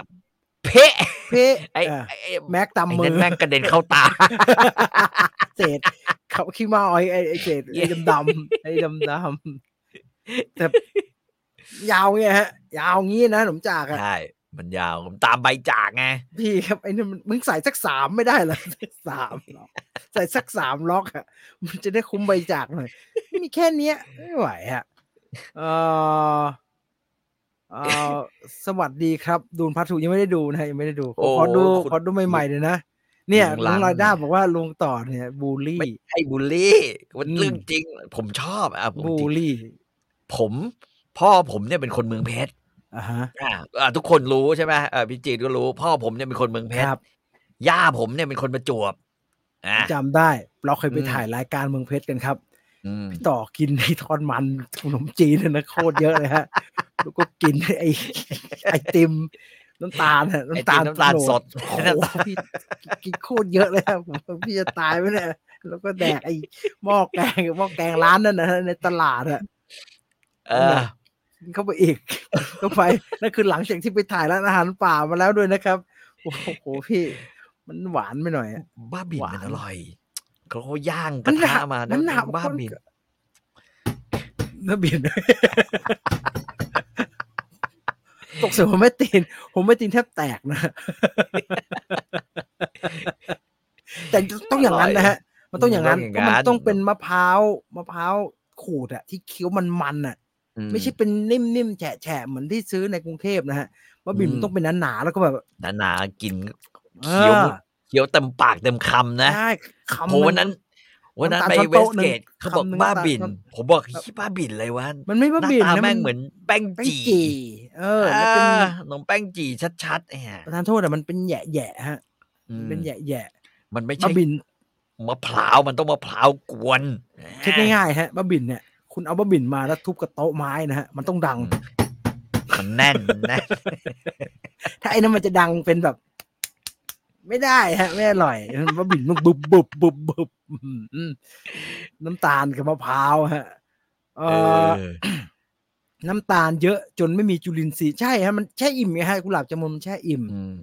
Speaker 2: เพ่
Speaker 1: เพ่
Speaker 2: ไอ้
Speaker 1: อ่ะ
Speaker 2: ไอ้ไอ้
Speaker 1: แม็กตาม
Speaker 2: ไอ้
Speaker 1: มื
Speaker 2: นั่
Speaker 1: อ
Speaker 2: นแม่งกระเด็นเข้าตา
Speaker 1: เศษเขาขี้เมาไอ้ไอ้ไอ้เศษ ไอ้ดำดำๆไอ้ดำดำๆแต่ยาวเงี้ยฮะ ยาวงี้นะขนมจากอะ
Speaker 2: ใช่มันยาวผมตามใบจากไง
Speaker 1: พี่ครับไอ้นี่นมันมึงใส่สักสามไม่ได้เหรอ สามล็อกใส่สักสามล็อกอะมันจะได้คุ้มใบจากหน่อยมีแค่เนี้ยไม่ไหวฮะเออเออสวัสดีครับ ดูนพัทธุยังไม่ได้ดูนะยังไม่ได้ดูขอขอดูขอดูใหม่ๆหน่อยนะเนี่ยลุงรายด้าบอกว่าลุงต่อเนี่ย บูลลี่
Speaker 2: ไม่ใช่บูลลี่มัน
Speaker 1: อืม
Speaker 2: เรื่องจริง ผมชอบอ่ะผม
Speaker 1: บู
Speaker 2: จริ
Speaker 1: ล
Speaker 2: ง
Speaker 1: ลี่
Speaker 2: ผม พ่อผมเนี่ยเป็นคนเมืองเพชร
Speaker 1: อ่าฮะ
Speaker 2: อ่าอ่าทุกคนรู้ใช่ไหมเอ่อพี่จีดก็รู้ พ่อผมเนี่ยเป็นคนเมืองเพช
Speaker 1: ค
Speaker 2: ร
Speaker 1: รับ
Speaker 2: ย่าผมเนี่ยเป็นคนประจวบอ่า
Speaker 1: จำได้เราเคยไป
Speaker 2: อืม
Speaker 1: ถ่ายรายการเมืองเพชรกันครับ
Speaker 2: อืม
Speaker 1: ต่อกินไอ้ทอดมันขนมจีนนะโคตรเยอะเลยฮะ แล้วก็กินไอ้ ไอติม น้ำตาลฮะน้ำตาล
Speaker 2: ไอติมน้ำตาลสด
Speaker 1: โอ้โหพี่กินโคตรเยอะเลยฮะผมว่า พี่จะตายไหมเนี่ยแล้วก็แดกไอ้หม้อแกงหม้อแกงร้านนั่นนะฮะในตลาดอะ
Speaker 2: เออ
Speaker 1: กินเข้าไปอีก ก็ไปนั่นคือหลังจากที่ไปถ่ายร้านอาหารป่ามาแล้วด้วยนะครับโอ้โหพี่ มันหวานไปหน่อยอะ
Speaker 2: บ้าบิน
Speaker 1: หวา
Speaker 2: มัน นอร่อยเขาเขาย่างก
Speaker 1: มั
Speaker 2: ระ
Speaker 1: นห
Speaker 2: ทะ
Speaker 1: นัก
Speaker 2: มาะ
Speaker 1: มันหนัก
Speaker 2: บ้าบิน
Speaker 1: น้า บิน ตกเสียผมไม่ตีน ผมไม่ตีนแทบแตก นะ แต่ต้องอย่างนั้นนะฮะ มันต้องอย่างนั้นเพราะมันต้องเป็นมะพร้าวมะพร้าวขูดอะที่เคี้ยวมันมันๆอะ
Speaker 2: อื
Speaker 1: ไม่ใช่เป็นนิ่มๆแฉะๆเหมือนที่ซื้อในกรุงเทพนะฮะมะบิน
Speaker 2: อืม
Speaker 1: มันต้องเป็นหนาๆแล้วก็แบบ
Speaker 2: หนาๆกินเคี้ยว
Speaker 1: อ่า
Speaker 2: เคี้ยวเต็มปากเต็มคำนะ
Speaker 1: ใช่คำ
Speaker 2: โห
Speaker 1: มั
Speaker 2: วันนั้น วันนั้น
Speaker 1: น้ำตาลช้อน
Speaker 2: ไปเว
Speaker 1: โต๊ะ
Speaker 2: สเก
Speaker 1: ห
Speaker 2: ต
Speaker 1: นึ่ง
Speaker 2: เขาบอก
Speaker 1: คำหนึ่ง
Speaker 2: บ้าบิน
Speaker 1: น้ำตาล
Speaker 2: ผมบอกเฮ้ยบ้าบินเลยวัน
Speaker 1: มันไม่
Speaker 2: ห
Speaker 1: มะ
Speaker 2: น้า
Speaker 1: บิน
Speaker 2: ตา
Speaker 1: นะ
Speaker 2: แม่งเหมือนแป้ง
Speaker 1: แป้ง
Speaker 2: จี
Speaker 1: จี่เออแล้วเป็น
Speaker 2: อ่าขนมแป้งจีชัดๆไอ้ห่า
Speaker 1: ประธานโทษอะมันเป็นแหย่ๆฮะ
Speaker 2: อืม
Speaker 1: เป็นแหย่
Speaker 2: มันไม่
Speaker 1: ๆ
Speaker 2: ใช่
Speaker 1: มะบิน
Speaker 2: มะพร้าวมันต้องมะพร้าวกวน
Speaker 1: เช็คง่ายๆฮะบ้าบินเนี่ย คุณเอาบ้าบินมาแล้วทุบกับโต๊ะไม้นะฮะ มันต้อง ดัง
Speaker 2: มันแน่นนะ
Speaker 1: ถ้าไอ้นั้นมันจะดังเป็นแบบ ไม่ได้ฮะ ไม่อร่อยบ้าบินมันบุบบุบบุบบุบอืมน้ำตาลกับมะพร้าวฮะเอ่อ
Speaker 2: เออ
Speaker 1: น้ำตาลเยอะจนไม่มีจุลินทรีย์ใช่ฮะมันแช่อิ่มไงฮะกุหลาบจามุนมันแช่อิ่ม
Speaker 2: อืม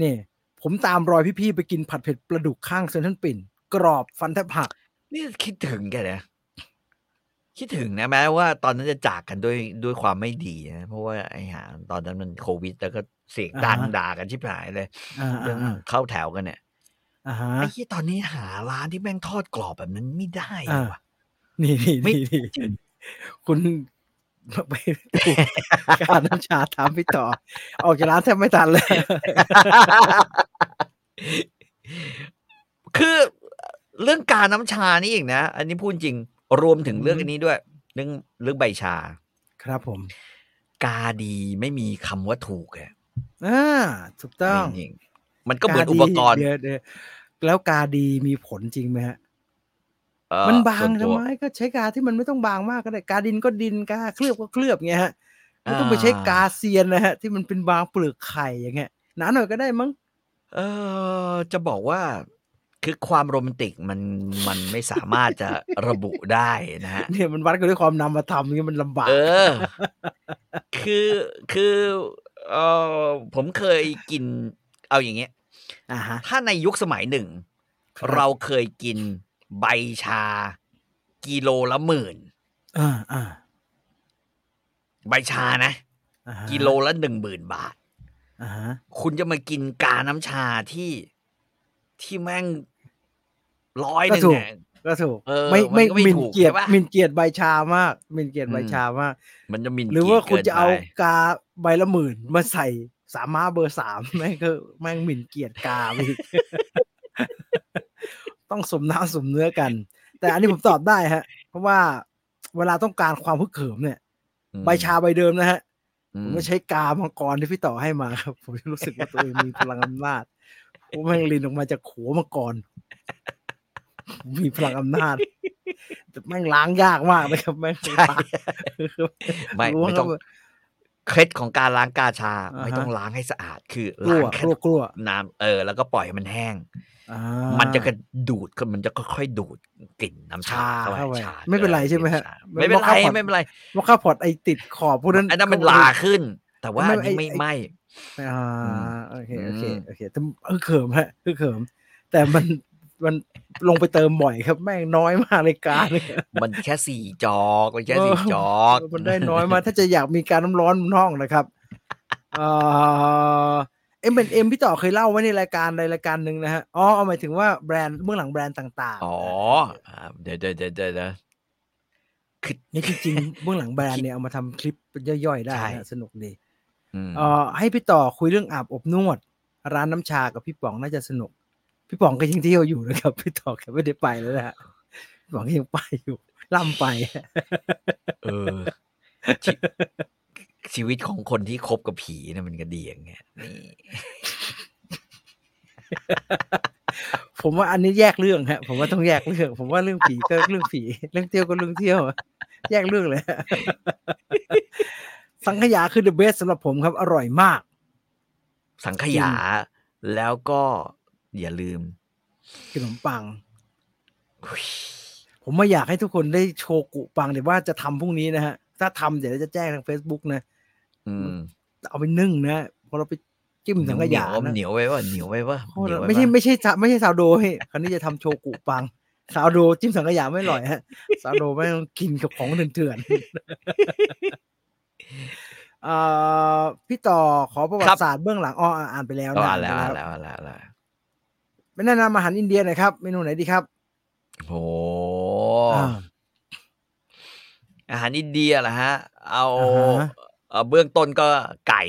Speaker 1: นี่ผมตามรอยพี่ ๆ ไปกินผัดเผ็ดปลาดุกข้างเซนทรัลปิ่น กรอบฟันแทบหัก
Speaker 2: นี่คิดถึงแกนะคิดถึงนะแม้ว่าตอนนั้นจะจากกันด้วยด้วยความไม่ดีนะเพราะว่าไอ้หาตอนนั้นมันโควิด แล้วก็เสียงดัง
Speaker 1: อ่าฮะ
Speaker 2: ด่ากันชิบหายเลย
Speaker 1: อ่า
Speaker 2: เรื่อง
Speaker 1: อ่า
Speaker 2: เข้าแถวกันเนี่ย
Speaker 1: อ่าฮะ
Speaker 2: ไอ้ที่ตอนนี้หาร้านที่แม่งทอดกรอบแบบนั้นไม่ได้
Speaker 1: อ่า
Speaker 2: ว่ะ
Speaker 1: นี่นี่
Speaker 2: ไม่
Speaker 1: นี่นี่คุณไปถูกการน้ำชาถามพี่ต่อ ออกจากร้านแทบไม่ทันเลย
Speaker 2: คือเรื่องการน้ำชานี่อีกนะ อันนี้พูดจริง รวมถึงเรื่อง
Speaker 1: อืม
Speaker 2: อันนี้ด้วย เรื่องเรื่องใบชา
Speaker 1: ครับผม
Speaker 2: กาดีไม่มีคำว่าถูกอะ
Speaker 1: อ่าถูกต้อง
Speaker 2: จริงๆมันก็เหมือนอุปกร
Speaker 1: า
Speaker 2: ณ์
Speaker 1: ดีเดี๋ยวเดี๋ยวแล้วกาดีมีผลจริงไหมฮะ
Speaker 2: เอ่อ
Speaker 1: มันบาง
Speaker 2: ส่วน
Speaker 1: ทำ
Speaker 2: ตัว
Speaker 1: ไมก็ใช้กาที่มันไม่ต้องบางมากก็ได้กาดินก็ดินกาเคลือบก็เคลือบเงี้ยฮะไม่ต้องไปใช้กาเซียนนะฮะที่มันเป็นบางเปลือกไข่อย่างเงี้ยหนาหน่อยก็ได้มั้ง
Speaker 2: เออจะบอกว่าคือความโรแมนติกมันมันไม่สามารถจะ ระบุได้นะ ฮะ
Speaker 1: เนี่ยมันวัดกันด้วยความนำมาทำนี่มันลำบาก
Speaker 2: เออ คือคือเออผมเคยกิน เอาอย่างเงี้ย
Speaker 1: อ่าฮะ
Speaker 2: ถ้าในยุคสมัยหนึ่ง
Speaker 1: ครับ
Speaker 2: เราเคยกินใบชา กิโลละหมื่น
Speaker 1: อ่าอ่า
Speaker 2: ใบชานะ
Speaker 1: อ่าฮะ
Speaker 2: กิโลละหนึ่งหมื่นบาท
Speaker 1: อ่าฮะ
Speaker 2: คุณจะมากินกาน้ำชาที่ที่แม่งร้อยหนึ่งเนี่ย
Speaker 1: ก็ถูก
Speaker 2: เออ
Speaker 1: ไม่
Speaker 2: มั
Speaker 1: ไม่
Speaker 2: นก็ไม่
Speaker 1: หมิน
Speaker 2: ถูก
Speaker 1: เกียรติ
Speaker 2: ใช่ปะ
Speaker 1: หมินเกียรติใบชามากหมินเกียรติ
Speaker 2: อืม
Speaker 1: ใบชามาก
Speaker 2: มันจะหมิน
Speaker 1: หรือว่าคุณจะเอา
Speaker 2: กียรติกินไป
Speaker 1: กาใบละหมื่นมาใส่สามมาเบอร์สาม แม่งก็แม่งหมิ่นเกียรติกาไปอีก ต้องสมน้ำสมเนื้อกัน แต่อันนี้ผมตอบได้ฮะ เพราะว่าเวลาต้องการความพึกเขิมเนี่ย
Speaker 2: อืม
Speaker 1: ใบชาใบเดิมนะฮะ
Speaker 2: อื
Speaker 1: ผม มจะใช้กามังกรที่พี่ต่อให้มาครับ ผมจะรู้สึกว่าตัวเองมีพลังอำนาจผมแม่งลินออกมาจากหัวมังกรผมมีพลังอำนาจแต่แม่งล้างยากมากนะครับแม่ง
Speaker 2: ใช่
Speaker 1: ล้าง
Speaker 2: ไม่
Speaker 1: ล้วง
Speaker 2: ไม่ต้อง
Speaker 1: เข้าไป
Speaker 2: เคล็ดของการล้างกาชา
Speaker 1: อ่าฮะ
Speaker 2: ไม่ต้องล้างให้สะอาดคือก
Speaker 1: ลั
Speaker 2: ล้าว งแค่
Speaker 1: กลัวกลัว
Speaker 2: น้ำเออ แล้วก็ปล่อยให้มันแห้ง
Speaker 1: อ่า
Speaker 2: มันจะกระดูดมันจะค่อยๆดูดกลิ่นน้ำชา
Speaker 1: ชา
Speaker 2: เข้าไป
Speaker 1: เข้าไป
Speaker 2: ชา
Speaker 1: ไม่เป็นไรใช่ไหมฮะ
Speaker 2: าไม่เป็นไร
Speaker 1: มันบอกว่า
Speaker 2: ไม่เป็นไร
Speaker 1: ว่าข้าวพอดไอติดขอบพวกนั้น
Speaker 2: อันนั้นมัน
Speaker 1: ก็
Speaker 2: ลาขึ้น แต่ว่า
Speaker 1: ไม่
Speaker 2: อันนี้
Speaker 1: ไม่
Speaker 2: ไม่
Speaker 1: ไอ้
Speaker 2: ไม่
Speaker 1: อ่า
Speaker 2: อืม
Speaker 1: โอเคโอเค
Speaker 2: อืม
Speaker 1: โอเคแต่คือเขิมฮะคือเขิม แต่มันมันลงไปเติมบ่อยครับแม่งน้อยมากเลยการเนี่ย
Speaker 2: มันแค่สี่จอกมันแค่
Speaker 1: เออ
Speaker 2: สี่จอก
Speaker 1: มันได้น้อยมากถ้าจะอยากมีการน้ำร้อนน้อง นะครับเอ่อ็มเป็นเอ็มพี่ต่อเคยเล่าไว้ในรายการใดรายการหนึ่งนะฮะอ๋อเอาหมายถึงว่าแบรนด์เบื้องหลังแบรนด์ต่างๆ
Speaker 2: อ๋ออ่าเดี๋ยวเดี๋ยวเดี๋ยวเดี๋ยว
Speaker 1: นี่จริงๆเบื้องหลังแบรนด์เนี่ยเอามาทำคลิปย่อยๆได้
Speaker 2: ใช่
Speaker 1: นะสนุกดี
Speaker 2: อืม
Speaker 1: เอ่อให้พี่ต่อคุยเรื่องอาบอบนวด ร้านน้ำชากับพี่ป๋องน่าจะสนุก พี่ป๋องก็ยังเที่ยวอยู่นะครับ พี่ต่อแกไม่ได้ไปแล้วนะฮะพี่ป๋องก็ยังไปอยู่ล่ำไป
Speaker 2: เอ อชีชีวิตของคนที่คบกับผีเนี่ยมันก็ดีอย่างเงี้ยนี่
Speaker 1: ผมว่าอันนี้แยกเรื่องฮะ ผมว่าต้องแยกเรื่อง ผมว่าเรื่องผีก็เรื่องผีเรื่องเที่ยวก็เรื่องเที่ยว แยกเรื่องเลยฮะ สังขยาคือเดอะเบสสำหรับผมครับ อร่อยมาก
Speaker 2: สังขยา แล้วก็ อย่าลืม
Speaker 1: ขนมปัง
Speaker 2: อุ๊ย
Speaker 1: ผมไม่อยากให้ทุกคนได้โชกุปังเดี๋ยวว่าจะทำพรุ่งนี้นะฮะ ถ้าทำเดี๋ยวจะแจ้งทาง Facebook นะ
Speaker 2: อืม
Speaker 1: เอาไปนึ่งนะพอเราไปจิ้มสังขยานะ
Speaker 2: เหนียวไว้ว่าเหนียวไว้ว่า
Speaker 1: โคตรไม่ใช่ไม่ใช่ซะไม่ใช่ซาวโดเฮ้ยคราวนี้จะทำโชกุปังซาวโดจิ้มสังขยาไม่อร่อยฮะซาวโดไม่งต้องกินกับของเถื่อนๆ เอ่อพี่ต่อขอประวัติศาสตร์เบื้องหลังอ๋ออ่านไปแล้ว
Speaker 2: แล้ว
Speaker 1: นะ
Speaker 2: อ่านแล้ว
Speaker 1: อ่า
Speaker 2: อ่าน
Speaker 1: นไป
Speaker 2: แล้
Speaker 1: แล้ว
Speaker 2: วอ่านแล้วอ่านแล้ว
Speaker 1: ไม่แนะนำอาหารอินเดียหน่อยครับ เมนูไหนดีครับ
Speaker 2: โห
Speaker 1: า
Speaker 2: อาหารอินเดียเหรอฮะ เอา
Speaker 1: อ่าฮะ
Speaker 2: เอาเบื้องต้นก็ไก่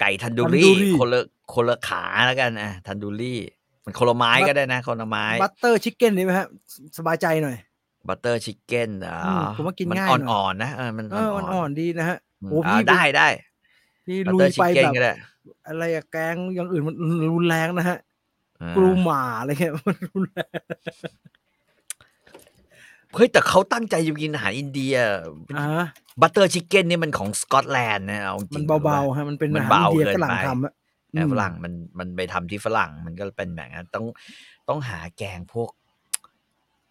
Speaker 2: ไก่ทันดู
Speaker 1: ทันดู
Speaker 2: รี่
Speaker 1: รี่
Speaker 2: คนละคนละขาแล้วกันอ่ะทันดูรี่ มันคนละไม้ก็ได้นะ คนละไม้
Speaker 1: บัตเตอร์ชิคเก้นดีไหมฮะสสบายใจหน่อย
Speaker 2: บัตเตอร์ชิคเก้นอ่ะ
Speaker 1: อืมผมว่ากิน
Speaker 2: มั
Speaker 1: ง่ายหน่อย
Speaker 2: อ่อนๆนะเออมัน
Speaker 1: เออ
Speaker 2: อ่อน
Speaker 1: อ่อนๆดีนะฮะ
Speaker 2: ๆ
Speaker 1: โอ้
Speaker 2: อ่า
Speaker 1: พี่
Speaker 2: ได้ได้
Speaker 1: ที่
Speaker 2: บัต
Speaker 1: ลุ
Speaker 2: เตอย ร์ชิ
Speaker 1: ไป
Speaker 2: คเก้น
Speaker 1: แบบ
Speaker 2: ก็ได้
Speaker 1: อะไรอะแกงอย่างอื่นมันรุนแรงนะฮะ
Speaker 2: อ่า
Speaker 1: กรูหมาอะไรเงี้ย มันรุนแรง
Speaker 2: เฮ้ยแต่เขาตั้งใจจะกินอาหารอินเดีย
Speaker 1: อ่า
Speaker 2: บัตเตอร์ชิคเก้นนี่มันของสกอตแลนด์นะเอาจริง
Speaker 1: มัน
Speaker 2: รู้
Speaker 1: เบา
Speaker 2: ปะ
Speaker 1: ๆฮะมันเป็น
Speaker 2: มั
Speaker 1: อาน หารอินเดีย
Speaker 2: เบาเกิ
Speaker 1: ฝ
Speaker 2: นไป
Speaker 1: รั่งทำอะ
Speaker 2: แต่
Speaker 1: อืม
Speaker 2: ฝรั่งมันมันไปทำที่ฝรั่งมันก็เป็นแบบนั้นต้องต้องหาแกงพวก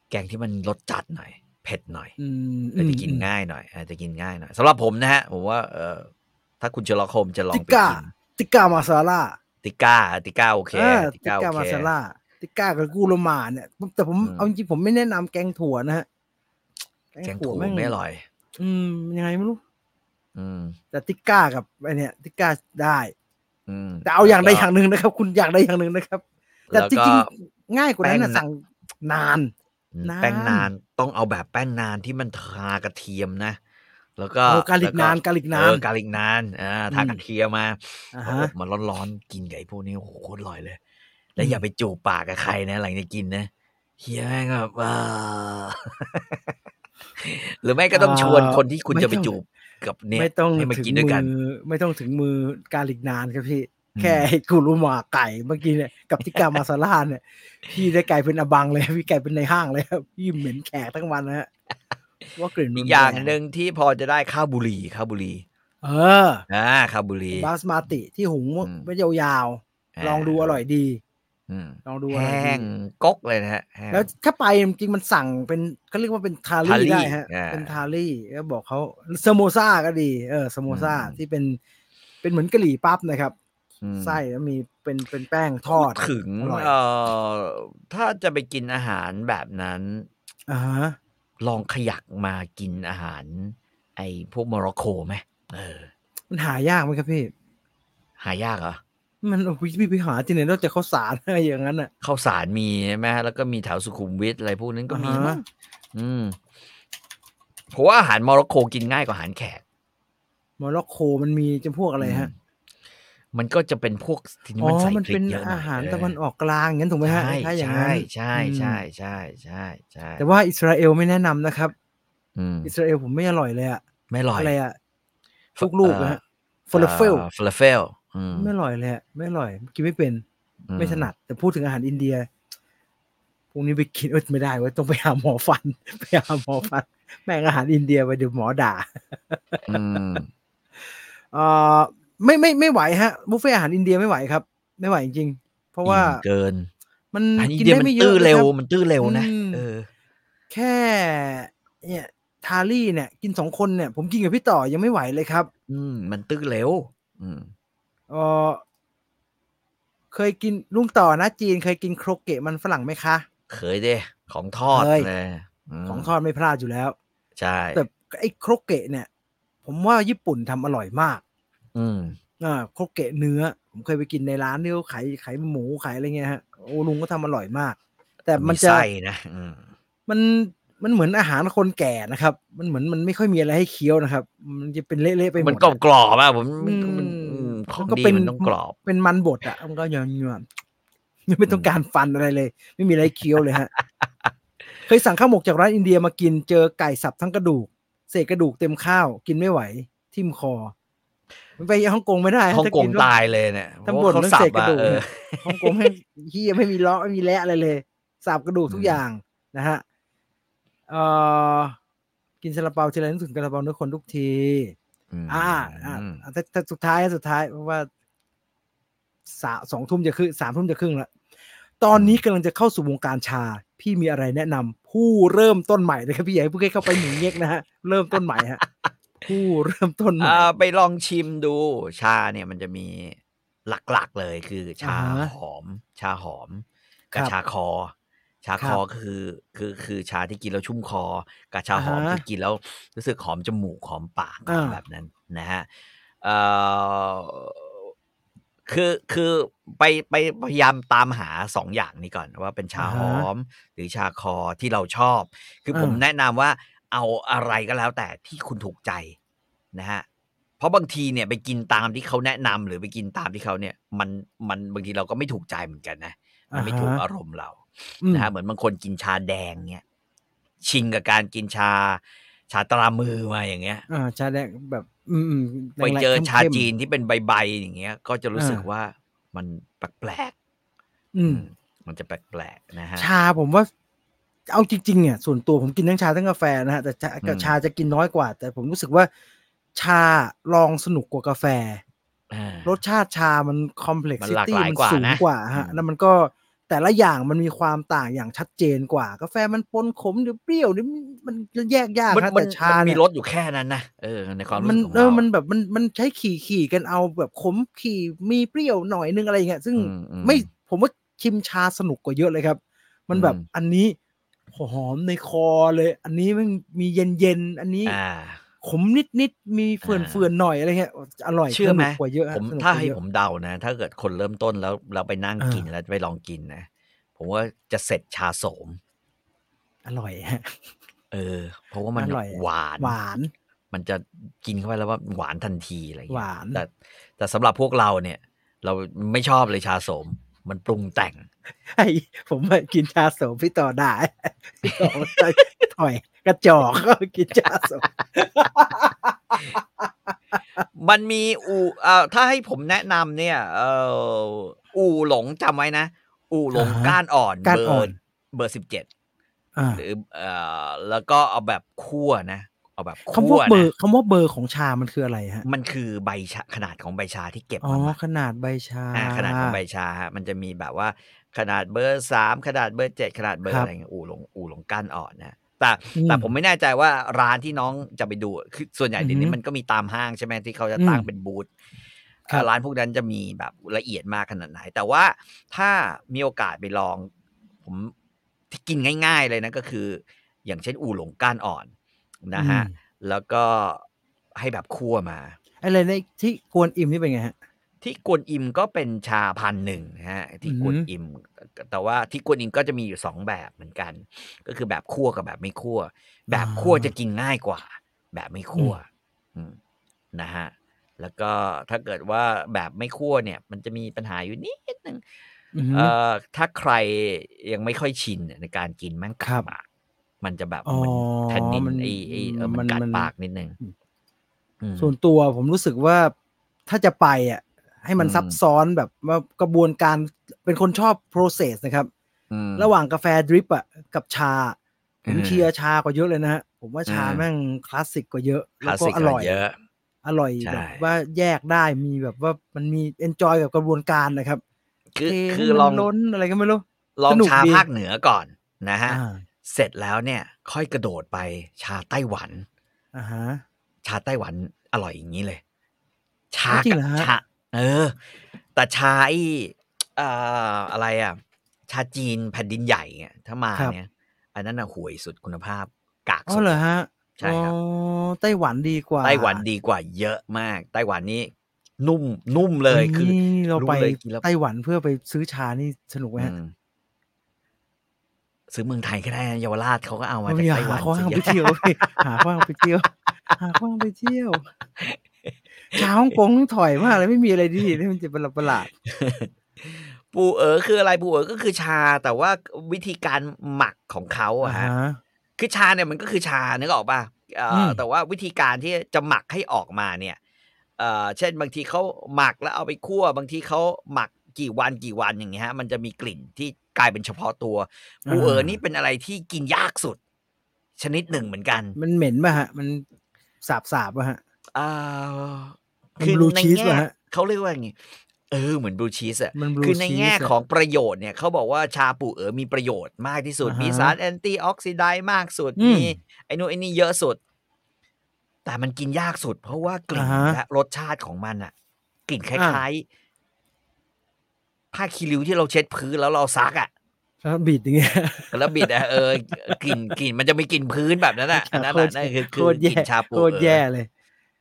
Speaker 2: แกงที่มันรสจัดหน่อย เผ็ดหน่อย
Speaker 1: อืม
Speaker 2: แต่จะกินง่ายหน่อยอาจจะกินง่ายหน่อยสำหรับผมนะฮะผมว่าเออถ้าคุณเชลคมจะลอง
Speaker 1: ติ
Speaker 2: ไป
Speaker 1: ก้า
Speaker 2: กิน
Speaker 1: ติก้ามาซาร่า
Speaker 2: ติก้าติก้าโอเค
Speaker 1: เออ
Speaker 2: ติ
Speaker 1: ติ
Speaker 2: ก้า
Speaker 1: ก้า
Speaker 2: โอ
Speaker 1: มา
Speaker 2: เค
Speaker 1: ซาร่าติก้ากับกูรหมาเนี่ยผมแต่ผม
Speaker 2: อืม
Speaker 1: เอาจริงๆผมไม่แนะนำแกงถั่วนะฮะ
Speaker 2: แกงถั่วไม่อร่อย
Speaker 1: อืมยังไงไม่รู้
Speaker 2: อืม
Speaker 1: แต่ติก้ากับไอเนี่ย ติก้าได้
Speaker 2: อืม
Speaker 1: แต่เอาอย่างใด
Speaker 2: แล้
Speaker 1: อ
Speaker 2: วก็
Speaker 1: ย่างหนึ่งนะครับ คุณอย่างใดอย่างหนึ่งนะครับ แต่
Speaker 2: แล้ว
Speaker 1: จ
Speaker 2: ก็
Speaker 1: ริงๆง่ายกว่านั้นนะ
Speaker 2: แป้ง
Speaker 1: สั่งนาน
Speaker 2: แป้งนาน ต้องเอาแบบแป้งนานที่มันทากระเทียมนะ แล้วก็
Speaker 1: โอ้กาลิ
Speaker 2: แวน
Speaker 1: กานกาลิกนาน
Speaker 2: เออกาลิกนานอ่าทา
Speaker 1: อืม
Speaker 2: กระเทียมมา
Speaker 1: อ่า
Speaker 2: เอา
Speaker 1: ฮะ
Speaker 2: อบมาร้อนๆกินกับไอ้พวกนี้โอ้โหโคตรอร่อยเลย แล้วอย่าไปจูบปากกับใครนะหลังจากกินนะเฮียแม่งแบบอ่า หรือไม่ก็ต้องชวนคนที่คุณจะไปจูบกับเนี่ย
Speaker 1: ไม่ต้อง
Speaker 2: ให้มา
Speaker 1: ถึ
Speaker 2: กิ
Speaker 1: ง
Speaker 2: นด้วย
Speaker 1: มื
Speaker 2: กัน
Speaker 1: อไม่ต้องถึงมือกาลิกนานครับพี่
Speaker 2: อืม
Speaker 1: แค่ไอ้กูรูหมาไก่เมื่อกี้เนี่ยกับทิกามาซาร่าเนี่ยพี่ได้ไก่เป็นอบังเลยพี่ไก่เป็นในห้างเลยครับพี่เหม็นแขกทั้งวันนะฮะว่ากลิ่นรุ
Speaker 2: อี
Speaker 1: น
Speaker 2: ก
Speaker 1: แร
Speaker 2: อย่างหนึ่งที่พอจะได้ข้าวบุหรี่ข้าวบุหรี่
Speaker 1: เออ
Speaker 2: อ่าข้าวบุหรี่
Speaker 1: บาสมาติที่หุง
Speaker 2: อืม
Speaker 1: ไม่ยาวๆลองดูอร่อยดี
Speaker 2: อืม
Speaker 1: ลองดูอร่อย
Speaker 2: แห้
Speaker 1: ดี
Speaker 2: งก๊อกเลยนะฮะห้ง
Speaker 1: แล้วถ้าไปจริงๆมันสั่งเป็นเขาเรียกว่าเป็นทา
Speaker 2: ทาลี่
Speaker 1: ลี่ได้ฮะ
Speaker 2: อ่า
Speaker 1: เป็นทาลี่ก็บอกเขาสโมซาก็ดีเออสโมซา
Speaker 2: อืม
Speaker 1: ที่เป็นเป็นเหมือนกะหรี่ปั๊บนะครับ
Speaker 2: อืม
Speaker 1: ไส้แล้วมีเป็นเป็นแป้งทอด
Speaker 2: พูถึง
Speaker 1: อร่อย
Speaker 2: เอ่อถ้าจะไปกินอาหารแบบนั้น
Speaker 1: อ่าฮะ
Speaker 2: ลองขยักมากินอาหาร ไอ้พวกโมร็อกโกไหมเออ
Speaker 1: มันหายากไหมครับพี่
Speaker 2: หายากเหรอ
Speaker 1: มันโอ้โหพี่ไปหาที่ไหนนอกจากข้าวสาร อะไรอย่างนั้นอ่ะ
Speaker 2: ข้าวสารมีใช่ไหมแล้วก็มีแถวสุขุมวิทอะไรพวกนั้นก็มี
Speaker 1: อ่าฮะ
Speaker 2: มั้งอืมเพราะว่าอาหารโมร็อกโกกินง่ายกว่าอาหารแขก
Speaker 1: โมร็อกโกมันมีจำพวกอะไรฮะ
Speaker 2: มมันก็จะเป็นพวกที่
Speaker 1: อ๋อ
Speaker 2: มันใส่
Speaker 1: มัน
Speaker 2: พริ
Speaker 1: เป็
Speaker 2: ก
Speaker 1: น
Speaker 2: เยอะหน่อย
Speaker 1: อาหาร
Speaker 2: เ
Speaker 1: ตะวันออกกลางอย่างนั้นถูกไหมฮะ
Speaker 2: ใช่
Speaker 1: ถ้าอย่าง
Speaker 2: ใช่
Speaker 1: นั้น
Speaker 2: ใช่
Speaker 1: อืม
Speaker 2: ใช่ใช่ใช่ใช่
Speaker 1: แต่ว่าอิสราเอลไม่แนะนำนะครับ
Speaker 2: อืม
Speaker 1: อิสราเอลผมไม่อร่อยเลยอะ
Speaker 2: ไม่อร่อย
Speaker 1: อะไรอะทุกลูกนะฮะฟลาเฟล
Speaker 2: ฟลาเฟลอืม
Speaker 1: ไม่อร่อยเลยอะไม่อร่อยกินไม่เป็น
Speaker 2: อื
Speaker 1: ไม่ถนัดแต่พูดถึงอาหารอินเดียพวกนี้ไปกินเออไม่ได้เว้ยต้องไปหาหมอฟัน ไปหาหมอฟัน แม่งอาหารอินเดียไปเดี๋ยวหมอด่า
Speaker 2: อืม
Speaker 1: เออไม่ไม่ไม่ไหวฮะบุฟเฟ่อาหารอินเดียไม่ไหวครับ ไม่ไหวจริงๆเพราะว่า
Speaker 2: อิ่มเกิน
Speaker 1: มัน
Speaker 2: อันนี้
Speaker 1: กิน
Speaker 2: เดียว
Speaker 1: ได้
Speaker 2: มัน
Speaker 1: ไม่เย
Speaker 2: ตื้อ
Speaker 1: อะ
Speaker 2: เร็ว
Speaker 1: นะครับ
Speaker 2: มันตื้อเร็วนะ
Speaker 1: อืม
Speaker 2: เออ
Speaker 1: แค่ เนี่ยทาลี่เนี่ย กินสองคนเนี่ย ผมกินกับพี่ต่อยังไม่ไหวเลยครับ
Speaker 2: อืม มันตื้อเร็ว อืม
Speaker 1: เออเคยกินลุงต่อนะจีน เคยกินโครเกะมันฝรั่งไหมคะ
Speaker 2: เคยเด้ของทอด
Speaker 1: เคย
Speaker 2: เลยม
Speaker 1: ของทอดไม่พลาดอยู่แล้ว
Speaker 2: ใช่
Speaker 1: แต่ไอ้โครกเกะเนี่ย ผมว่าญี่ปุ่นทำอร่อยมาก
Speaker 2: อืม
Speaker 1: อ่าโครกเกะเนื้อ ผมเคยไปกินในร้านที่เขาขายขายหมูขายอะไรเงี้ยฮะโอ้ลุงก็ทำอร่อยมาก แต่มันจะ
Speaker 2: ไส้นะอืม
Speaker 1: มันมันเหมือนอาหารคนแก่นะครับ มันเหมือนมันไม่ค่อยมีอะไรให้เคี้ยวนะครับ มันจะเป็นเละๆไปหมด
Speaker 2: มันกรอบ
Speaker 1: อะ
Speaker 2: กรอบๆอ่ะผมมัน
Speaker 1: อืม
Speaker 2: มันอืมของ
Speaker 1: มันก็
Speaker 2: ดี
Speaker 1: เป็น
Speaker 2: มันต้องกรอบ
Speaker 1: เป็นมันบดอ่ะมันก็ยำยำยังไม่ต้องการฟันอะไรเลย ไม่มีอะไรเคี้ยว เลยฮะ เคยสั่งข้าวหมกจากร้านอินเดียมากินเจอไก่สับทั้งกระดูก เศษกระดูกเต็มข้าว กินไม่ไหว ทิ่มคอ มันไปฮ่องกงไม่ได้ฮะ
Speaker 2: ฮ่อง
Speaker 1: ถ้
Speaker 2: กง
Speaker 1: นแล้ว
Speaker 2: ตายเลยเนี่ย
Speaker 1: ตำบล
Speaker 2: พาะ
Speaker 1: เรื่อง
Speaker 2: ขา
Speaker 1: เศ
Speaker 2: สั
Speaker 1: ษกระดูก
Speaker 2: ออ
Speaker 1: ฮ่ องกงให้เฮียไม่มีเล้อไม่มีแระอะไรเลยสับกระดูกทุก
Speaker 2: อืม
Speaker 1: อย่างนะฮะเออกินซาลาเปาทีไรนึกถึงซาลาเปาเนื้อคนทุกที
Speaker 2: ม
Speaker 1: อ่าอ่าอ่าแต่แต่สุดท้ายสุดท้ายเพราะว่าสาสองทุ่มจะครึ่งสามทุ่มจะครึ่งละตอนนี้กำลังจะเข้าสู่วงการชา พี่มีอะไรแนะนำผู้เริ่มต้นใหม่นะครับพี่ใหญ่ผู้ใกล้เข้าไปหนึ่งเงกนะฮะเริ่มต้นใหม่ ฮะ ผู้เริ่มต้นใหม่
Speaker 2: อ่าไปลองชิมดู ชาเนี่ยมันจะมีหลักๆเลยคือชา
Speaker 1: อ่าฮะ
Speaker 2: หอม ชาหอม
Speaker 1: ค
Speaker 2: กั
Speaker 1: รับ บ
Speaker 2: ชาคอ ชา
Speaker 1: ค
Speaker 2: ครับ อคือคือคือชาที่กินแล้วชุ่มคอ กับชาหอม
Speaker 1: อ่าฮะ
Speaker 2: ที่กินแล้วรู้สึกหอมจมูกหอมปาก
Speaker 1: อ่า
Speaker 2: แบบนั้นนะฮะเอ่อคือคือไปไปพยายามตามหาสองอย่างนี้ก่อนว่าเป็นชา
Speaker 1: อ่า
Speaker 2: ห
Speaker 1: ฮะ
Speaker 2: อม หรือชาคอที่เราชอบ คืออา ผมแนะนำว่าเอาอะไรก็แล้วแต่ที่คุณถูกใจนะฮะ เพราะบางทีเนี่ยไปกินตามที่เขาแนะนำหรือไปกินตามที่เขาเนี่ย มันมันบางทีเราก็ไม่ถูกใจเหมือนกันนะมันไม่ถูก
Speaker 1: อ่าฮะ
Speaker 2: อารมณ์เรา
Speaker 1: อืม
Speaker 2: นะฮะเหมือนบางคนกินชาแดงเนี่ยชินกับการกินชา ชาตรามือมาอย่างเงี้ย
Speaker 1: อ่าชาแดงแบบ อืมอืมแด
Speaker 2: ไป
Speaker 1: งๆ
Speaker 2: เจอชา
Speaker 1: เข้มๆ
Speaker 2: จีนที่เป็นใบๆอย่างเงี้ย ก็จะรู้สึก
Speaker 1: อ่า
Speaker 2: ว่ามันแปลก
Speaker 1: อื
Speaker 2: ๆ
Speaker 1: ม
Speaker 2: อืมมันจะแปลกๆนะฮะ
Speaker 1: ชาผมว่าเอาจริงๆเนี่ยส่วนตัวผมกินทั้งชาทั้งกาแฟนะฮะแต่ชา
Speaker 2: อืม
Speaker 1: ชาจะกินน้อยกว่า แต่ผมรู้สึกว่าชาลองสนุกกว่ากาแฟ
Speaker 2: อ่า
Speaker 1: รสชาติชามันคอมเพล็ก
Speaker 2: มัน
Speaker 1: ซิ
Speaker 2: หลาก
Speaker 1: ตี้
Speaker 2: หลาย
Speaker 1: มัน
Speaker 2: กว่า
Speaker 1: สูง
Speaker 2: นะ
Speaker 1: กว่าฮะ
Speaker 2: อืม
Speaker 1: แล้วมันก็แต่ละอย่างมันมีความต่างอย่างชัดเจนกว่า กาแฟมันปนขมหรือเปรี้ยวหรือมันแยกยาก
Speaker 2: มัน
Speaker 1: นะ
Speaker 2: มั
Speaker 1: แต่
Speaker 2: น
Speaker 1: ชา
Speaker 2: มันมี
Speaker 1: เนี่ย
Speaker 2: รสอยู่แค่นั้นนะเออในความรู้
Speaker 1: มัน
Speaker 2: สึกของ
Speaker 1: เอ
Speaker 2: เรา
Speaker 1: อ
Speaker 2: ม
Speaker 1: มันแบบมันมันใช้ขี่ขี่กันเอาแบบขมขี่มีเปรี้ยวหน่อยนึงอะไรอย่างเงี้ยซึ่ง
Speaker 2: อือื
Speaker 1: ไม่ผมว่าชิมชาสนุกกว่าเยอะเลยครับ มันแบบ
Speaker 2: อืม
Speaker 1: อันนี้หอมในคอเลย อันนี้มันมีเย็นเย็นๆอันนี้
Speaker 2: อ่า
Speaker 1: ขมนิดนิดๆมีเฟื่อน
Speaker 2: อ่า
Speaker 1: เฟื่อนหน่อยอะไรเงี้ยอร่อย
Speaker 2: เชื่อไหม
Speaker 1: สนุกกว่าเยอะฮะ
Speaker 2: ผม
Speaker 1: สนุกกว่
Speaker 2: ถ้าให้
Speaker 1: เยอะ
Speaker 2: ผมเดานะ ถ้าเกิดคนเริ่มต้นแล้วเราไปนั่ง
Speaker 1: อ่ากิ
Speaker 2: กินแล้วไปลองกินนะ ผมว่าจะเสร็จชาโสม
Speaker 1: อร่อยฮะ
Speaker 2: เออ เพราะว่ามัน
Speaker 1: อร่อยอะ
Speaker 2: หวาน
Speaker 1: หวาน
Speaker 2: มันจะกินเข้าไปแล้วว่าหวานทันทีอะไรอย่างเงี้ยว
Speaker 1: หาน
Speaker 2: แต่แต่สำหรับพวกเราเนี่ย เราไม่ชอบเลยชาโสม มันปรุงแต่ง
Speaker 1: ไอ้ผมไปกินชาโสมพี่ต่อได้ พี่ต่อถอยกระจอกก็กินชาโสม
Speaker 2: มันมีอู่เอ่อถ้าให้ผมแนะนำเนี่ย เอ่ออู่หลงจำไว้นะ อู่หลงก้านอ่อน
Speaker 1: การ
Speaker 2: เบอ
Speaker 1: อ่อน
Speaker 2: ร์เบอร์สิบเจ็ด
Speaker 1: อ่า
Speaker 2: หรือเอ่อแล้วก็เอาแบบคั่วนะ เอาแบบ
Speaker 1: คำ
Speaker 2: คั่
Speaker 1: ว่าว เบอ
Speaker 2: นะ
Speaker 1: ร์คำว่าเบอร์ของชามันคืออะไรฮะ
Speaker 2: มันคือใบชาขนาดของใบชาที่เก็บ
Speaker 1: อ๋อ
Speaker 2: มันมา
Speaker 1: ขนาดใบชา
Speaker 2: อ่าขนาดของใบชาฮะมันจะมีแบบว่าขนาดเบอร์สามขนาดเบอร์เจ็ดขนาดเบอร์
Speaker 1: ครับ
Speaker 2: อะไรเงี้ยอู่หลงอู่หลงก้านอ่อนนะแต่
Speaker 1: อืม
Speaker 2: แต่ผมไม่แน่ใจว่าร้านที่น้องจะไปดูคือส่วนใหญ่
Speaker 1: อือฮึ
Speaker 2: เดี๋ยวนี้มันก็มีตามห้างใช่ไหมที่เขาจะตั้งเป็นบูธ
Speaker 1: ครับ
Speaker 2: ร้านพวกนั้นจะมีแบบละเอียดมากขนาดไหน แต่ว่าถ้ามีโอกาสไปลอง ผมที่กินง่าย ๆเลยนะก็คือ อย่างเช่น อู่หลงก้านอ่อนนะฮะ
Speaker 1: อืม
Speaker 2: แล้วก็ให้แบบคั่วมา
Speaker 1: อะไรในที่กวนอิ่มนี่เป็นไงฮะ
Speaker 2: ที่กวนอิมก็เป็นชาพันหนึ่งนะฮะที่กวน
Speaker 1: อือหือ
Speaker 2: อิม แต่ว่าที่กวนอิมก็จะมีอยู่สองแบบเหมือนกัน ก็คือแบบคั่วกับแบบไม่คั่ว แบบคั่วจะกินง่ายกว่า แบบไม่คั่วอืมนะฮะแล้วก็ถ้าเกิดว่าแบบไม่คั่วเนี่ย มันจะมีปัญหาอยู่นิดนึง
Speaker 1: อือหือ
Speaker 2: เอ่อถ้าใครยังไม่ค่อยชินเนี่ยในการกินมัน
Speaker 1: ครับ
Speaker 2: ปากมันจะแบบ
Speaker 1: อ๋อ
Speaker 2: มันแทนนิน
Speaker 1: มัน
Speaker 2: ไอ้ไอ้เออมั
Speaker 1: มัน
Speaker 2: นกัด
Speaker 1: มัน
Speaker 2: ปากนิดนึงอืม
Speaker 1: ส่วนตัวผมรู้สึกว่าถ้าจะไปอ่ะให้มัน
Speaker 2: อืม
Speaker 1: ซับซ้อนแบบว่ากระบวนการเป็นคนชอบ process นะครับ
Speaker 2: อืม
Speaker 1: ระหว่างกาแฟดริปอ่ะกับชา ผม
Speaker 2: อืม
Speaker 1: เชียร์ชากว่าเยอะเลยนะฮะ ผมว่าชา
Speaker 2: อืม
Speaker 1: แม่งคลาสสิกกว่าเยอะ
Speaker 2: ค
Speaker 1: แล้
Speaker 2: ลาว ส
Speaker 1: ก็
Speaker 2: สิก
Speaker 1: อร่อย
Speaker 2: เยอะ
Speaker 1: อร่อย
Speaker 2: ใช่
Speaker 1: แบบว่าแยกได้มีแบบว่ามันมี enjoy กับกระบวนการนะครับ
Speaker 2: คือ
Speaker 1: เทให้
Speaker 2: คือ
Speaker 1: มัน
Speaker 2: ลอง
Speaker 1: ล้นอะไรก็ไม่รู้
Speaker 2: ลอง
Speaker 1: สนุก
Speaker 2: ชา
Speaker 1: ดี
Speaker 2: ภาคเหนือก่อนนะฮะ
Speaker 1: อ่า
Speaker 2: เสร็จแล้วเนี่ย ค่อยกระโดดไปชาไต้หวัน
Speaker 1: อ่าฮะ
Speaker 2: ชาไต้หวันอร่อยอย่างนี้เลย ชา
Speaker 1: จริงเหรอฮะ
Speaker 2: ชาเออ แต่ชาไอ้เอ่ออะไรอ่ะ ชาจีนแผ่นดินใหญ่เนี่ยถ้ามาเนี่ย อันนั้นอ่ะห่วยสุดคุณภาพ กาก
Speaker 1: อ๋
Speaker 2: สุ
Speaker 1: อ
Speaker 2: ด
Speaker 1: เหรอฮะ
Speaker 2: ใช่ครับ
Speaker 1: อ๋อไต้หวันดีกว่า
Speaker 2: ไต้หวันดีกว่าเยอะมาก ไต้หวันนี้นุ่มนุ่มเลยคือ
Speaker 1: นี่เราไป
Speaker 2: ลยกินแล้ว
Speaker 1: ไต้หวันเพื่อไปซื้อชานี่สนุกไหมฮะ
Speaker 2: อืมซื้อเมืองไทยก็ได้นะเยาวราชเขาก็เอามา
Speaker 1: มัน
Speaker 2: จา
Speaker 1: มี
Speaker 2: กไต้
Speaker 1: หา
Speaker 2: หวัน
Speaker 1: ข้อห้าง
Speaker 2: สิ
Speaker 1: ไปเที่ยวพี่หาข้อห้างไปเที่ยว หาข้อห้างไปเที่ยวชาฮ่องกงนี่ถอยมากเลยไม่มีอะไรดีนี่มันจะประหลาด
Speaker 2: ปูเอ๋อคืออะไรปูเอ๋อก็คือชาแต่ว่าวิธีการหมักของเขาอะฮะคือชาเนี่ยมันก็คือชานึกออกป่ะเอ่ออ
Speaker 1: ม
Speaker 2: แต่ว่าวิธีการที่จะหมักให้ออกมาเนี่ยเอ่อเช่นบางทีเขาหมักแล้วเอาไปคั่ว บางทีเขาหมักกี่วันกี่วันอย่างเงี้ยฮะมันจะมีกลิ่นที่กลายเป็นเฉพาะตัวปูเอ๋อนี่เป็นอะไรที่กินยากสุด ชนิดหนึ่งเหมือนกัน
Speaker 1: มันเหม็นป่ะฮะ มันสาบสาบๆป่ะฮะ
Speaker 2: เอ่อ
Speaker 1: มัน
Speaker 2: คือ
Speaker 1: blue
Speaker 2: ใน
Speaker 1: cheese
Speaker 2: แง่
Speaker 1: ป่ะฮะ
Speaker 2: เขาเรียกว่าอย่างงี้เออเหมือนบลูชีสอะ
Speaker 1: มัน blue
Speaker 2: คือในแง่
Speaker 1: cheese ะ
Speaker 2: ของประโยชน์เนี่ยเขาบอกว่าชาปูเอ๋อมีประโยชน์มากที่สุด
Speaker 1: อ่าฮะ
Speaker 2: มีสารแอนตี้ออกซิไดซ์มากสุด
Speaker 1: อืม
Speaker 2: มีไอ้นู่นไอ้นี่เยอะสุด แต่มันกินยากสุด เพราะว่ากลิ่น
Speaker 1: อ่าฮะ
Speaker 2: และรสชาติของมันอะกลิ่นคล
Speaker 1: อ่า
Speaker 2: ้ายๆผ้าคีริวที่เราเช็ดพื้นแล้วเราซักอะ
Speaker 1: แล้วบีดอย่างเงี้ย
Speaker 2: แล้วบิดอะเออกลิ่นกลิ่นมันจะมีกลิ่นพื้นแบบนั้นอะอันนั่น
Speaker 1: โค
Speaker 2: อะ
Speaker 1: ตร
Speaker 2: นั่นคือคื
Speaker 1: โค
Speaker 2: อ
Speaker 1: ตร
Speaker 2: ก
Speaker 1: แย่
Speaker 2: ลิ่นชาปู
Speaker 1: โค
Speaker 2: เอ๋อ
Speaker 1: ตรแย่เลย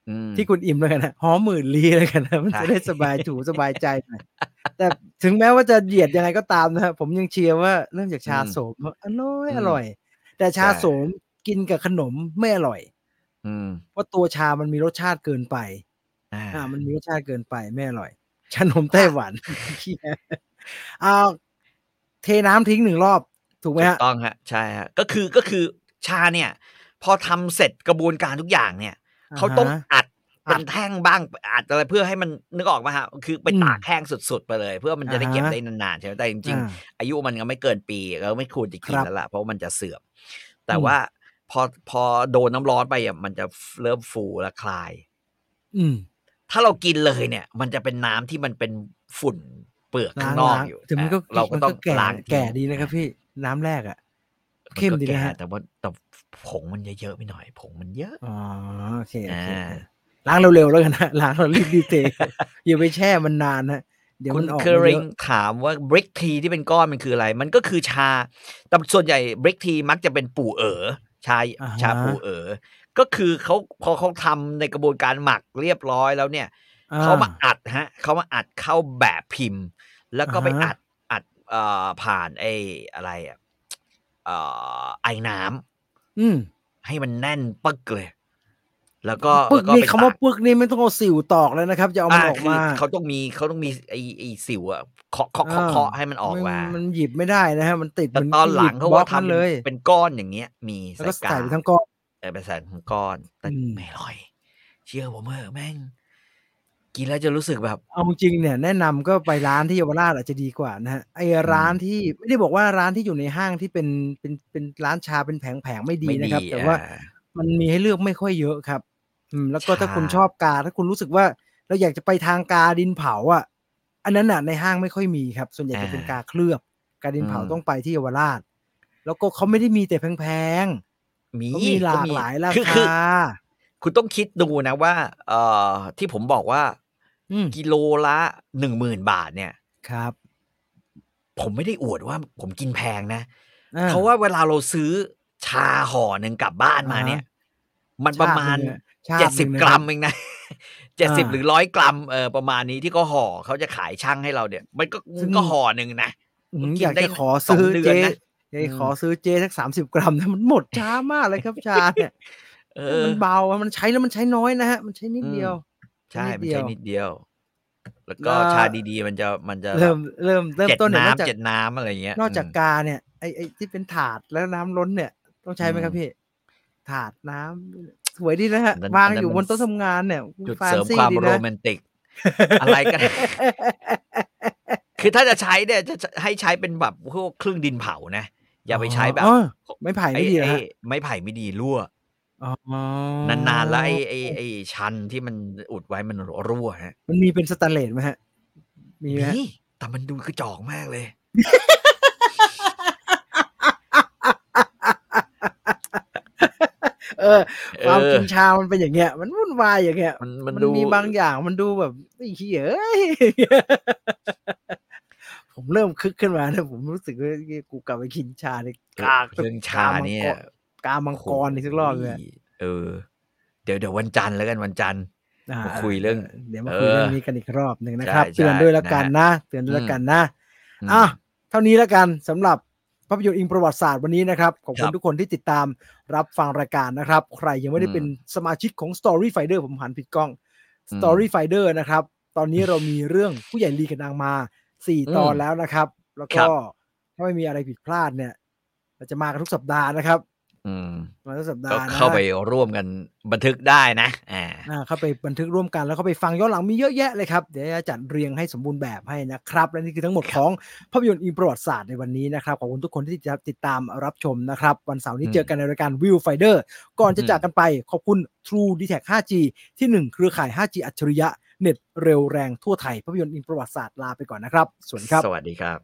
Speaker 2: อืม
Speaker 1: ที่คุณอิ่มแล้วกันนะหอมหมื่นลีแล้วกันนะมัน
Speaker 2: ใช่
Speaker 1: จะได้สบายถูสบายใจหน่อยแต่ถึงแม้ว่าจะเหยียดยังไงก็ตามนะฮะผมยังเชียร์ว่าเริ่มจากชาโสมอร่อยอร่อย แต่ชาโสมกินกับขนมไม่อร่อย
Speaker 2: อืม
Speaker 1: เพราะตัวชามันมีรสชาติเกินไป
Speaker 2: อ่า
Speaker 1: อ่ามันมีรสชาติเกินไปไม่อร่อยชานมไต้หวัน เหี้ยเอาเทน้ำทิ้งหนึ่งรอบ ถูกไหม
Speaker 2: ถูก
Speaker 1: ฮะ
Speaker 2: ต้องฮะใช่ฮะก็คือก็คือชาเนี่ย พอทำเสร็จกระบวนการทุกอย่างเนี่ย
Speaker 1: อ่าฮะ
Speaker 2: เขาต้องอัด
Speaker 1: อั
Speaker 2: เป็
Speaker 1: ด
Speaker 2: นแท่งบ้างอัดอะไรเพื่อให้มันนึกออกมาฮะคือไป
Speaker 1: อืม
Speaker 2: ตากแห้งสุดๆไปเลย เพื่อมันจะได้
Speaker 1: อ่าฮะ
Speaker 2: เก็บได้นานๆใช่ไหมแต่จริง
Speaker 1: อ่า
Speaker 2: ๆ อายุมันก็ไม่เกินปีแล้วไม่ควรจะกิน
Speaker 1: ครับ
Speaker 2: แล้วล่ะเพราะมันจะเสื่อม แต่
Speaker 1: อืม
Speaker 2: ว่าพอพอโดนน้ำร้อนไปอ่ะมันจะเริ่มฟูและคลาย
Speaker 1: อืม
Speaker 2: ถ้าเรากินเลยเนี่ย มันจะเป็นน้ำที่มันเป็นฝุ่นเปลือกข้างนอกอยู่
Speaker 1: แต่มันก็
Speaker 2: อ่ะเราก็ต้อง
Speaker 1: แก่
Speaker 2: ล้างทิ้ง
Speaker 1: แก่ดีนะครับพี่น้ำแรกอ่ะ
Speaker 2: นก็
Speaker 1: เข้มดีนะฮะ
Speaker 2: แก่แต่ว่าแต่ผงมันเยอะๆไปหน่อย ผงมันเยอะ
Speaker 1: อ๋อโอเคโอเค
Speaker 2: อ่า
Speaker 1: ล้างเร็วๆแล้วกันนะ ล้างเรารีบดีเทอย่าไปแช่มันนานนะเดี๋ยว
Speaker 2: คุ
Speaker 1: มั
Speaker 2: ณ
Speaker 1: นออก
Speaker 2: เค
Speaker 1: มาเย
Speaker 2: ริง
Speaker 1: อะ
Speaker 2: ถามว่าบริกทีที่เป็นก้อนมันคืออะไร มันก็คือชา แต่ส่วนใหญ่บริกทีมักจะเป็นปู่เอ๋อชา
Speaker 1: อ่ฮะ
Speaker 2: ชาปู่เอ๋อก็คือเขาพอเขาทำในกระบวนการหมักเรียบร้อยแล้วเนี่ย
Speaker 1: อ่
Speaker 2: เขามาอัดฮะเขามาอัดเข้าแบบพิมพ์ แล้วก็ไป
Speaker 1: อ่าฮะ
Speaker 2: อัดอัดเอ่อผ่านไอ้อะไรอ่ะเอ่อไอ้น้ำ
Speaker 1: อืม
Speaker 2: ให้มันแน่นปึกเลย แล้วก็
Speaker 1: ปึ
Speaker 2: แล้
Speaker 1: ก
Speaker 2: วก็
Speaker 1: นี่
Speaker 2: ไป
Speaker 1: คำว่า
Speaker 2: ตก
Speaker 1: ปึกนี่ไม่ต้องเอาสิวตอกเลยนะครับ จะเอามันออก
Speaker 2: คื
Speaker 1: มา
Speaker 2: เขาต้องมีเขาต้องมีไอไอสิวอะเคาะเคาะ
Speaker 1: อ่า
Speaker 2: เคาะเคาะให้มันออกมาน
Speaker 1: นหยิบไม่ได้นะฮะมันติด
Speaker 2: แต่
Speaker 1: มั
Speaker 2: ตอนหลัง
Speaker 1: บ
Speaker 2: เขา
Speaker 1: บล็
Speaker 2: ว่า
Speaker 1: อก
Speaker 2: ทำ
Speaker 1: เลย
Speaker 2: เป็นก้อนอย่างเงี้ย มี
Speaker 1: แล้วก็
Speaker 2: กา
Speaker 1: ใส่ไปทั้งก้อน
Speaker 2: เออเป็นใส่ทั้งก้อนแต่
Speaker 1: อืม
Speaker 2: ไม่อร่อย เชื่อผมเถอะแม่ง กินแล้วจะรู้สึกแบบ
Speaker 1: เอาจริงเนี่ยแนะนำก็ไปร้านที่เยาวราชอาจจะดีกว่านะฮะไอ้ร้านที่ไม่ได้บอกว่าร้านที่อยู่ในห้างที่เป็นเป็นเป็นร้านชาเป็นแผงแผงๆไม่ดี
Speaker 2: ไม่
Speaker 1: นะครับ
Speaker 2: ดี
Speaker 1: แต่ว่า
Speaker 2: อ่
Speaker 1: มันมีให้เลือกไม่ค่อยเยอะครับ อืม แล้วก็
Speaker 2: ใช่
Speaker 1: ถ้าคุณชอบกา ถ้าคุณรู้สึกว่าเราอยากจะไปทางกาดินเผาอ่ะ อันนั้นน่ะในห้างไม่ค่อยมีครับ ส่วนใหญ่จะเป็นกาเคลือบ กาดินเผาต้องไปที่เยาวราช แล้วก็เขาไม่ได้มีแต่แพงๆ
Speaker 2: มี
Speaker 1: เขามีหลากหลายรา
Speaker 2: คือคือ
Speaker 1: คา
Speaker 2: คุณต้องคิดดูนะว่า เอ่อ ที่ผมบอกว่า
Speaker 1: อืม
Speaker 2: กิโลละหนึ่งหมื่นบาทเนี่ย
Speaker 1: ครับ
Speaker 2: ผมไม่ได้อวดว่าผมกินแพงนะ
Speaker 1: อ่
Speaker 2: เพราะว่าเวลาเราซื้อชาห่อหนึ่งกลับบ้านมา
Speaker 1: อ่าฮะ
Speaker 2: เนี่ย มันประมาณ
Speaker 1: ชาติ
Speaker 2: เจ็ดสิบ
Speaker 1: หนึ่ง
Speaker 2: ก
Speaker 1: นะครั
Speaker 2: รัมเองนะเจ็ดสิบ
Speaker 1: อ่า
Speaker 2: หรือร้อยกรัมเออประมาณนี้ที่เขาห่อเขาจะขายช่างให้เราเนี่ย มันก็
Speaker 1: ซึ่
Speaker 2: มัน
Speaker 1: ง
Speaker 2: ก็ห่อหนึ่งนะ
Speaker 1: อืม
Speaker 2: ผม
Speaker 1: อ
Speaker 2: กิน
Speaker 1: ยาก
Speaker 2: ได้
Speaker 1: จะขอซื้อ
Speaker 2: สองเดือน
Speaker 1: เจ
Speaker 2: นะ
Speaker 1: อยากจะ
Speaker 2: อืม
Speaker 1: ขอซื้อเจสักสามสิบกรัมนะมันหมดช้ามากเลยครับชาเนี่ย
Speaker 2: เออ
Speaker 1: มันเบาอะมันใช้แล้วมันใช้น้อยนะฮะ มันใช้นิด
Speaker 2: อืม
Speaker 1: เดียว
Speaker 2: ใช่
Speaker 1: นิ
Speaker 2: มั
Speaker 1: ด
Speaker 2: น
Speaker 1: เดียว
Speaker 2: ใช่นิดเดียว แล้วก็
Speaker 1: แล้ว
Speaker 2: ชาดีๆ มันจะมันจะ
Speaker 1: เริ่มเริ่มเริ่ม
Speaker 2: เจ็ด
Speaker 1: ต้นเนี่ยนอกจา
Speaker 2: น้ำ
Speaker 1: ก
Speaker 2: เจ็ดน้ำอะไรเงี้ย
Speaker 1: นอกจาก
Speaker 2: ม
Speaker 1: กาเนี่ยไอไอที่เป็นถาดแล้วน้ำล้นเนี่ย ต้องใช้ไหมครับ
Speaker 2: อืม
Speaker 1: พี่ ถาดน้ำสวยดีนะฮะ
Speaker 2: อันนั้น
Speaker 1: วาง
Speaker 2: อันนั้น
Speaker 1: อยู่บ
Speaker 2: มัน น
Speaker 1: โต๊ะทำงานเนี่ย
Speaker 2: จุด
Speaker 1: ฟน
Speaker 2: เสริม
Speaker 1: ซี่
Speaker 2: ความ
Speaker 1: ดี
Speaker 2: โร
Speaker 1: นะ
Speaker 2: แมนติก อะไรกัน คือถ้าจะใช้เนี่ยจะจะให้ใช้เป็นแบบพวกเครื่องดินเผานะ อย่าไปใช้แบบ
Speaker 1: อ๋อไม้ไผ่ไม่ดีเหรอฮะ
Speaker 2: อ้ไม้ไผ่ไม่ดีรั่ว
Speaker 1: อ๋อน
Speaker 2: านๆแล้วไอ้ไอ้ไอ้ชันที่มันอุดไว้มันรั่วฮะ
Speaker 1: มันมีเป็นสแตนเลสไหมฮะ มีไหมฮะ
Speaker 2: นี่แต่มันดูกระจอกมากเลย
Speaker 1: เออความ
Speaker 2: เออ
Speaker 1: กินชามันเป็นอย่างเงี้ย มันวุ่นวายอย่างเงี้ย
Speaker 2: มัน
Speaker 1: มั
Speaker 2: มัน นดู
Speaker 1: มีบางอย่างมันดูแบบไอ้เหี้ยเอ้ย ผมเริ่มคึกขึ้นมานะผมรู้สึกว่ากูกลับไปกินชาเลยกาก
Speaker 2: เรื่องชาเนี่ย
Speaker 1: กามังกรอีกสักรอบเลยอะ
Speaker 2: เออ เดี๋ยวเดี๋ยววันจันทร์แล้วกันวันจันทร์
Speaker 1: อ่
Speaker 2: มาคุยเรื่อง
Speaker 1: เดี๋ยวมาคุยเรื่อง
Speaker 2: เออ
Speaker 1: นี้กันอีกรอบหนึ่งนะครับ
Speaker 2: ใช่ใช่
Speaker 1: เตือนด้วยละกันนะเตือนด้วย
Speaker 2: อื
Speaker 1: ละ
Speaker 2: ม
Speaker 1: กันนะ
Speaker 2: ม
Speaker 1: อ่ะเท่านี้แล้วกันสำหรับภาพยนตร์อิงประวัติศาสตร์วันนี้นะครับขอบ
Speaker 2: ค
Speaker 1: คุ
Speaker 2: รั
Speaker 1: ณ
Speaker 2: บ
Speaker 1: ทุกคนที่ติดตามรับฟังรายการนะครับ ใครยังไม่ได้
Speaker 2: อืม
Speaker 1: เป็นสมาชิกของ Story Finder ผมหันผิดกล้อง
Speaker 2: อืม
Speaker 1: Story Finder นะครับ ตอนนี้เรามีเรื่อง ผู้ใหญ่ลีกับนางมา 4 ตอน
Speaker 2: อืม
Speaker 1: แล้วนะครับ แล้ว
Speaker 2: ครั
Speaker 1: ก็
Speaker 2: บ
Speaker 1: ถ้าไม่มีอะไรผิดพลาดเนี่ย เราจะมากันทุกสัปดาห์นะครับ
Speaker 2: อืม
Speaker 1: มาทุกสัปดา
Speaker 2: ก็
Speaker 1: ห์นะ
Speaker 2: เข้าไปร่วมกันบันทึกได้นะอ่า
Speaker 1: อ่าเข้าไปบันทึกร่วมกันแล้วเข้าไปฟังย้อนหลังมีเยอะแยะเลยครับเดี๋ยวจะจัดเรียงให้สมบูรณ์แบบให้นะครับ และนี่คือทั้งหมดของ ภาพยนตร์อิงประวัติศาสตร์ในวันนี้นะครับ ขอบคุณทุกคนที่จะติดตามรับชมนะครับ วันเสาร์นี้
Speaker 2: อืม
Speaker 1: เจอกันในรายการวิวไฟเดอร์ก่อนจะ
Speaker 2: อืม
Speaker 1: จากกันไปขอบคุณ True d t a c 5G ที่ 1 เครือข่าย 5G อัจฉริยะ เน็ตเร็วแรงทั่วไทย ภาพยนตร์อิงประวัติศาสตร์ลาไปก่อนนะครับ สวัสดีครับ
Speaker 2: สวัสดีครับ